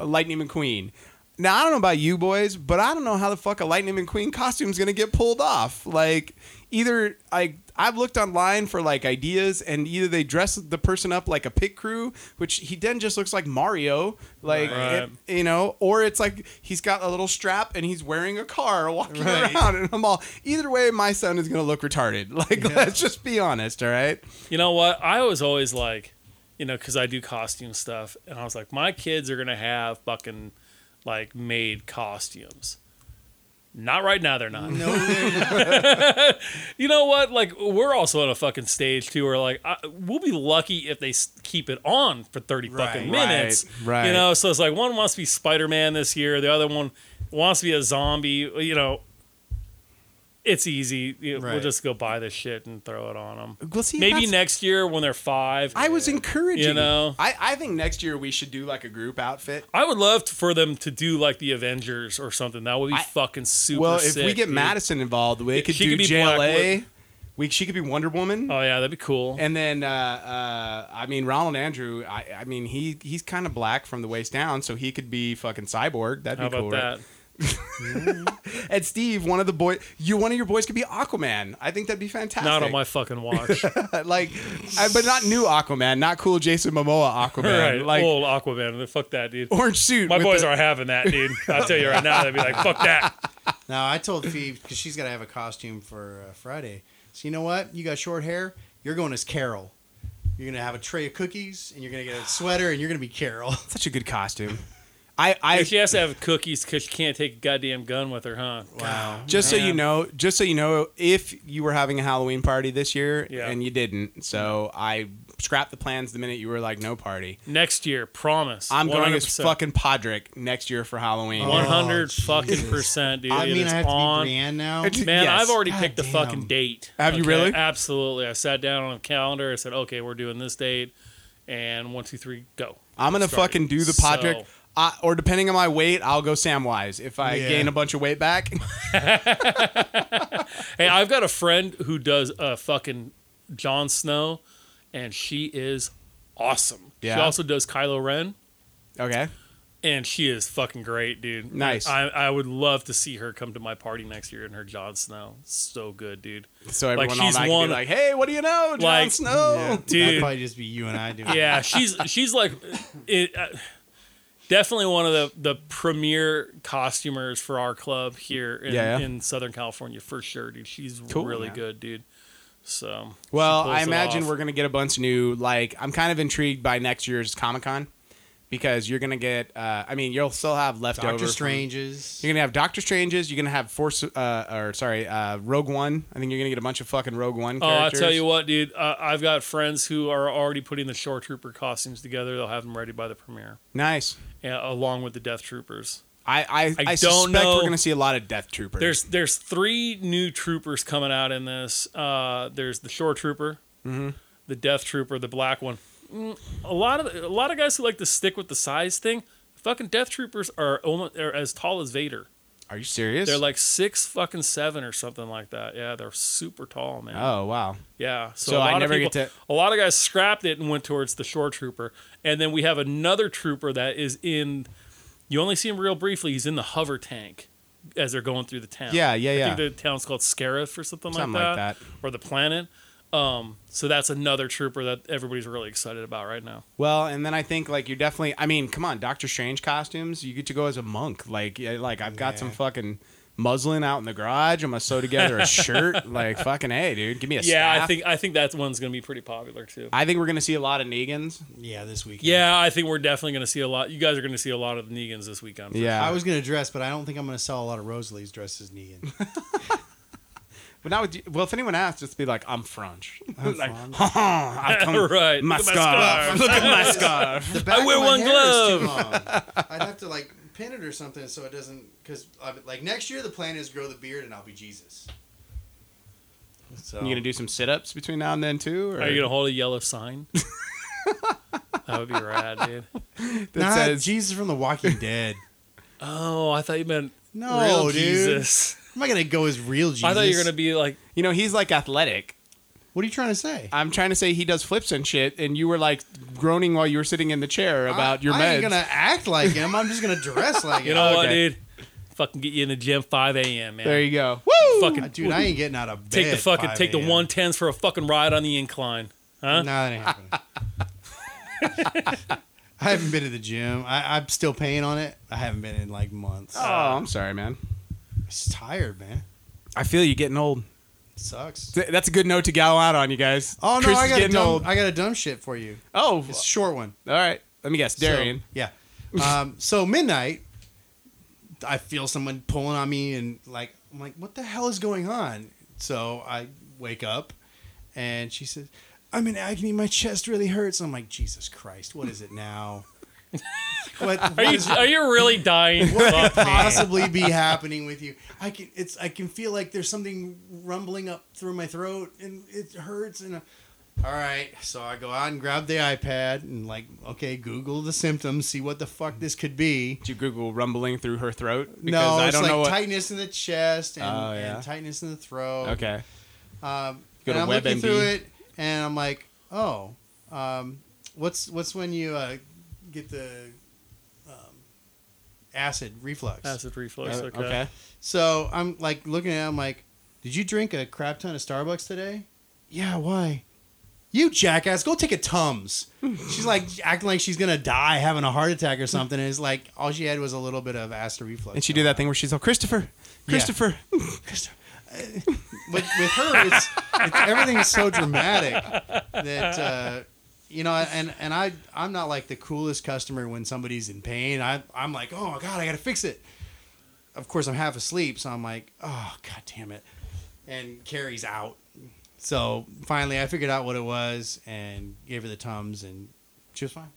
Speaker 2: Lightning McQueen. Now I don't know about you boys, but I don't know how the fuck a Lightning McQueen costume's gonna get pulled off. Like either like I've looked online for like ideas, and either they dress the person up like a pit crew, which he then just looks like Mario, like
Speaker 3: Right.
Speaker 2: it- you know, or it's like he's got a little strap and he's wearing a car walking
Speaker 4: Right.
Speaker 2: around, and I'm all either way, my son is gonna look retarded. Like let's just be honest, all right?
Speaker 3: You know what? I was always like, you know, because I do costume stuff, and I was like, my kids are gonna have fucking like made costumes. Not right now, they're not.
Speaker 4: No, they're not.
Speaker 3: You know what? Like we're also on a fucking stage too, where like I, we'll be lucky if they s- keep it on for thirty fucking
Speaker 2: Right,
Speaker 3: minutes.
Speaker 2: right.
Speaker 3: You know, so it's like one wants to be Spider Man this year, the other one wants to be a zombie. You know, it's easy. You- We'll
Speaker 4: Right.
Speaker 3: just go buy this shit and throw it on them.
Speaker 2: Well, see,
Speaker 3: Maybe
Speaker 2: that's-
Speaker 3: next year when they're five.
Speaker 2: I was encouraging.
Speaker 3: You know?
Speaker 2: I, I think next year we should do like a group outfit.
Speaker 3: I would love to, for them to do like the Avengers or something. That would be
Speaker 2: I-
Speaker 3: fucking super.
Speaker 2: well, if we
Speaker 3: sick,
Speaker 2: get
Speaker 3: dude.
Speaker 2: Madison involved, we could
Speaker 3: she
Speaker 2: do
Speaker 3: could be
Speaker 2: JLA.
Speaker 3: Blackwood.
Speaker 2: We she could be Wonder Woman.
Speaker 3: oh yeah, that'd be cool.
Speaker 2: and then, uh, uh, I mean, Ronald Andrew. I, I mean, he he's kind of black from the waist down, so he could be fucking cyborg. That'd
Speaker 3: How
Speaker 2: be
Speaker 3: about
Speaker 2: cool,
Speaker 3: that?
Speaker 2: right? And Steve, one of the boy, you one of your boys could be Aquaman. I think that'd be fantastic.
Speaker 3: Not on my fucking watch.
Speaker 2: like, I, but not new Aquaman, not cool Jason Momoa Aquaman,
Speaker 3: right,
Speaker 2: like
Speaker 3: old Aquaman. Fuck that, dude.
Speaker 2: orange suit.
Speaker 3: My
Speaker 2: with
Speaker 3: boys
Speaker 2: the-
Speaker 3: aren't having that, dude. I'll tell you right now, they'd be like, "Fuck that."
Speaker 4: Now I told Phoebe because she's got to have a costume for uh, Friday. So you know what? You got short hair. You're going as Carol. You're gonna have a tray of cookies, and you're gonna get a sweater, and you're gonna be Carol.
Speaker 2: such a good costume. I, I
Speaker 3: And she has to have cookies because she can't take a goddamn gun with her, huh? Wow.
Speaker 2: just so you know, just so you know, if you were having a Halloween party this year
Speaker 3: Yeah.
Speaker 2: and you didn't, so I scrapped the plans the minute you were like, no party.
Speaker 3: Next year, promise.
Speaker 2: I'm going as
Speaker 3: 100%.
Speaker 2: fucking Podrick next year for Halloween.
Speaker 3: One
Speaker 4: Oh,
Speaker 3: hundred
Speaker 4: Jesus.
Speaker 3: fucking percent, dude.
Speaker 4: I
Speaker 3: It
Speaker 4: mean,
Speaker 3: is
Speaker 4: I have to
Speaker 3: on.
Speaker 4: be Brienne now.
Speaker 2: It's-
Speaker 3: Man,
Speaker 2: Yes.
Speaker 3: I've already
Speaker 4: God
Speaker 3: picked the
Speaker 4: damn.
Speaker 3: fucking date.
Speaker 2: Have you
Speaker 3: Okay,
Speaker 2: really?
Speaker 3: Absolutely. I sat down on a calendar. I said, okay, we're doing this date, and one, two, three, go.
Speaker 2: I'm gonna
Speaker 3: Started.
Speaker 2: fucking do the Podrick.
Speaker 3: So-
Speaker 2: I, or depending on my weight, I'll go Samwise if I
Speaker 4: Yeah.
Speaker 2: gain a bunch of weight back.
Speaker 3: Hey, I've got a friend who does a uh, fucking Jon Snow, and she is awesome. She
Speaker 2: Yeah.
Speaker 3: also does Kylo Ren,
Speaker 2: okay,
Speaker 3: and she is fucking great, dude.
Speaker 2: Nice.
Speaker 3: I, I would love to see her come to my party next year in her Jon Snow. So good, dude.
Speaker 2: so everyone
Speaker 3: Like,
Speaker 2: all
Speaker 3: she's
Speaker 2: night can
Speaker 3: one-
Speaker 2: be like, "Hey, what do you know, Jon
Speaker 3: Like,
Speaker 2: Snow?"
Speaker 4: That'd
Speaker 3: Dude,
Speaker 4: probably just be you and I doing. it.
Speaker 3: yeah, she's she's like, it, uh, definitely one of the the premier costumers for our club here in,
Speaker 2: Yeah, yeah.
Speaker 3: in Southern California for sure, dude. She's
Speaker 2: Cool,
Speaker 3: really
Speaker 2: man.
Speaker 3: good, dude. So she
Speaker 2: Well,
Speaker 3: pulls
Speaker 2: I
Speaker 3: it
Speaker 2: imagine
Speaker 3: off.
Speaker 2: we're gonna get a bunch of new. Like, I'm kind of intrigued by next year's Comic Con because you're gonna get. Uh, I mean, you'll still have leftover.
Speaker 4: Doctor
Speaker 2: from-
Speaker 4: Strange's.
Speaker 2: You're gonna have Doctor Strange's. You're gonna have Force, uh, or sorry, uh, Rogue One. I think you're gonna get a bunch of fucking Rogue One.
Speaker 3: Oh, I
Speaker 2: characters.
Speaker 3: tell you what, dude. Uh, I've got friends who are already putting the Shore Trooper costumes together. They'll have them ready by the premiere,
Speaker 2: nice.
Speaker 3: yeah, along with the Death Troopers.
Speaker 2: I I, I,
Speaker 3: don't
Speaker 2: suspect
Speaker 3: know.
Speaker 2: we're gonna see a lot of Death Troopers.
Speaker 3: There's there's three new troopers coming out in this. Uh, there's the Shore Trooper, the Death Trooper, the black one. Mm, A lot of a lot of guys who like to stick with the size thing. Fucking Death Troopers are almost are as tall as Vader.
Speaker 2: Are you serious?
Speaker 3: They're like six fucking seven or something like that. Yeah, they're super tall, man.
Speaker 2: Oh wow.
Speaker 3: Yeah. So,
Speaker 2: So
Speaker 3: a
Speaker 2: I
Speaker 3: lot
Speaker 2: never
Speaker 3: of
Speaker 2: get
Speaker 3: people,
Speaker 2: to-
Speaker 3: A lot of guys scrapped it and went towards the shore trooper, and then we have another trooper that is in. You only see him real briefly. He's in the hover tank as they're going through the town.
Speaker 2: Yeah, yeah,
Speaker 3: I
Speaker 2: yeah.
Speaker 3: think the town's called Scarif or something,
Speaker 2: Something like
Speaker 3: like, that, or the planet. Um, so that's another trooper that everybody's really excited about right now.
Speaker 2: Well, and then I think like you're definitely. I mean, come on, Doctor Strange costumes. You get to go as a monk. Like, yeah, like I've got some
Speaker 4: Yeah.
Speaker 2: fucking muslin out in the garage. I'm gonna sew together a shirt. Like, fucking hey, dude, give me a
Speaker 3: Yeah, I
Speaker 2: staff.
Speaker 3: think I think that one's gonna be pretty popular too.
Speaker 2: I think we're gonna see a lot of Negans.
Speaker 4: Yeah, this weekend.
Speaker 3: yeah, I think we're definitely gonna see a lot. You guys are gonna see a lot of Negans this weekend. for
Speaker 2: Yeah,
Speaker 4: I was gonna dress, but I don't think I'm gonna sell a lot of Rosalie's dresses, Negan.
Speaker 2: but now, with- well, if anyone asks, just be like, I'm French. like,
Speaker 4: Fran.
Speaker 2: I've come,
Speaker 3: Right,
Speaker 2: My
Speaker 3: look at my
Speaker 2: scarf.
Speaker 3: scarf.
Speaker 2: Look at my scarf.
Speaker 4: The back
Speaker 3: wear
Speaker 4: of my
Speaker 3: one
Speaker 4: hair is too long. I'd have to like pin it or something so it doesn't. Because like next year the plan is grow the beard and I'll be Jesus. So
Speaker 2: You gonna do some sit-ups between now and then too? Or
Speaker 3: Are you gonna hold a yellow sign? that would be rad, dude.
Speaker 2: that
Speaker 4: Nah,
Speaker 2: says
Speaker 4: Jesus from The Walking Dead?
Speaker 3: Oh, I thought you meant
Speaker 4: No,
Speaker 3: real
Speaker 4: dude.
Speaker 3: Jesus.
Speaker 4: I'm not gonna go as real Jesus.
Speaker 3: I thought you were gonna be like,
Speaker 2: you know he's like athletic.
Speaker 4: What are you trying to say?
Speaker 2: I'm trying to say he does flips and shit, and you were like groaning while you were sitting in the chair about
Speaker 4: I-
Speaker 2: your meds.
Speaker 4: I ain't gonna act like him. I'm just gonna dress like him.
Speaker 3: you know what,
Speaker 2: okay.
Speaker 3: dude? Fucking get you in the gym 5 a.m. man.
Speaker 2: There you go. Oh, Woo!
Speaker 3: Fucking
Speaker 4: dude, I ain't getting out of bed.
Speaker 3: take the fucking
Speaker 4: 5
Speaker 3: take the
Speaker 4: a.m.
Speaker 3: one tens for a fucking ride on the incline, huh?
Speaker 4: No, that ain't happening. I haven't been to the gym. I, I'm still paying on it. I haven't been in like months.
Speaker 2: Oh,
Speaker 3: Ah.
Speaker 2: I'm sorry, man.
Speaker 4: I'm just tired, man.
Speaker 2: I feel you getting old.
Speaker 4: It sucks.
Speaker 2: Th- That's a good note to go out on, you guys.
Speaker 4: Oh no,
Speaker 2: Chris
Speaker 4: I
Speaker 2: is
Speaker 4: got a
Speaker 2: getting
Speaker 4: dumb,
Speaker 2: old.
Speaker 4: I got a dumb shit for you.
Speaker 2: Oh,
Speaker 4: It's a short one.
Speaker 2: all right. Let me guess, Darian.
Speaker 4: So, yeah. Um, so midnight, I feel someone pulling on me, and like I'm like, what the hell is going on? So I wake up, and she says, "I'm in agony. My chest really hurts." I'm like, Jesus Christ, what is it now? what
Speaker 3: Are
Speaker 4: what
Speaker 3: you
Speaker 4: is-
Speaker 3: are you really dying?
Speaker 4: what
Speaker 3: Fuck,
Speaker 4: could
Speaker 3: man.
Speaker 4: possibly be happening with you? I can it's I can feel like there's something rumbling up through my throat and it hurts and uh, all right, so I go out and grab the iPad and like okay, Google the symptoms, see what the fuck this could be.
Speaker 2: Did you Google rumbling through her throat? Because
Speaker 4: no,
Speaker 2: I
Speaker 4: it's
Speaker 2: don't
Speaker 4: like
Speaker 2: know what.
Speaker 4: tightness in the chest and,
Speaker 2: Oh,
Speaker 4: and
Speaker 2: yeah.
Speaker 4: tightness in the throat.
Speaker 2: Okay.
Speaker 4: Um,
Speaker 2: Go
Speaker 4: and
Speaker 2: to
Speaker 4: I'm looking
Speaker 2: WebMD.
Speaker 4: through it, and I'm like, oh, um, what's what's when you uh, get the um, acid reflux?
Speaker 3: Acid reflux.
Speaker 2: Uh,
Speaker 3: Okay.
Speaker 2: okay.
Speaker 4: So I'm like looking at him like, did you drink a crap ton of Starbucks today? Yeah, why? You jackass, go take a Tums. she's like acting like she's gonna die having a heart attack or something. And it's like all she had was a little bit of acid reflux.
Speaker 2: And she did that thing where she's all Christopher, Christopher.
Speaker 4: With, with her, it's, it's everything is so dramatic that uh, you know, and and I I'm not like the coolest customer when somebody's in pain. I I'm like, oh my god, I gotta fix it. Of course, I'm half asleep, so I'm like, oh god damn it, and Carrie's out. So finally, I figured out what it was and gave her the tums, and she was fine.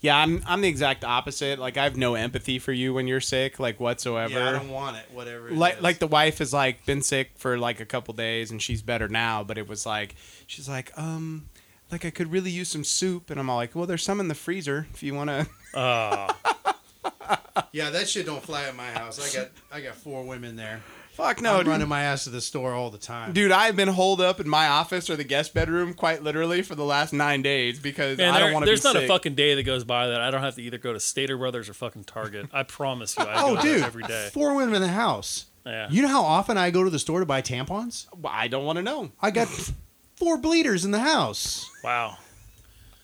Speaker 2: Yeah, I'm I'm the exact opposite. Like I have no empathy for you when you're sick, like whatsoever.
Speaker 4: Yeah, I don't want it. Whatever. it
Speaker 2: like
Speaker 4: is.
Speaker 2: like the wife has like been sick for like a couple days and she's better now, but it was like she's like um like I could really use some soup and I'm all like, well, there's some in the freezer if you want to.
Speaker 4: yeah, that shit don't fly at my house. I got I got four women there.
Speaker 2: Fuck no,
Speaker 4: No, I'm
Speaker 2: Oh, dude.
Speaker 4: running my ass to the store all the time.
Speaker 2: Dude, I've been holed up in my office or the guest bedroom quite literally for the last nine days because
Speaker 3: Man,
Speaker 2: I
Speaker 3: there-
Speaker 2: don't want to be
Speaker 3: there's
Speaker 2: sick.
Speaker 3: not a fucking day that goes by that I don't have to either go to Stater Brothers or fucking Target. I promise you, I
Speaker 4: oh,
Speaker 3: go there
Speaker 4: dude,
Speaker 3: every day.
Speaker 4: four women in the house.
Speaker 3: Yeah.
Speaker 4: You know how often I go to the store to buy tampons?
Speaker 2: Well, I don't want to know.
Speaker 4: I got four bleeders in the house.
Speaker 3: wow.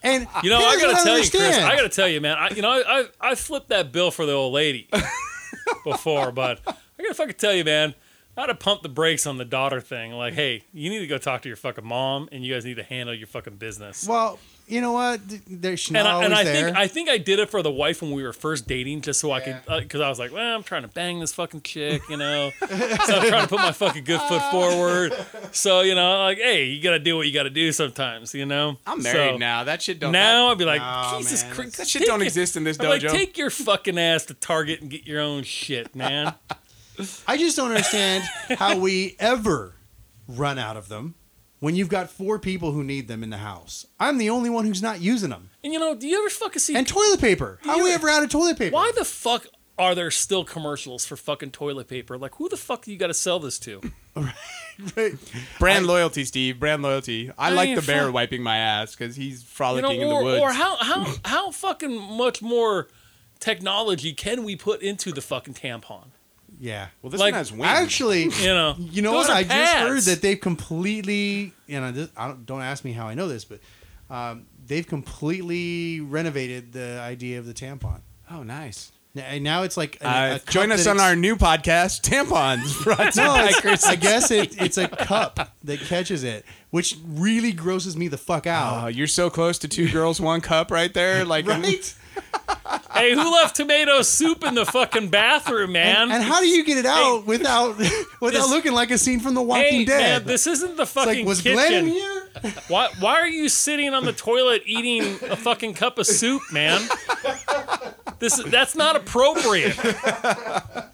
Speaker 4: And
Speaker 3: You know, I
Speaker 4: here's what
Speaker 3: gotta tell you, Chris.
Speaker 4: understand.
Speaker 3: I gotta tell you, man. I, you know, I, I I flipped that bill for the old lady before, but I gotta fucking tell you, man. I had to pump the brakes on the daughter thing. Like, hey, you need to go talk to your fucking mom, and you guys need to handle your fucking business.
Speaker 4: Well, you know what? Th- There, she's
Speaker 3: and
Speaker 4: not
Speaker 3: I,
Speaker 4: always
Speaker 3: and I
Speaker 4: there.
Speaker 3: think I think I did it for the wife when we were first dating, just so I could,
Speaker 4: Yeah.
Speaker 3: because I was like, well, I'm trying to bang this fucking chick, you know. so I'm trying to put my fucking good foot forward. So you know, like, hey, you gotta do what you gotta do sometimes, you know.
Speaker 2: I'm married
Speaker 3: So
Speaker 2: now. That shit don't.
Speaker 3: Now I'd be like,
Speaker 4: Nah,
Speaker 3: Jesus
Speaker 4: man,
Speaker 3: Christ,
Speaker 2: that shit don't
Speaker 3: take it-
Speaker 2: exist in this
Speaker 3: I'm
Speaker 2: dojo.
Speaker 3: like, take your fucking ass to Target and get your own shit, man.
Speaker 4: I just don't understand how we ever run out of them when you've got four people who need them in the house. I'm the only one who's not using them.
Speaker 3: and you know, do you ever fucking see?
Speaker 4: And toilet paper. How are we ever out of toilet paper?
Speaker 3: why the fuck are there still commercials for fucking toilet paper? Like, who the fuck do you got to sell this to?
Speaker 2: Brand loyalty, Steve. Brand loyalty. I,
Speaker 3: I
Speaker 2: like
Speaker 3: mean,
Speaker 2: the bear
Speaker 3: fuck.
Speaker 2: wiping my ass because he's
Speaker 3: You
Speaker 2: frolicking
Speaker 3: know,
Speaker 2: in the
Speaker 3: or,
Speaker 2: woods.
Speaker 3: or how how how fucking much more technology can we put into the fucking tampon?
Speaker 4: Yeah.
Speaker 2: well, this
Speaker 3: like,
Speaker 2: one has wings.
Speaker 4: Actually,
Speaker 3: You know,
Speaker 4: You know
Speaker 3: Those
Speaker 4: what?
Speaker 3: are
Speaker 4: I
Speaker 3: pads.
Speaker 4: just heard that they've completely. You know, this, I don't, don't ask me how I know this, but um, they've completely renovated the idea of the tampon.
Speaker 2: oh, nice.
Speaker 4: N- And now it's like a, a
Speaker 2: Uh,
Speaker 4: cup
Speaker 2: join us
Speaker 4: that
Speaker 2: on
Speaker 4: ex-
Speaker 2: our new podcast, Tampons. Brought to
Speaker 4: No,
Speaker 2: you by
Speaker 4: it's-
Speaker 2: Chris.
Speaker 4: I guess it, it's a cup that catches it, which really grosses me the fuck
Speaker 2: Oh,
Speaker 4: out.
Speaker 2: you're so close to two girls, one cup right there. Like,
Speaker 4: right?
Speaker 3: hey, who left tomato soup in the fucking bathroom, man?
Speaker 4: And, and how do you get it out without without
Speaker 3: this-
Speaker 4: looking like a scene from The Walking
Speaker 3: hey,
Speaker 4: Dead?
Speaker 3: man, this isn't the
Speaker 4: it's
Speaker 3: fucking
Speaker 4: like was
Speaker 3: kitchen.
Speaker 4: Glenn in here?
Speaker 3: Why, why are you sitting on the toilet eating a fucking cup of soup, man? This that's not appropriate.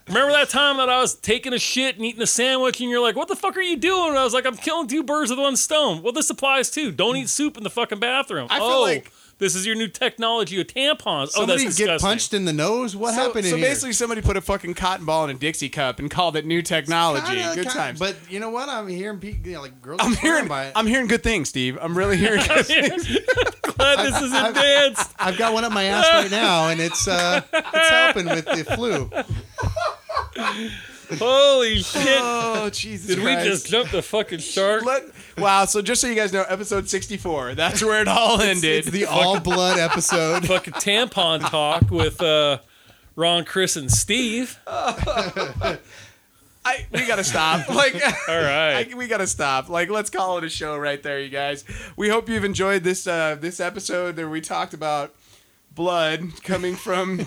Speaker 3: Remember that time that I was taking a shit and eating a sandwich, and you're like, "What the fuck are you doing?" And I was like, "I'm killing two birds with one stone." Well, this applies too. Don't eat soup in the fucking bathroom.
Speaker 2: I feel
Speaker 3: oh,
Speaker 2: like-
Speaker 3: this is your new technology with tampons. Oh, that's
Speaker 4: Somebody
Speaker 3: disgusting.
Speaker 4: get punched in the nose? What
Speaker 2: so,
Speaker 4: happened
Speaker 2: so
Speaker 4: in here?
Speaker 2: basically, somebody put a fucking cotton ball in a Dixie cup and called it new technology.
Speaker 4: Kinda,
Speaker 2: Good
Speaker 4: kinda,
Speaker 2: times.
Speaker 4: But you know what? I'm hearing people, you know, like girls.
Speaker 2: I'm
Speaker 4: swearing
Speaker 2: hearing,
Speaker 4: by it.
Speaker 2: I'm hearing good things, Steve. I'm really hearing. good-
Speaker 3: Glad this is advanced.
Speaker 4: I've got one up my ass right now, and it's uh, it's helping with the flu.
Speaker 3: Holy shit!
Speaker 2: oh Jesus!
Speaker 3: Did we
Speaker 2: Christ.
Speaker 3: just jump the fucking shark?
Speaker 2: Let- wow. So just so you guys know, episode 64. That's where it all ended.
Speaker 4: It's the all blood episode.
Speaker 3: fucking tampon talk with uh, Ron, Chris, and Steve. All
Speaker 2: I, we gotta stop. Like.
Speaker 3: right.
Speaker 2: I, we gotta stop. Like, let's call it a show right there, you guys. We hope you've enjoyed this uh, this episode where we talked about blood coming from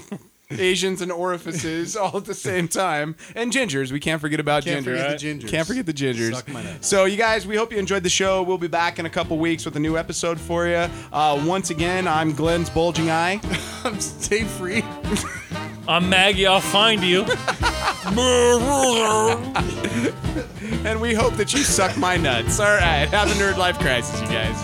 Speaker 2: Asians and orifices all at the same time, and gingers. We can't forget about
Speaker 4: Can't
Speaker 2: ginger.
Speaker 4: forget the gingers.
Speaker 2: Can't forget the gingers.
Speaker 4: Suck my nuts.
Speaker 2: So, you guys, we hope you enjoyed the show. We'll be back in a couple weeks with a new episode for you. Uh, once again, I'm Glenn's bulging eye.
Speaker 4: I'm stay free.
Speaker 3: I'm Maggie. I'll find you.
Speaker 2: and we hope that you suck my nuts. All right, have a nerd life crisis, you guys.